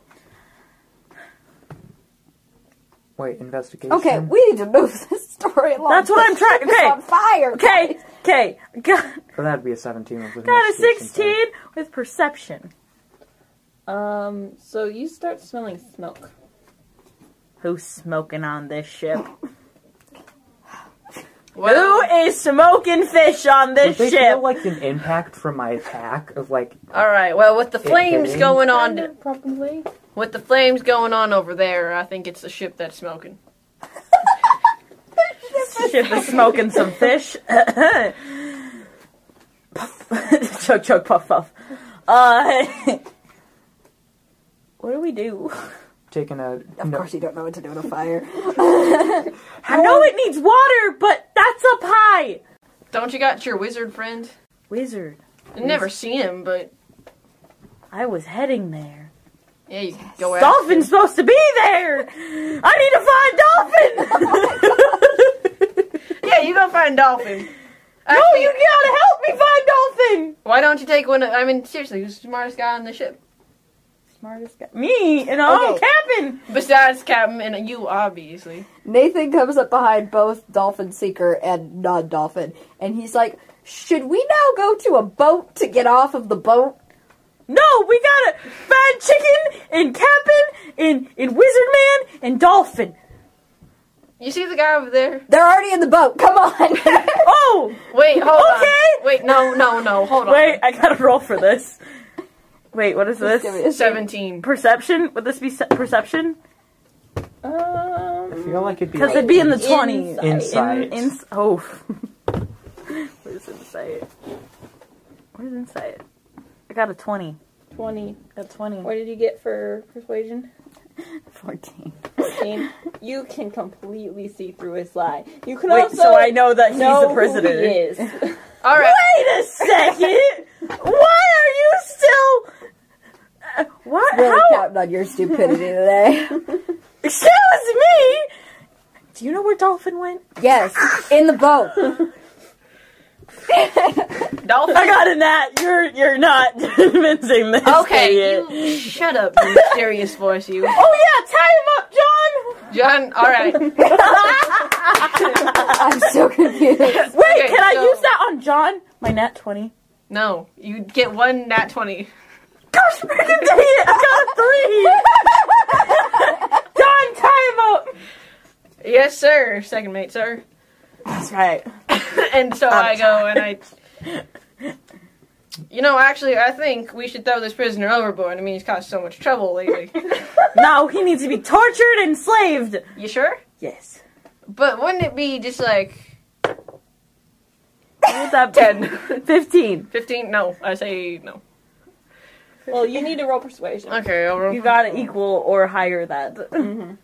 S3: Wait, investigation.
S1: Okay, we need to move this story along.
S13: That's what I'm trying.
S1: It's
S13: Okay,
S1: on fire.
S13: okay, okay. Got,
S3: Oh, that'd be a seventeen. with
S13: got a
S3: investigation, so-
S13: sixteen with perception.
S2: Um, so you start smelling smoke.
S13: Who's smoking on this ship?
S5: Well,
S6: Who is smoking fish on this
S3: Would they
S6: ship?
S3: feel like an impact from my attack of like
S5: all right. Well, with the flames
S3: hitting?
S5: going
S9: Um,
S5: on,
S9: Probably.
S5: with the flames going on over there, I think it's the ship that's smoking.
S6: This ship is smoking some fish. puff. chug chug puff puff. Uh, what do we do?
S3: taking a
S1: Of course, you don't know what to do with a fire.
S6: I know it needs water, but that's up high.
S5: Don't you got your wizard friend?
S6: Wizard,
S5: I've never seen him, but
S6: I was heading there.
S5: yeah, you can go out.
S6: Dolphin's supposed to be there. I need to find Dolphin.
S5: Yeah, you go find Dolphin.
S6: no, you gotta help me find Dolphin.
S5: Why don't you take one? Of, I mean, seriously, who's the smartest guy on the ship
S6: Smartest guy. Me and I'm
S1: Okay.
S6: Captain.
S5: besides Captain and you, obviously?
S1: Nathan comes up behind both Dolphin Seeker and non Dolphin, and he's like, Should we now go to a boat to get off of the boat?
S6: No, we gotta find Chicken and Captain and, and Wizard Man and Dolphin.
S5: You see the guy over there?
S1: They're already in the boat, come on!
S6: Oh,
S5: Wait, hold on.
S6: Okay.
S5: Wait, no, no, no, hold on.
S6: wait, I gotta roll for this. Wait, what is
S1: Just give me a
S6: this?
S1: second.
S5: Seventeen.
S6: Perception? Would this be se- perception?
S3: I feel like it'd be
S6: Because
S3: like
S6: it'd be in the 20s.
S3: insight.
S6: In, ins- oh. Where's insight? Where's insight? I got a 20.
S9: 20.
S6: Got 20.
S9: What did you get for persuasion?
S1: 14.
S9: 14. you can completely see through his lie. You can
S6: Wait,
S9: also
S6: so I know that he's
S9: know
S6: a prisoner.
S9: Who he is.
S5: All right.
S6: Wait a second! Why are you still? Uh, what?
S1: Really
S6: How?
S1: counting on your stupidity today.
S6: Excuse me. Do you know where Dolphin went?
S1: yes, in the boat.
S5: Dolphin.
S6: I got a nat. You're you're not convincing this.
S5: Okay,
S6: idiot.
S5: you shut up, you mysterious voice, you.
S6: Oh yeah, tie him
S5: John,
S6: up,
S5: alright. Wait,
S1: I'm so confused.
S6: John. Wait, can I use that on John? My nat twenty.
S5: No, you get one nat 20.
S6: Gosh, freaking dang it! I got a three. John, tie him up.
S5: Yes, sir, second mate, sir.
S6: That's right.
S5: and so
S6: I'm
S5: I go and I. You know, actually, I think we should throw this prisoner overboard. I mean, he's caused so much trouble lately.
S6: No, he needs to be tortured and slaved.
S5: you sure?
S6: Yes.
S5: But wouldn't it be just like
S6: What would that be?
S5: 10,
S6: Fifteen.
S5: 15? No, I say no.
S9: well, you need to roll persuasion.
S5: Okay, I'll roll.
S6: You gotta equal or higher that.
S5: Mm-hmm.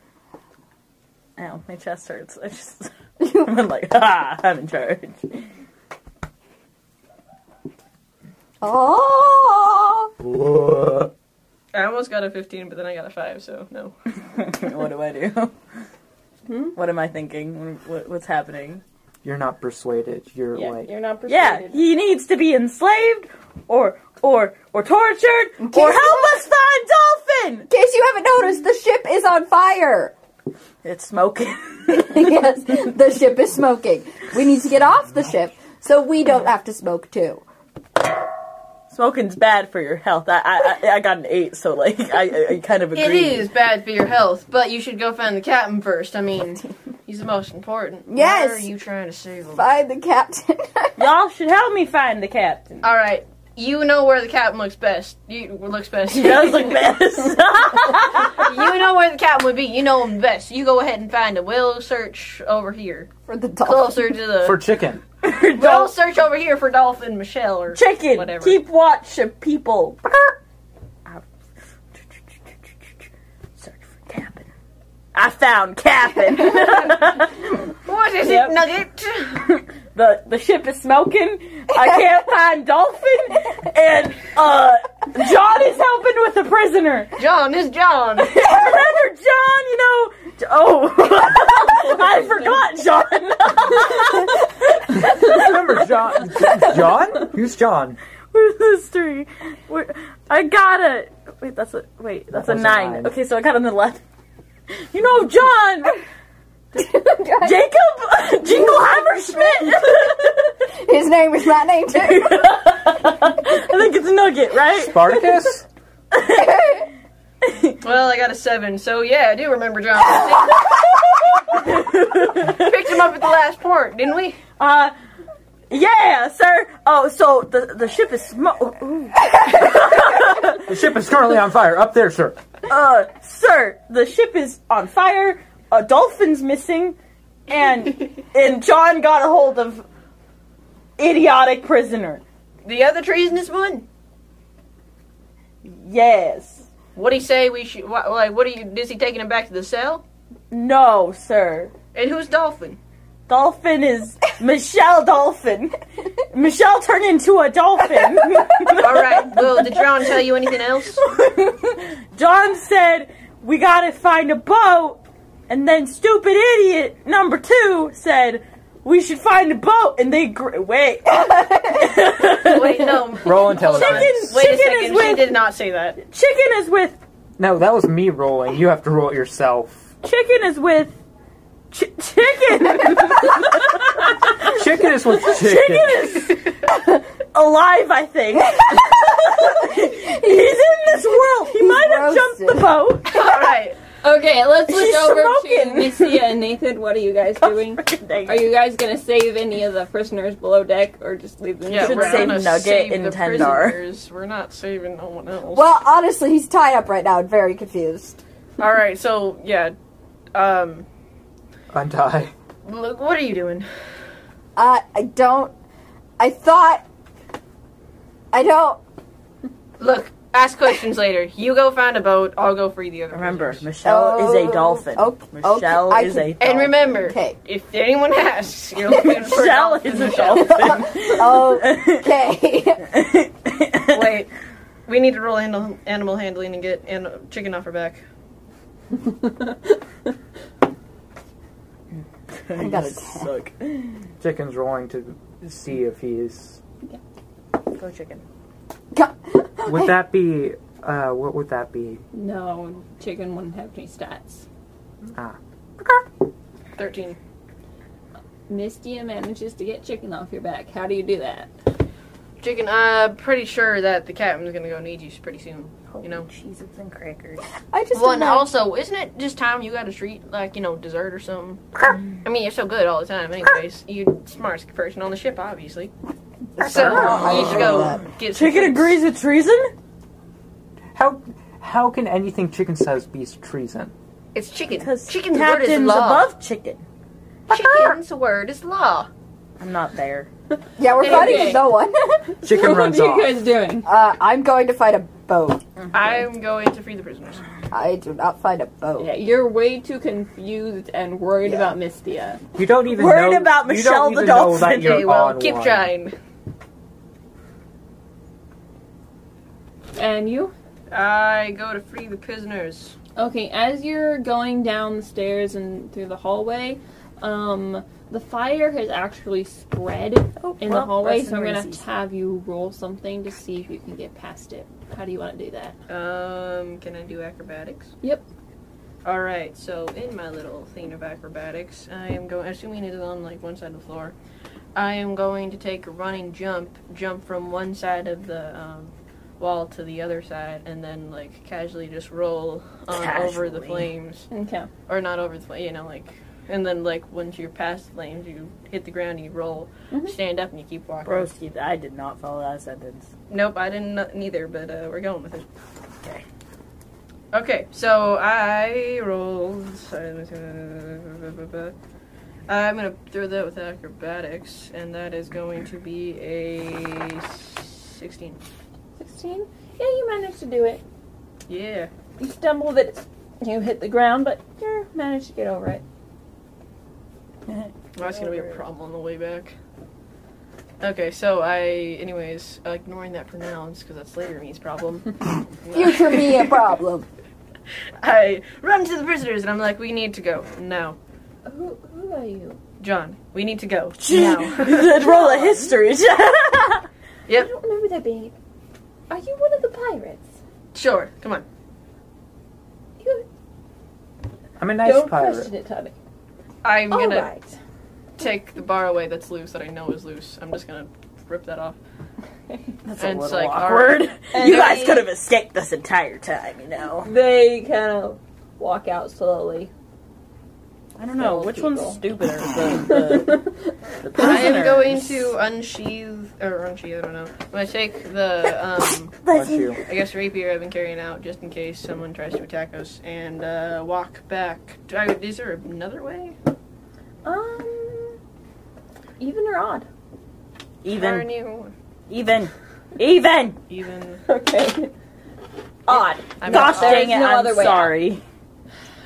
S6: Ow, my chest hurts. I just I'm like, ah, I'm in charge.
S1: Oh!
S3: Whoa.
S5: I almost got a 15, but then I got a 5, so no.
S6: what do I do?
S5: Hmm?
S6: What am I thinking? What- What, what's happening?
S3: You're not persuaded. You're
S9: Yeah,
S3: like
S9: you're not
S6: Yeah,
S9: persuaded.
S6: he needs to be enslaved, or or or tortured, or help us find Dolphin.
S1: In case you haven't noticed, the ship is on fire!
S6: It's smoking.
S1: yes, the ship is smoking. We need to get off the ship so we don't have to smoke too.
S6: Smoking's bad for your health. I I, I- I got an eight, so like I, I- I kind of agree.
S5: It is bad for your health, but you should go find the captain first. I mean, he's the most important.
S1: Yes.
S5: Why are you trying to save him?
S1: Find the captain.
S6: Y'all should help me find the captain.
S5: All right, you know where the captain looks best. You looks best.
S6: He does look best.
S5: you know where the captain would be. You know him best. You go ahead and find him. We'll search over here,
S1: For the dolphin.
S5: closer to the.
S3: for chicken.
S5: we'll search over here for Dolphin Michelle or
S6: Chicken.
S5: Whatever.
S6: Keep watch of people. Search for Cap'n. I found Cap'n.
S5: What is
S6: Yep.
S5: it, Nugget?
S6: the the ship is smoking. I can't find Dolphin, and uh, John is helping with the prisoner.
S5: John is John.
S6: Remember John? You know. J- Oh, I forgot John.
S3: Remember John? John? Who's John?
S6: Where's this three? Where, I got a wait. That's a wait. That's
S3: That
S6: a
S3: was a
S6: nine.
S3: nine.
S6: Okay, so I got an eleven. You know, John, Jacob, Jingleheimer Schmidt.
S1: His name is my name too.
S6: I think it's Nugget, right?
S3: Spartacus?
S5: well, I got a seven, so yeah, I do remember John. Picked him up at the last port, didn't we?
S6: Uh, yeah, sir. Oh, so the the ship is smoke.
S3: The ship is currently on fire. Up there, sir.
S6: Uh, sir, the ship is on fire. A dolphin's missing, and and John got a hold of idiotic prisoner.
S5: The other treasonous one.
S6: Yes.
S5: What do you say we should? Why, like, what are you? Is he taking him back to the cell?
S6: No, sir.
S5: And who's Dolphin?
S6: Dolphin is Michelle Dolphin. Michelle turned into a dolphin.
S5: All right. Well, did John tell you anything else?
S6: John said, We gotta find a boat. And then stupid idiot number two said, We should find a boat. And they gr- wait.
S5: Wait, no.
S3: Roll intelligence.
S6: Chicken,
S5: Wait a
S6: chicken
S5: second.
S6: is
S5: She
S6: with
S5: did not say that.
S6: chicken is with
S3: No, that was me rolling. You have to roll it yourself.
S6: chicken is with chi- chicken.
S3: Chicken is with chicken.
S6: chicken is alive. I think he's in this world. He might have jumped the boat.
S5: All right.
S2: Okay, let's switch
S6: She's
S2: over
S6: smoking.
S2: to Nicia and Nathan. What are you guys doing? Are you guys gonna save any of the prisoners below deck, or just leave them?
S6: should
S5: we're
S6: say
S5: gonna
S6: Nugget
S5: save
S6: and
S5: the
S6: Tendar.
S5: prisoners. We're not saving no one else.
S1: Well, honestly, he's tied up right now and very confused.
S5: All right. So yeah. Um.
S3: Untie.
S5: Look, what are you doing?
S1: Uh, I don't. I thought. I don't.
S5: Look. Ask questions later. You go find a boat. I'll go free the other.
S6: Remember,
S5: prisoners.
S6: Michelle is
S1: Oh,
S6: a dolphin.
S1: okay,
S6: Michelle
S1: okay, I
S6: is
S1: can-
S6: a dolphin.
S5: And remember,
S1: Okay.
S5: if anyone asks, you're looking for
S6: Michelle
S5: Dolphin
S6: is a
S5: Michelle.
S6: dolphin.
S1: Okay.
S5: Wait, we need to roll animal, animal handling and get an, chicken off her back.
S1: I got a
S6: You suck.
S3: Chicken's rolling to see if he's.
S6: Go chicken.
S3: Would that be? Uh, what would that be?
S2: No, chicken wouldn't have any stats.
S5: Thirteen.
S2: Mistia manages to get chicken off your back. How do you do that?
S5: Chicken. I'm pretty sure that the captain's gonna go need you pretty soon. You know.
S6: Cheez-Its and crackers.
S1: I just.
S5: Well, and
S1: imagine-
S5: also, isn't it just time you got a treat, like, you know, dessert or something?
S6: Mm.
S5: I mean, you're so good all the time, anyways. You're the smartest person on the ship, obviously. So,
S1: I
S5: you should
S1: agree
S5: go
S1: with
S5: get some
S6: Chicken
S5: treats.
S6: agrees with treason?
S3: How how can anything chicken says be treason?
S5: It's chicken.
S6: Because
S5: Chicken's word is
S6: captain's
S5: law.
S6: above chicken.
S5: Chicken's word is law.
S6: I'm not there.
S1: Yeah, we're fighting
S5: Okay.
S1: with no one.
S3: Chicken runs
S2: what are
S3: off.
S2: you guys doing?
S1: uh, I'm going to find a boat.
S5: I'm going to free the prisoners.
S1: I do not find a boat.
S2: Yeah, you're way too confused and worried
S1: Yeah.
S2: about Mistia.
S3: You don't even
S6: Worried
S3: know,
S6: about
S3: you
S6: Michelle
S3: don't
S6: the
S3: even know
S6: dolphin.
S3: that you're
S5: Okay, well,
S3: on
S5: keep
S3: one.
S5: trying.
S2: And you?
S5: I go to free the prisoners.
S2: Okay, as you're going down the stairs and through the hallway, um, the fire has actually spread
S6: Oh,
S2: in the
S6: well,
S2: hallway,
S6: rest
S2: so I'm
S6: in
S2: gonna have
S6: peace.
S2: to have you roll something to see if you can get past it. How do you want to do that?
S5: Um, can I do acrobatics?
S2: Yep.
S5: Alright, so in my little thing of acrobatics, I am going, assuming it is on like one side of the floor, I am going to take a running jump, jump from one side of the um, wall to the other side, and then like casually just roll on over the
S6: Casually.
S5: flames.
S2: Okay.
S5: Or not over the flames, you know, like. And then, like, once you're past the flames, you hit the ground and you roll, stand up, and you keep walking.
S6: Broski, I did not follow that sentence.
S5: Nope, I didn't kn- neither, but uh, we're going with it.
S6: Okay.
S5: Okay, so I rolled. uh, I'm gonna throw that with acrobatics, and that is going to be a 16.
S2: 16? Yeah, you managed to do it.
S5: Yeah.
S2: You stumbled it, you hit the ground, but you managed to get over it.
S5: Well, that's gonna be a problem on the way back. Okay, so I, anyways, uh, ignoring that pronouns because that's later me's problem.
S1: Future me a problem.
S5: I run to the prisoners and I'm like, we need to go now,
S2: Who, who are you?
S5: John. We need to go now.
S6: Did roll a history.
S5: yep.
S2: don't remember there being. Are you one of the pirates?
S5: Sure. Come on.
S2: You
S3: I'm a nice pirate.
S2: it, Tony.
S5: I'm gonna
S2: right.
S5: take the bar away that's loose that I know is loose. I'm just gonna rip that off.
S6: That's
S5: And
S6: a
S5: it's
S6: little
S5: like,
S6: awkward.
S5: alright.
S6: You
S2: And
S6: guys
S2: they-
S6: could have escaped this entire time, you know.
S2: They kind of walk out slowly.
S6: I don't know
S9: Little
S6: which
S9: people.
S6: one's stupider. The, the, the
S5: I
S6: prisoner.
S5: am going to unsheath or unsheath. I don't know. I'm gonna take the um,
S3: Bless you.
S5: I guess rapier I've been carrying out just in case someone tries to attack us and uh, walk back. Do I, is there another way?
S9: Um, even or odd?
S5: Darn
S6: even,
S5: you.
S6: even, even.
S5: Even.
S9: Okay. Odd.
S5: I'm
S6: Gosh
S5: not-
S6: dang it!
S9: There's no
S6: I'm
S9: other way out.
S6: sorry.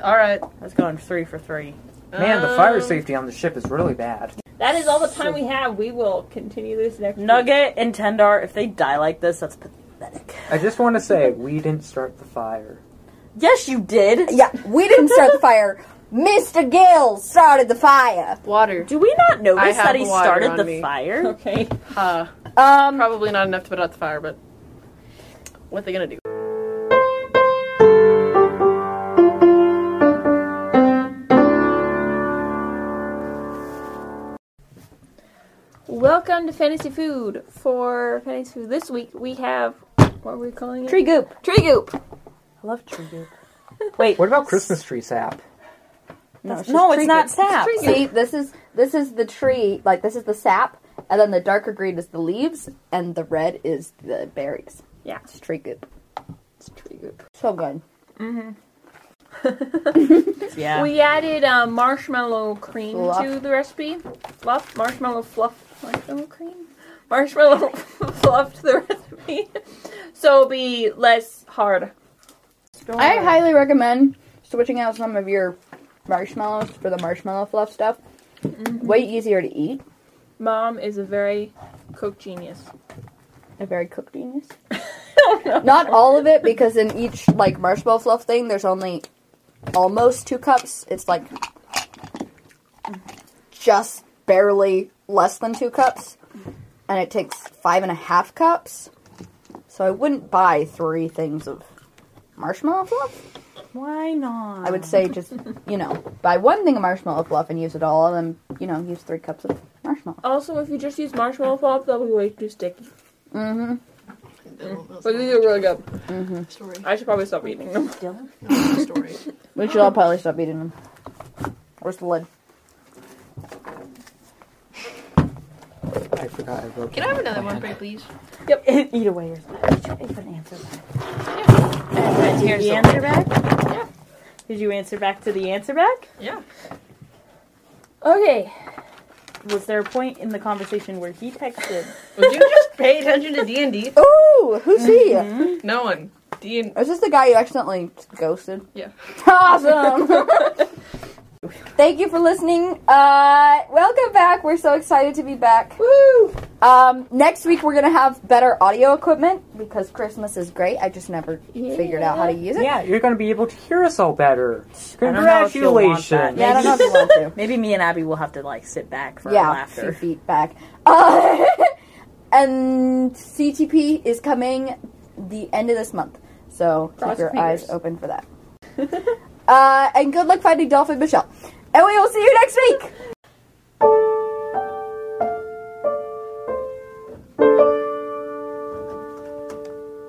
S5: All right.
S6: I was going three for three.
S3: Man, the fire
S5: Um,
S3: safety on the ship is really bad.
S9: That is all the time we have. We will continue this next week.
S6: Nugget and Tendar, if they die like this, that's pathetic.
S3: I just want to say we didn't start the fire.
S6: Yes, you did.
S1: Yeah, we didn't start the fire. Mr. Gill started the fire.
S5: Water.
S6: Do we not
S5: I
S6: notice
S5: have
S6: that he
S5: water
S6: started
S5: on
S6: the
S5: me.
S6: fire?
S9: Okay.
S5: Uh,
S1: Um,
S5: probably not enough to put out the fire, but what they gonna do?
S9: Welcome to Fantasy Food. For Fantasy Food this week, we have what are we calling it?
S1: tree goop.
S9: Tree goop.
S6: I love tree goop.
S3: What about Christmas tree sap?
S6: No,
S1: Oh,
S6: no it's not sap.
S1: See, this is this is the tree. Like this is the sap, and then the darker green is the leaves, and the red is the berries.
S9: Yeah.
S1: it's tree goop. It's tree goop. So good.
S6: Yeah.
S9: We added um, marshmallow cream
S1: Fluff.
S9: to the recipe. Fluff, marshmallow fluff, marshmallow cream, marshmallow fluff to the recipe. so it'll be less hard.
S1: I highly recommend switching out some of your marshmallows for the marshmallow fluff stuff. Way easier to eat.
S9: Mom is a very cook genius.
S1: A very cooked genius. Not all of it, because in each like marshmallow fluff thing, there's only almost two cups. It's like just barely less than two cups, and it takes five and a half cups. So I wouldn't buy three things of marshmallow fluff.
S6: Why not?
S1: I would say just you know buy one thing of marshmallow fluff and use it all, and then you know use three cups of marshmallow.
S9: Also, if you just use marshmallow fluff, that'll be way too sticky.
S1: Mm-hmm.
S9: But these are really good.
S5: Story.
S9: I should probably stop eating them.
S5: Story.
S1: We should all probably stop eating them. Where's the lid?
S3: I forgot I Oh wrote.
S5: Can I have another one, for you, please?
S6: eat away yours. Did you
S5: Here's the-
S6: even answer back?
S5: Yeah.
S6: Did you answer back to the answer back?
S5: Yeah.
S9: Okay.
S6: Was there a point in the conversation where he texted?
S5: Would you just pay attention to D and D?
S1: Ooh, who's he?
S5: No one. D and
S1: Is this the guy you accidentally ghosted?
S5: Yeah.
S1: Awesome. Thank you for listening. Uh, welcome back. We're so excited to be back. Woo! Um, next week we're gonna have better audio equipment because Christmas is great. I just never figured out how to use it.
S3: Yeah, you're going to be able to hear us all better.
S6: I don't know if you'll want that.
S3: Congratulations.
S1: Yeah, I don't know if you want to.
S6: Maybe me and Abby will have to like sit back for
S1: yeah,
S6: our
S1: two
S6: laughter.
S1: feet back. Uh, and CTP is coming the end of this month, so keep
S9: Cross
S1: your
S9: fingers.
S1: eyes open for that. uh, and good luck finding Dolphin Michelle. And we will see you next week.